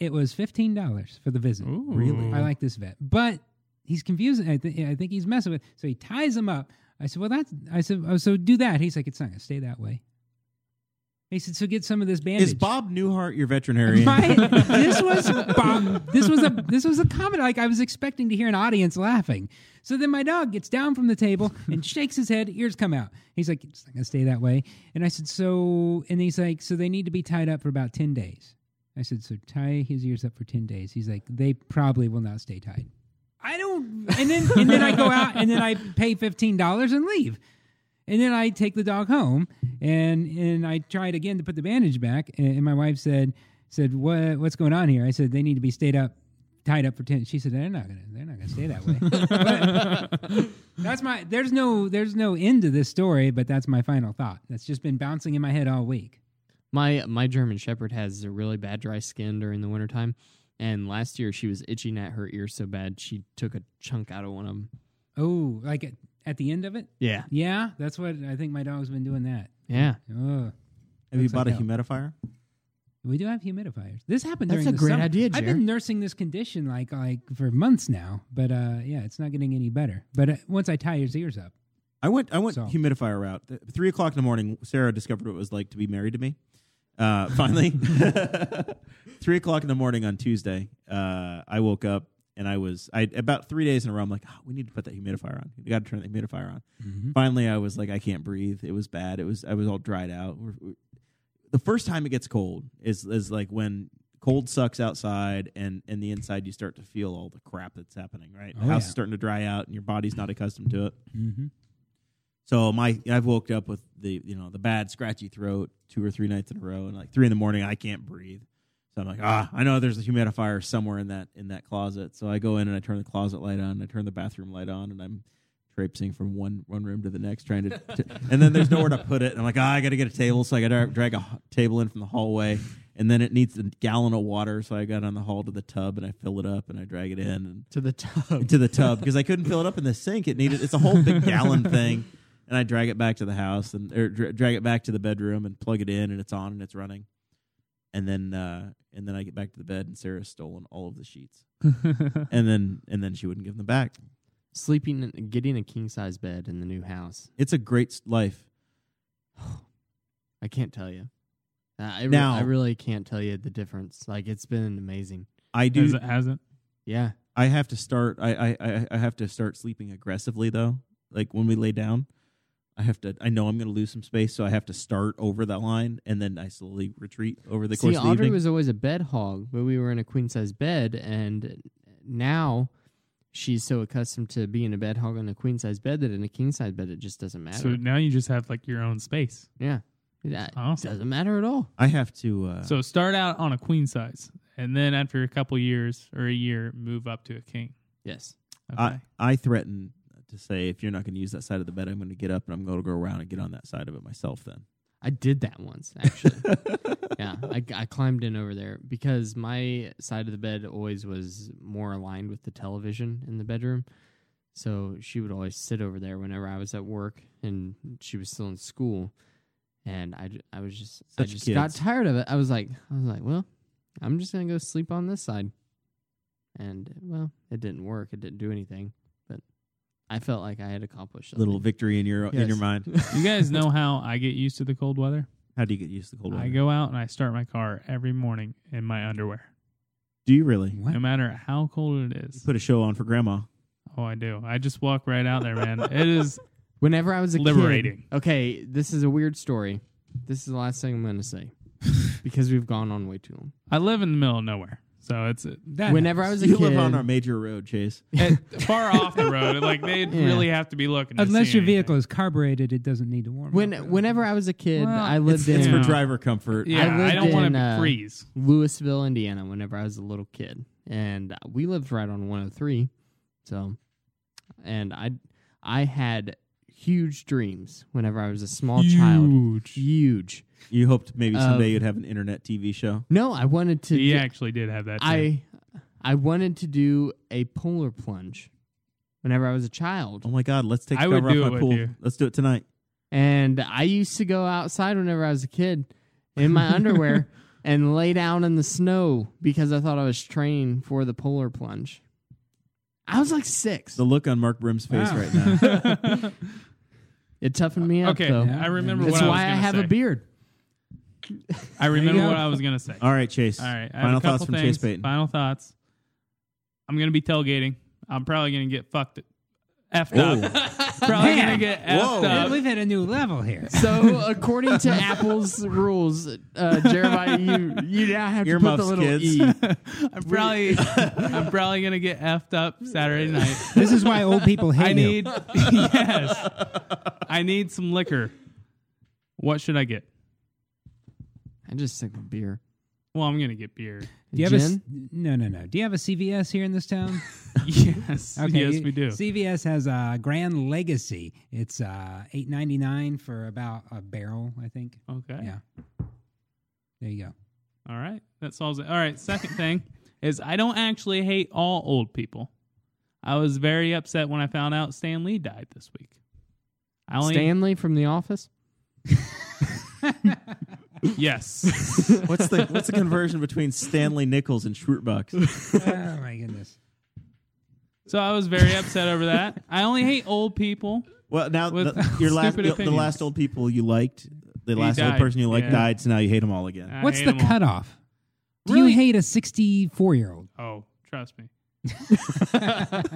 S3: It was $15 for the visit.
S1: Really?
S3: I like this vet, but he's confusing. I, th- I think he's messing with. So he ties him up. I said, "Well, that's." I said, "Oh, so do that." He's like, "It's not gonna stay that way." He said, "So get some of this bandage."
S1: Is Bob Newhart your
S3: (laughs)
S1: veterinarian?
S3: My, this was Bob. This was a this was a comment. Like I was expecting to hear an audience laughing. So then my dog gets down from the table and shakes his head. Ears come out. He's like, "It's not gonna stay that way." And I said, "So," and he's like, "So they need to be tied up for about ten days." I said, "So tie his ears up for ten days." He's like, "They probably will not stay tied." I don't. And then and then I go out and then I pay fifteen dollars and leave. And then I take the dog home, and and I tried again to put the bandage back, and, and my wife said said what what's going on here? I said they need to be stayed up, tied up for ten. She said they're not gonna they're not gonna stay that way. But that's my there's no there's no end to this story, but that's my final thought. That's just been bouncing in my head all week.
S2: My my German Shepherd has a really bad dry skin during the wintertime. And last year she was itching at her ear so bad she took a chunk out of one of them.
S3: Oh, like at, at the end of it,
S2: Yeah.
S3: yeah, that's what I think my dog's been doing that.
S2: Yeah.
S3: Ugh.
S1: Have you
S3: Looks
S1: bought a
S3: like hell.
S1: humidifier?
S3: We do have humidifiers. This happened
S2: That's
S3: during
S2: a
S3: the
S2: great
S3: summer.
S2: idea,
S3: I've
S2: Jer.
S3: been nursing this condition like like for months now, but uh, yeah, it's not getting any better. But uh, once I tie his ears up,
S1: I went I went
S3: So-
S1: humidifier route. Th- Three o'clock in the morning, Sarah discovered what it was like to be married to me.
S3: (laughs)
S1: Uh, finally, (laughs) three o'clock in the morning on Tuesday, uh, I woke up and I was I about three days in a row. I'm like, oh, we need to put that humidifier on. We got to turn the humidifier on.
S3: Mm-hmm.
S1: Finally, I was like, I can't breathe. It was bad. It was I was all dried out. We're- we're- the first time it gets cold is is like when cold sucks outside and and the inside you start to feel all the crap that's happening. Right, the
S3: Oh,
S1: house
S3: yeah.
S1: is starting to dry out and your body's not accustomed to it.
S3: mm-hmm.
S1: So my I've woke up with the you know the bad scratchy throat two or three nights in a row, and like three in the morning I can't breathe. So I'm like, ah, I know there's a humidifier somewhere in that in that closet. So I go in and I turn the closet light on, and I turn the bathroom light on, and I'm traipsing from one one room to the next trying to, to (laughs) and then there's nowhere to put it. And I'm like, ah, I got to get a table, so I got to drag a h- table in from the hallway, and then it needs a gallon of water, so I got on the hall to the tub and I fill it up and I drag it in. And
S2: To the tub.
S1: into the tub because I couldn't fill it up in the sink. It needed it's a whole big gallon thing, and I drag it back to the house and or dra- drag it back to the bedroom and plug it in and it's on and it's running, and then uh, and then I get back to the bed and Sarah's stolen all of the sheets, and then and then she wouldn't give them back.
S2: (laughs) Sleeping in- getting a king size bed in the new house.
S1: It's a great s- life.
S2: I can't tell you. Uh, I, re-
S1: Now-
S2: I really can't tell you the difference. Like it's been amazing.
S1: I
S6: Has
S1: do.
S6: it hasn't?
S2: Yeah.
S1: I have to start. I I- I I have to start sleeping aggressively though. Like when we lay down. I have to. I know I'm going to lose some space, so I have to start over that line, and then I slowly retreat over the course
S2: See,
S1: of the
S2: Audrey
S1: evening.
S2: was always a bed hog, but we were in a queen size bed, and now she's so accustomed to being a bed hog on a queen size bed that in a king size bed it just doesn't matter.
S6: So now you just have like your own space.
S2: yeah, that
S6: Awesome.
S2: doesn't matter at all.
S1: I have to. Uh,
S6: So start out on a queen size, and then after a couple years or a year, move up to a king.
S2: Yes,
S6: Okay.
S1: I, I threaten to say if you're not going to use that side of the bed, I'm going to get up and I'm going to go around and get on that side of it myself. Then
S2: I did that once (laughs) actually. yeah, I, I climbed in over there because my side of the bed always was more aligned with the television in the bedroom. So she would always sit over there whenever I was at work and she was still in school. And I, j- I was just I
S1: Such
S2: just
S1: kids.
S2: got tired of it. I was like I was like, well, I'm just gonna go sleep on this side. And well, it didn't work. It didn't do anything. But I felt like I had accomplished something.
S1: little victory in your in your
S2: Yes.
S1: mind. (laughs)
S6: you guys know how I get used to the cold weather?
S1: How do you get used to the cold weather?
S6: I go out and I start my car every morning in my underwear,
S1: do you really?
S3: What?
S6: no matter how cold it
S1: You
S6: is.
S1: put a show on for grandma.
S6: Oh, I do. I just walk right out there, man. It is.
S2: (laughs) Whenever I was a kid-
S6: Liberating.
S2: okay, this is a weird story. This is the last thing I'm going
S1: (laughs)
S2: to say because we've gone on way too long.
S6: I live in the middle of nowhere, so it's
S3: That
S2: Whenever I
S3: happens.
S2: was a
S1: You
S2: kid,
S1: live on our major road, Chase.
S6: it's far off the road. Like they'd
S2: Yeah.
S6: really have to be looking. to
S3: unless
S6: see
S3: your vehicle
S6: anything.
S3: is carbureted, it doesn't need to warm.
S2: when
S3: up.
S2: whenever I was a kid,
S6: Well,
S2: I lived
S1: It's, it's
S2: in
S1: for
S6: Yeah.
S1: driver comfort.
S6: Yeah, I,
S2: lived
S6: don't want
S2: in,
S6: to
S2: uh,
S6: freeze.
S2: Louisville, Indiana. Whenever I was a little kid, and we lived right on 103, so and I I had huge dreams whenever I was a small child. Huge.
S1: You hoped maybe someday
S2: Um,
S1: you'd have an internet TV show.
S2: No, I wanted to.
S6: He
S2: do-
S6: actually did have that. too.
S2: I I wanted to do a polar plunge whenever I was a child.
S1: Oh my God, let's take
S6: I
S1: the
S6: would
S1: cover off
S6: do it
S1: my
S6: with
S1: pool.
S6: you.
S1: Let's do it tonight.
S2: And I used to go outside whenever I was a kid
S1: (laughs)
S2: in my underwear and lay down in the snow because I thought I was training for the polar plunge. I was like six.
S1: The look on Mark Brim's face
S6: Ah.
S3: Wow.
S1: right now.
S6: (laughs)
S2: It toughened me up.
S6: okay,
S2: though.
S6: I remember
S2: That's
S6: what
S2: why I,
S6: I was gonna
S2: have
S6: say.
S2: a beard.
S6: I remember
S3: go.
S6: what I was gonna say.
S1: All right, Chase.
S6: All right. I have
S1: Final
S6: a couple
S1: thoughts from
S6: things.
S1: Chase Payton.
S6: Final thoughts. I'm gonna be tailgating. I'm probably gonna get fucked, effed up. (laughs) probably gonna get effed
S3: Man,
S6: up.
S3: we've hit a new level
S6: (laughs)
S3: here.
S1: (laughs)
S2: So according to Apple's rules, uh, Jeremiah, you you now have
S1: Earmuffs,
S2: to
S6: (laughs)
S2: put the little
S1: kids.
S2: e.
S6: I'm probably, (laughs) I'm probably gonna get effed up Saturday night.
S3: This is why old
S6: (laughs)
S3: people hate
S6: I
S3: you.
S6: need, (laughs) yes, I need some liquor. What should I get?
S2: I just think of beer.
S6: Well, I'm gonna
S3: (laughs)
S6: get beer.
S3: Do you have a s-
S2: Gin?
S3: no, no, no. Do you have a CVS here in this
S6: (laughs)
S3: town?
S6: Yes, yes,
S3: you-
S6: we do.
S3: CVS has a Grand Legacy. It's uh, eight ninety nine for about a barrel, I think.
S6: Okay.
S3: Yeah. There you
S6: (laughs)
S3: go.
S6: All right. That solves it. All right. Second thing is I don't actually hate all old people. I was very upset when I found out Stan Lee died this week. I only
S2: Stanley from The Office.
S6: yes. (laughs)
S1: E? What's the what's the conversion between Stanley Nichols and Schwertbucks?
S3: oh my goodness.
S6: so I was very upset over that. I only hate old people.
S1: Well, now
S6: With (laughs)
S1: the, your last
S6: stupid
S1: the, the
S6: opinions.
S1: last old people you liked, the last old
S6: died.
S1: person you liked
S6: Yeah.
S1: died, so now you hate them all again.
S6: I
S3: What's
S6: hate
S3: the
S6: 'em all.
S3: cutoff? Do
S6: Really?
S3: you hate a sixty four year old?
S6: Oh, trust me. (laughs)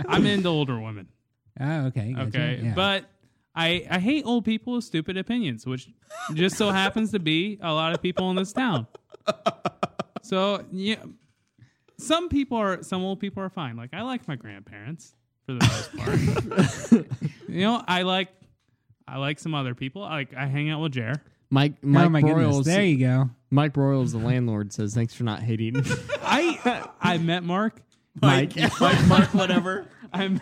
S6: I'm into older women.
S3: Oh, okay. gotcha.
S6: Okay.
S3: Yeah.
S6: But I I hate old people with stupid opinions, which just so happens to be a lot of people in this town. So yeah, some people are some old people are fine. Like I like my grandparents for the most part. you know, I like I like some other people. Like I hang out with Jer.
S2: Mike
S3: oh
S2: Mike
S3: my
S2: Broyles.
S3: goodness. There you go.
S2: Mike Broyles, the landlord, says thanks for not hating (laughs)
S6: I I met Mark.
S2: Mike.
S1: Mike, Mark, whatever.
S6: I'm (laughs)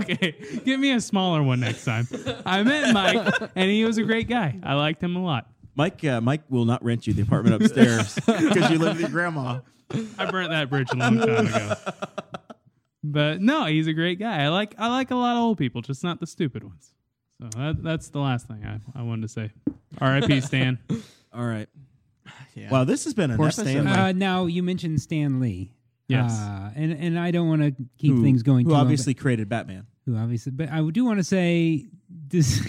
S6: okay. Give me a smaller one next time. I met Mike, and he was a great guy. I liked him a lot.
S1: Mike, uh, Mike will not rent you the apartment
S3: (laughs)
S1: upstairs because you live with your grandma.
S6: I burnt that bridge a long time ago. But no, he's a great guy. I like I like a lot of old people, just not the stupid ones. So that, that's the last thing I, I wanted to say. R.I.P. Stan.
S1: All right. Wow, this has been an
S2: Poor
S1: episode.
S2: Stanley.
S3: Uh, now you mentioned Stan Lee.
S6: Yes.
S3: Uh, and and I don't want to keep
S1: Who-
S3: things going.
S1: Who
S3: too long,
S1: obviously created Batman?
S3: who obviously, but I do want to say (laughs) this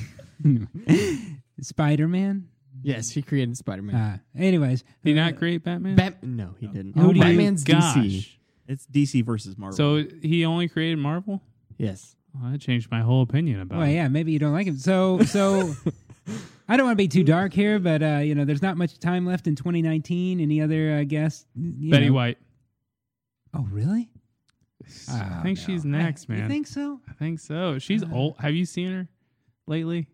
S3: Spider Man.
S2: yes, he created Spider Man.
S3: Uh, anyways,
S6: Did
S3: (laughs)
S6: he not create Batman?
S2: Bat- no, he didn't. Oh,
S3: Who do you-
S2: Batman's
S6: Gosh.
S2: DC.
S1: It's DC versus Marvel.
S6: So he only created Marvel?
S2: Yes.
S6: Well, that changed my whole opinion about
S3: well,
S6: it.
S3: yeah, maybe you don't like him. So,
S1: (laughs)
S3: so I don't want to be too dark here, but uh, you know, there's not much time left in 2019. Any other uh, guests? You
S6: Betty
S3: know-
S6: White.
S3: Oh, really?
S6: I
S3: Oh,
S6: think she's
S3: no.
S6: next,
S3: You
S6: man.
S3: think Ah. so?
S6: I think so. She's old. Have you seen her lately?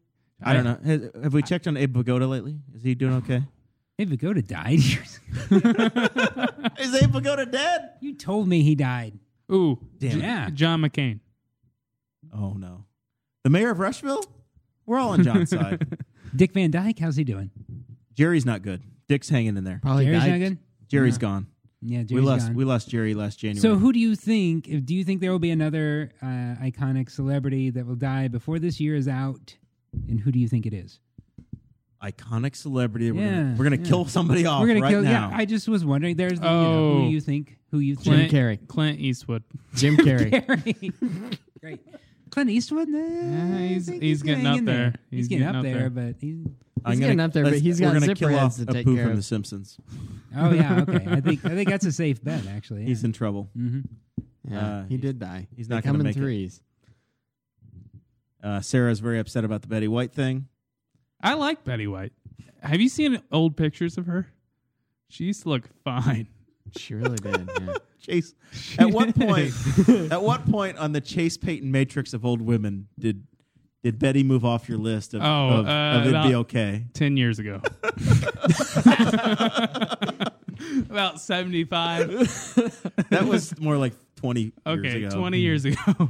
S1: I don't know. Has, have we checked on Abe Pagoda lately? Is he doing okay?
S3: If Vigoda died,
S1: (laughs)
S3: (laughs)
S1: Is Abe Pagoda dead?
S3: you told me he died.
S6: Ooh.
S1: Damn it.
S3: Yeah.
S6: John McCain.
S1: Oh no, the mayor of Rushville. We're all on John's
S3: (laughs)
S1: side.
S3: Dick Van Dyke, how's he doing?
S1: Jerry's not good. Dick's hanging in there.
S2: Probably
S3: Jerry's
S2: died.
S3: not good.
S1: Jerry's gone.
S3: Yeah, Jerry's
S1: we lost.
S3: gone.
S1: We lost Jerry last January.
S3: So, who do you think? if- Do you think there will be another uh, iconic celebrity that will die before this year is out? And who do you think it is?
S1: iconic celebrity? We're gonna,
S3: Yeah,
S1: we're gonna
S3: yeah.
S1: kill somebody off
S3: We're gonna
S1: right
S3: kill.
S1: now.
S3: Yeah, I just was wondering. There's the, you know,
S6: Oh.
S3: who you think? Who you
S2: Jim Carrey.
S3: think? (laughs)
S6: Clint- (laughs) Clint Eastwood.
S2: Jim Carrey.
S3: Great. Clint Eastwood? Nah,
S6: Yeah,
S3: I
S6: he's-
S3: think
S6: he's getting
S3: hanging
S6: up there.
S3: He's,
S6: He's
S3: getting, up there, but he's.
S1: I'm gonna-
S2: He's getting up there, but
S1: let's-
S2: he's
S1: we're
S2: got
S1: gonna
S2: zipper
S1: kill
S2: heads
S1: off
S2: to take
S1: Apu
S2: care
S1: from
S2: of.
S1: The Simpsons.
S3: Oh yeah, okay. I think I think that's a safe bet actually.
S1: (laughs) He's in trouble.
S2: Mm.
S3: hmm
S2: Yeah,
S1: Uh,
S2: he
S1: he's-
S2: did die.
S1: he's
S2: They
S1: not
S2: come
S1: gonna
S2: in
S1: make it.
S2: threes.
S1: Uh, Sarah's very upset about the Betty White thing.
S6: I like Betty White. Have you seen old pictures of her? She used to look fine. (laughs)
S2: She really did.
S1: (laughs)
S2: Yeah.
S1: Chase. At what (laughs) point? at what point on the Chase Payton matrix of old women did did Betty move off your list of,
S6: Oh,
S1: of,
S6: uh,
S1: of it'd
S6: about-
S1: be okay?
S2: (laughs)
S6: Ten years ago. (laughs) About seventy-five.
S1: That was more like twenty. years
S6: Okay,
S1: ago.
S6: twenty years ago. (laughs)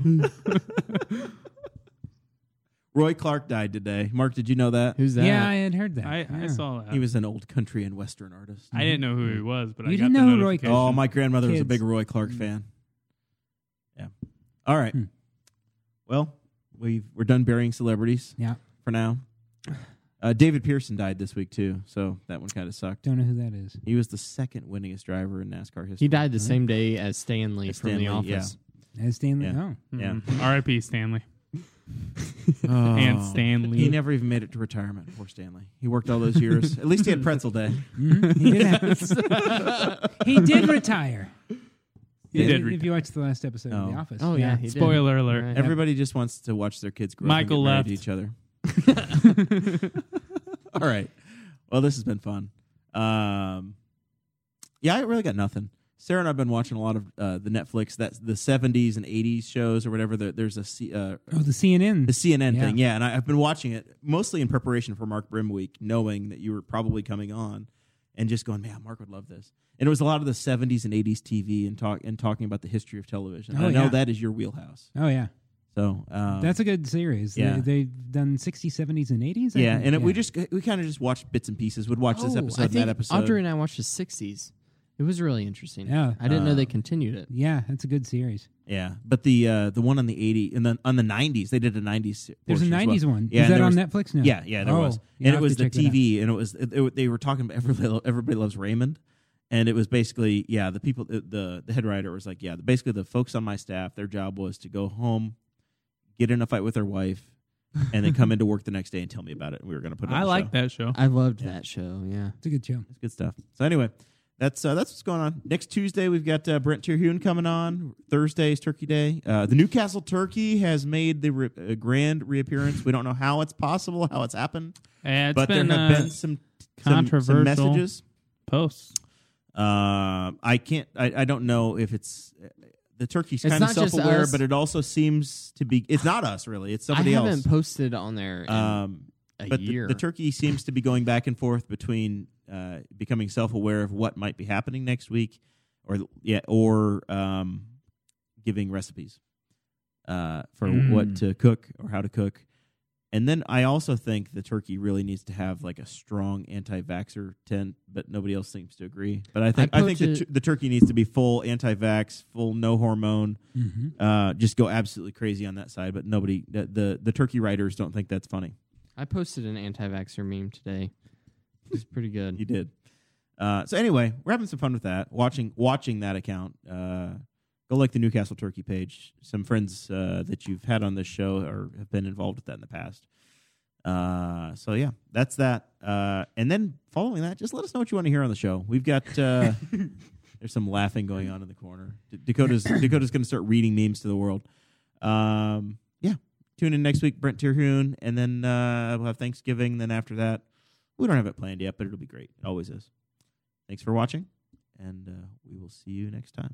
S1: Roy Clark died today. Mark, did you know that?
S2: Who's that?
S3: Yeah, I had heard that.
S6: I, I
S3: Yeah.
S6: saw that.
S1: He was an old country and western artist.
S6: I didn't know who he was, but I
S3: You
S6: got
S3: didn't
S6: the
S3: know who Roy
S6: notification.
S1: Oh, my grandmother was a
S3: Kids. Mm.
S1: big Roy Clark fan. Yeah. All right.
S3: Hmm.
S1: Well, we we're done burying celebrities
S3: Yeah,
S1: for now. Uh, David Pearson died this week too, so that one kind of sucked.
S3: don't know who that is.
S1: He was the second winningest driver in NASCAR history.
S2: He died the same day as Stanley
S1: As
S2: from
S1: Stanley,
S2: The Office.
S3: As Stanley.
S1: Yeah. (laughs)
S3: Oh,
S1: Yeah.
S3: (laughs)
S6: Mhm. R.I.P. Stanley
S1: Oh.
S6: and Stanley.
S1: He never even made it to retirement. Poor Stanley. He worked all those years. At least he had pretzel day.
S3: Mhm. he, did have- he did retire.
S6: He
S3: If-
S6: did
S3: If you watched the last episode of
S1: Oh.
S3: The Office.
S2: Oh yeah. he did.
S6: Spoiler alert.
S2: Right.
S1: Everybody just wants to watch their kids grow
S6: Michael
S1: up and
S6: left.
S1: get married to each other. (laughs) All right. Well, this has been fun. Um, yeah, I really got nothing. Sarah and I've been watching a lot of uh, the Netflix that's the '70s and '80s shows or whatever. There, there's a C, uh,
S3: Oh, the CNN.
S1: the CNN
S3: Yeah.
S1: thing, yeah. And I, I've been watching it mostly in preparation for Mark Brim Week, knowing that you were probably coming on, and just going, man, Mark would love this. And it was a lot of the '70s and '80s TV and talk and talking about the history of television. And
S3: Oh,
S1: I know
S3: yeah.
S1: that is your wheelhouse.
S3: oh yeah,
S1: So um,
S3: that's a good series. They-
S1: yeah.
S3: they've done 60s, 70s, and 80s. I
S1: yeah,
S3: think.
S1: and it, we just we kind of just watched bits and pieces. Would watch this
S2: Oh,
S1: episode
S2: I
S1: and
S2: think
S1: that episode.
S2: Audrey and I watched the '60s. It was really interesting.
S3: Yeah.
S2: I didn't know they
S1: Uh,
S2: continued it.
S3: yeah, that's a good series.
S1: yeah, but the uh, the one on the eighty and then on the nineties they did a nineties.
S3: There's a 90s one.
S1: Yeah,
S3: is
S1: and
S3: that
S1: there was-
S3: on Netflix now?
S1: Yeah, yeah, there
S3: Oh,
S1: was, and
S3: you'll
S1: it
S3: have
S1: was
S3: to
S1: the
S3: check that out.
S1: TV, and it was it, it- they were talking about everybody, Lo- everybody loves Raymond, and it was basically yeah the people the- the the head writer was like yeah the- basically the folks on my staff their job was to go home, get in a fight with their wife, and then
S3: (laughs)
S1: come into work the next day and tell me about it. And we were going to put. It on
S6: I
S1: the
S6: like
S1: show.
S6: that show.
S2: I loved that show. Yeah.
S3: It's a good show.
S1: It's good stuff. So anyway, that's uh, that's what's going on. Next Tuesday we've got uh, Brent Terhune coming on. Thursday is Turkey Day. Uh, the Newcastle Turkey has made the re- uh, grand reappearance. We don't know how it's possible, how it's happened,
S6: Yeah, it's
S1: but
S6: been,
S1: there have
S6: uh,
S1: been some some- some
S6: controversial.
S1: messages.
S6: posts.
S1: Um, I can't. I, I don't know if it's the turkey's
S2: It's
S1: kind of
S2: not just
S1: self-aware,
S2: us.
S1: but it also seems to be. It's not us really. It's somebody
S2: I
S1: else.
S2: haven't posted on there in
S1: um,
S2: a
S1: but the-
S2: year.
S1: The, turkey seems to be going back and forth between uh, becoming self-aware of what might be happening next week, or yeah, or um, giving recipes uh, for
S2: Mm.
S1: what to cook or how to cook. And then I also think the turkey really needs to have like a strong anti-vaxer tent, but nobody else seems to agree. But I think I, think the,
S2: posted-
S1: tu- the turkey needs to be full anti-vax, full no hormone,
S3: Mm-hmm.
S1: uh, just go absolutely crazy on that side. But nobody, the, the the turkey writers don't think that's funny.
S2: I posted an anti-vaxxer meme today. It's pretty good.
S1: You did. Uh, so anyway, we're having some fun with that. Watching watching that account. Uh, go like the Newcastle Turkey page. Some friends uh, that you've had on this show or have been involved with that in the past. Uh, so yeah, that's that. Uh, and then following that, just let us know what you want to hear on the show. We've got uh, there's some laughing going on in the corner. D- Dakota's Dakota's going to start reading memes to the world. Um, yeah, tune in next week, Brent Terhune, and then uh, we'll have Thanksgiving. Then after that, we don't have it planned yet, but it'll be great. It always is. Thanks for watching, and uh, we will see you next time.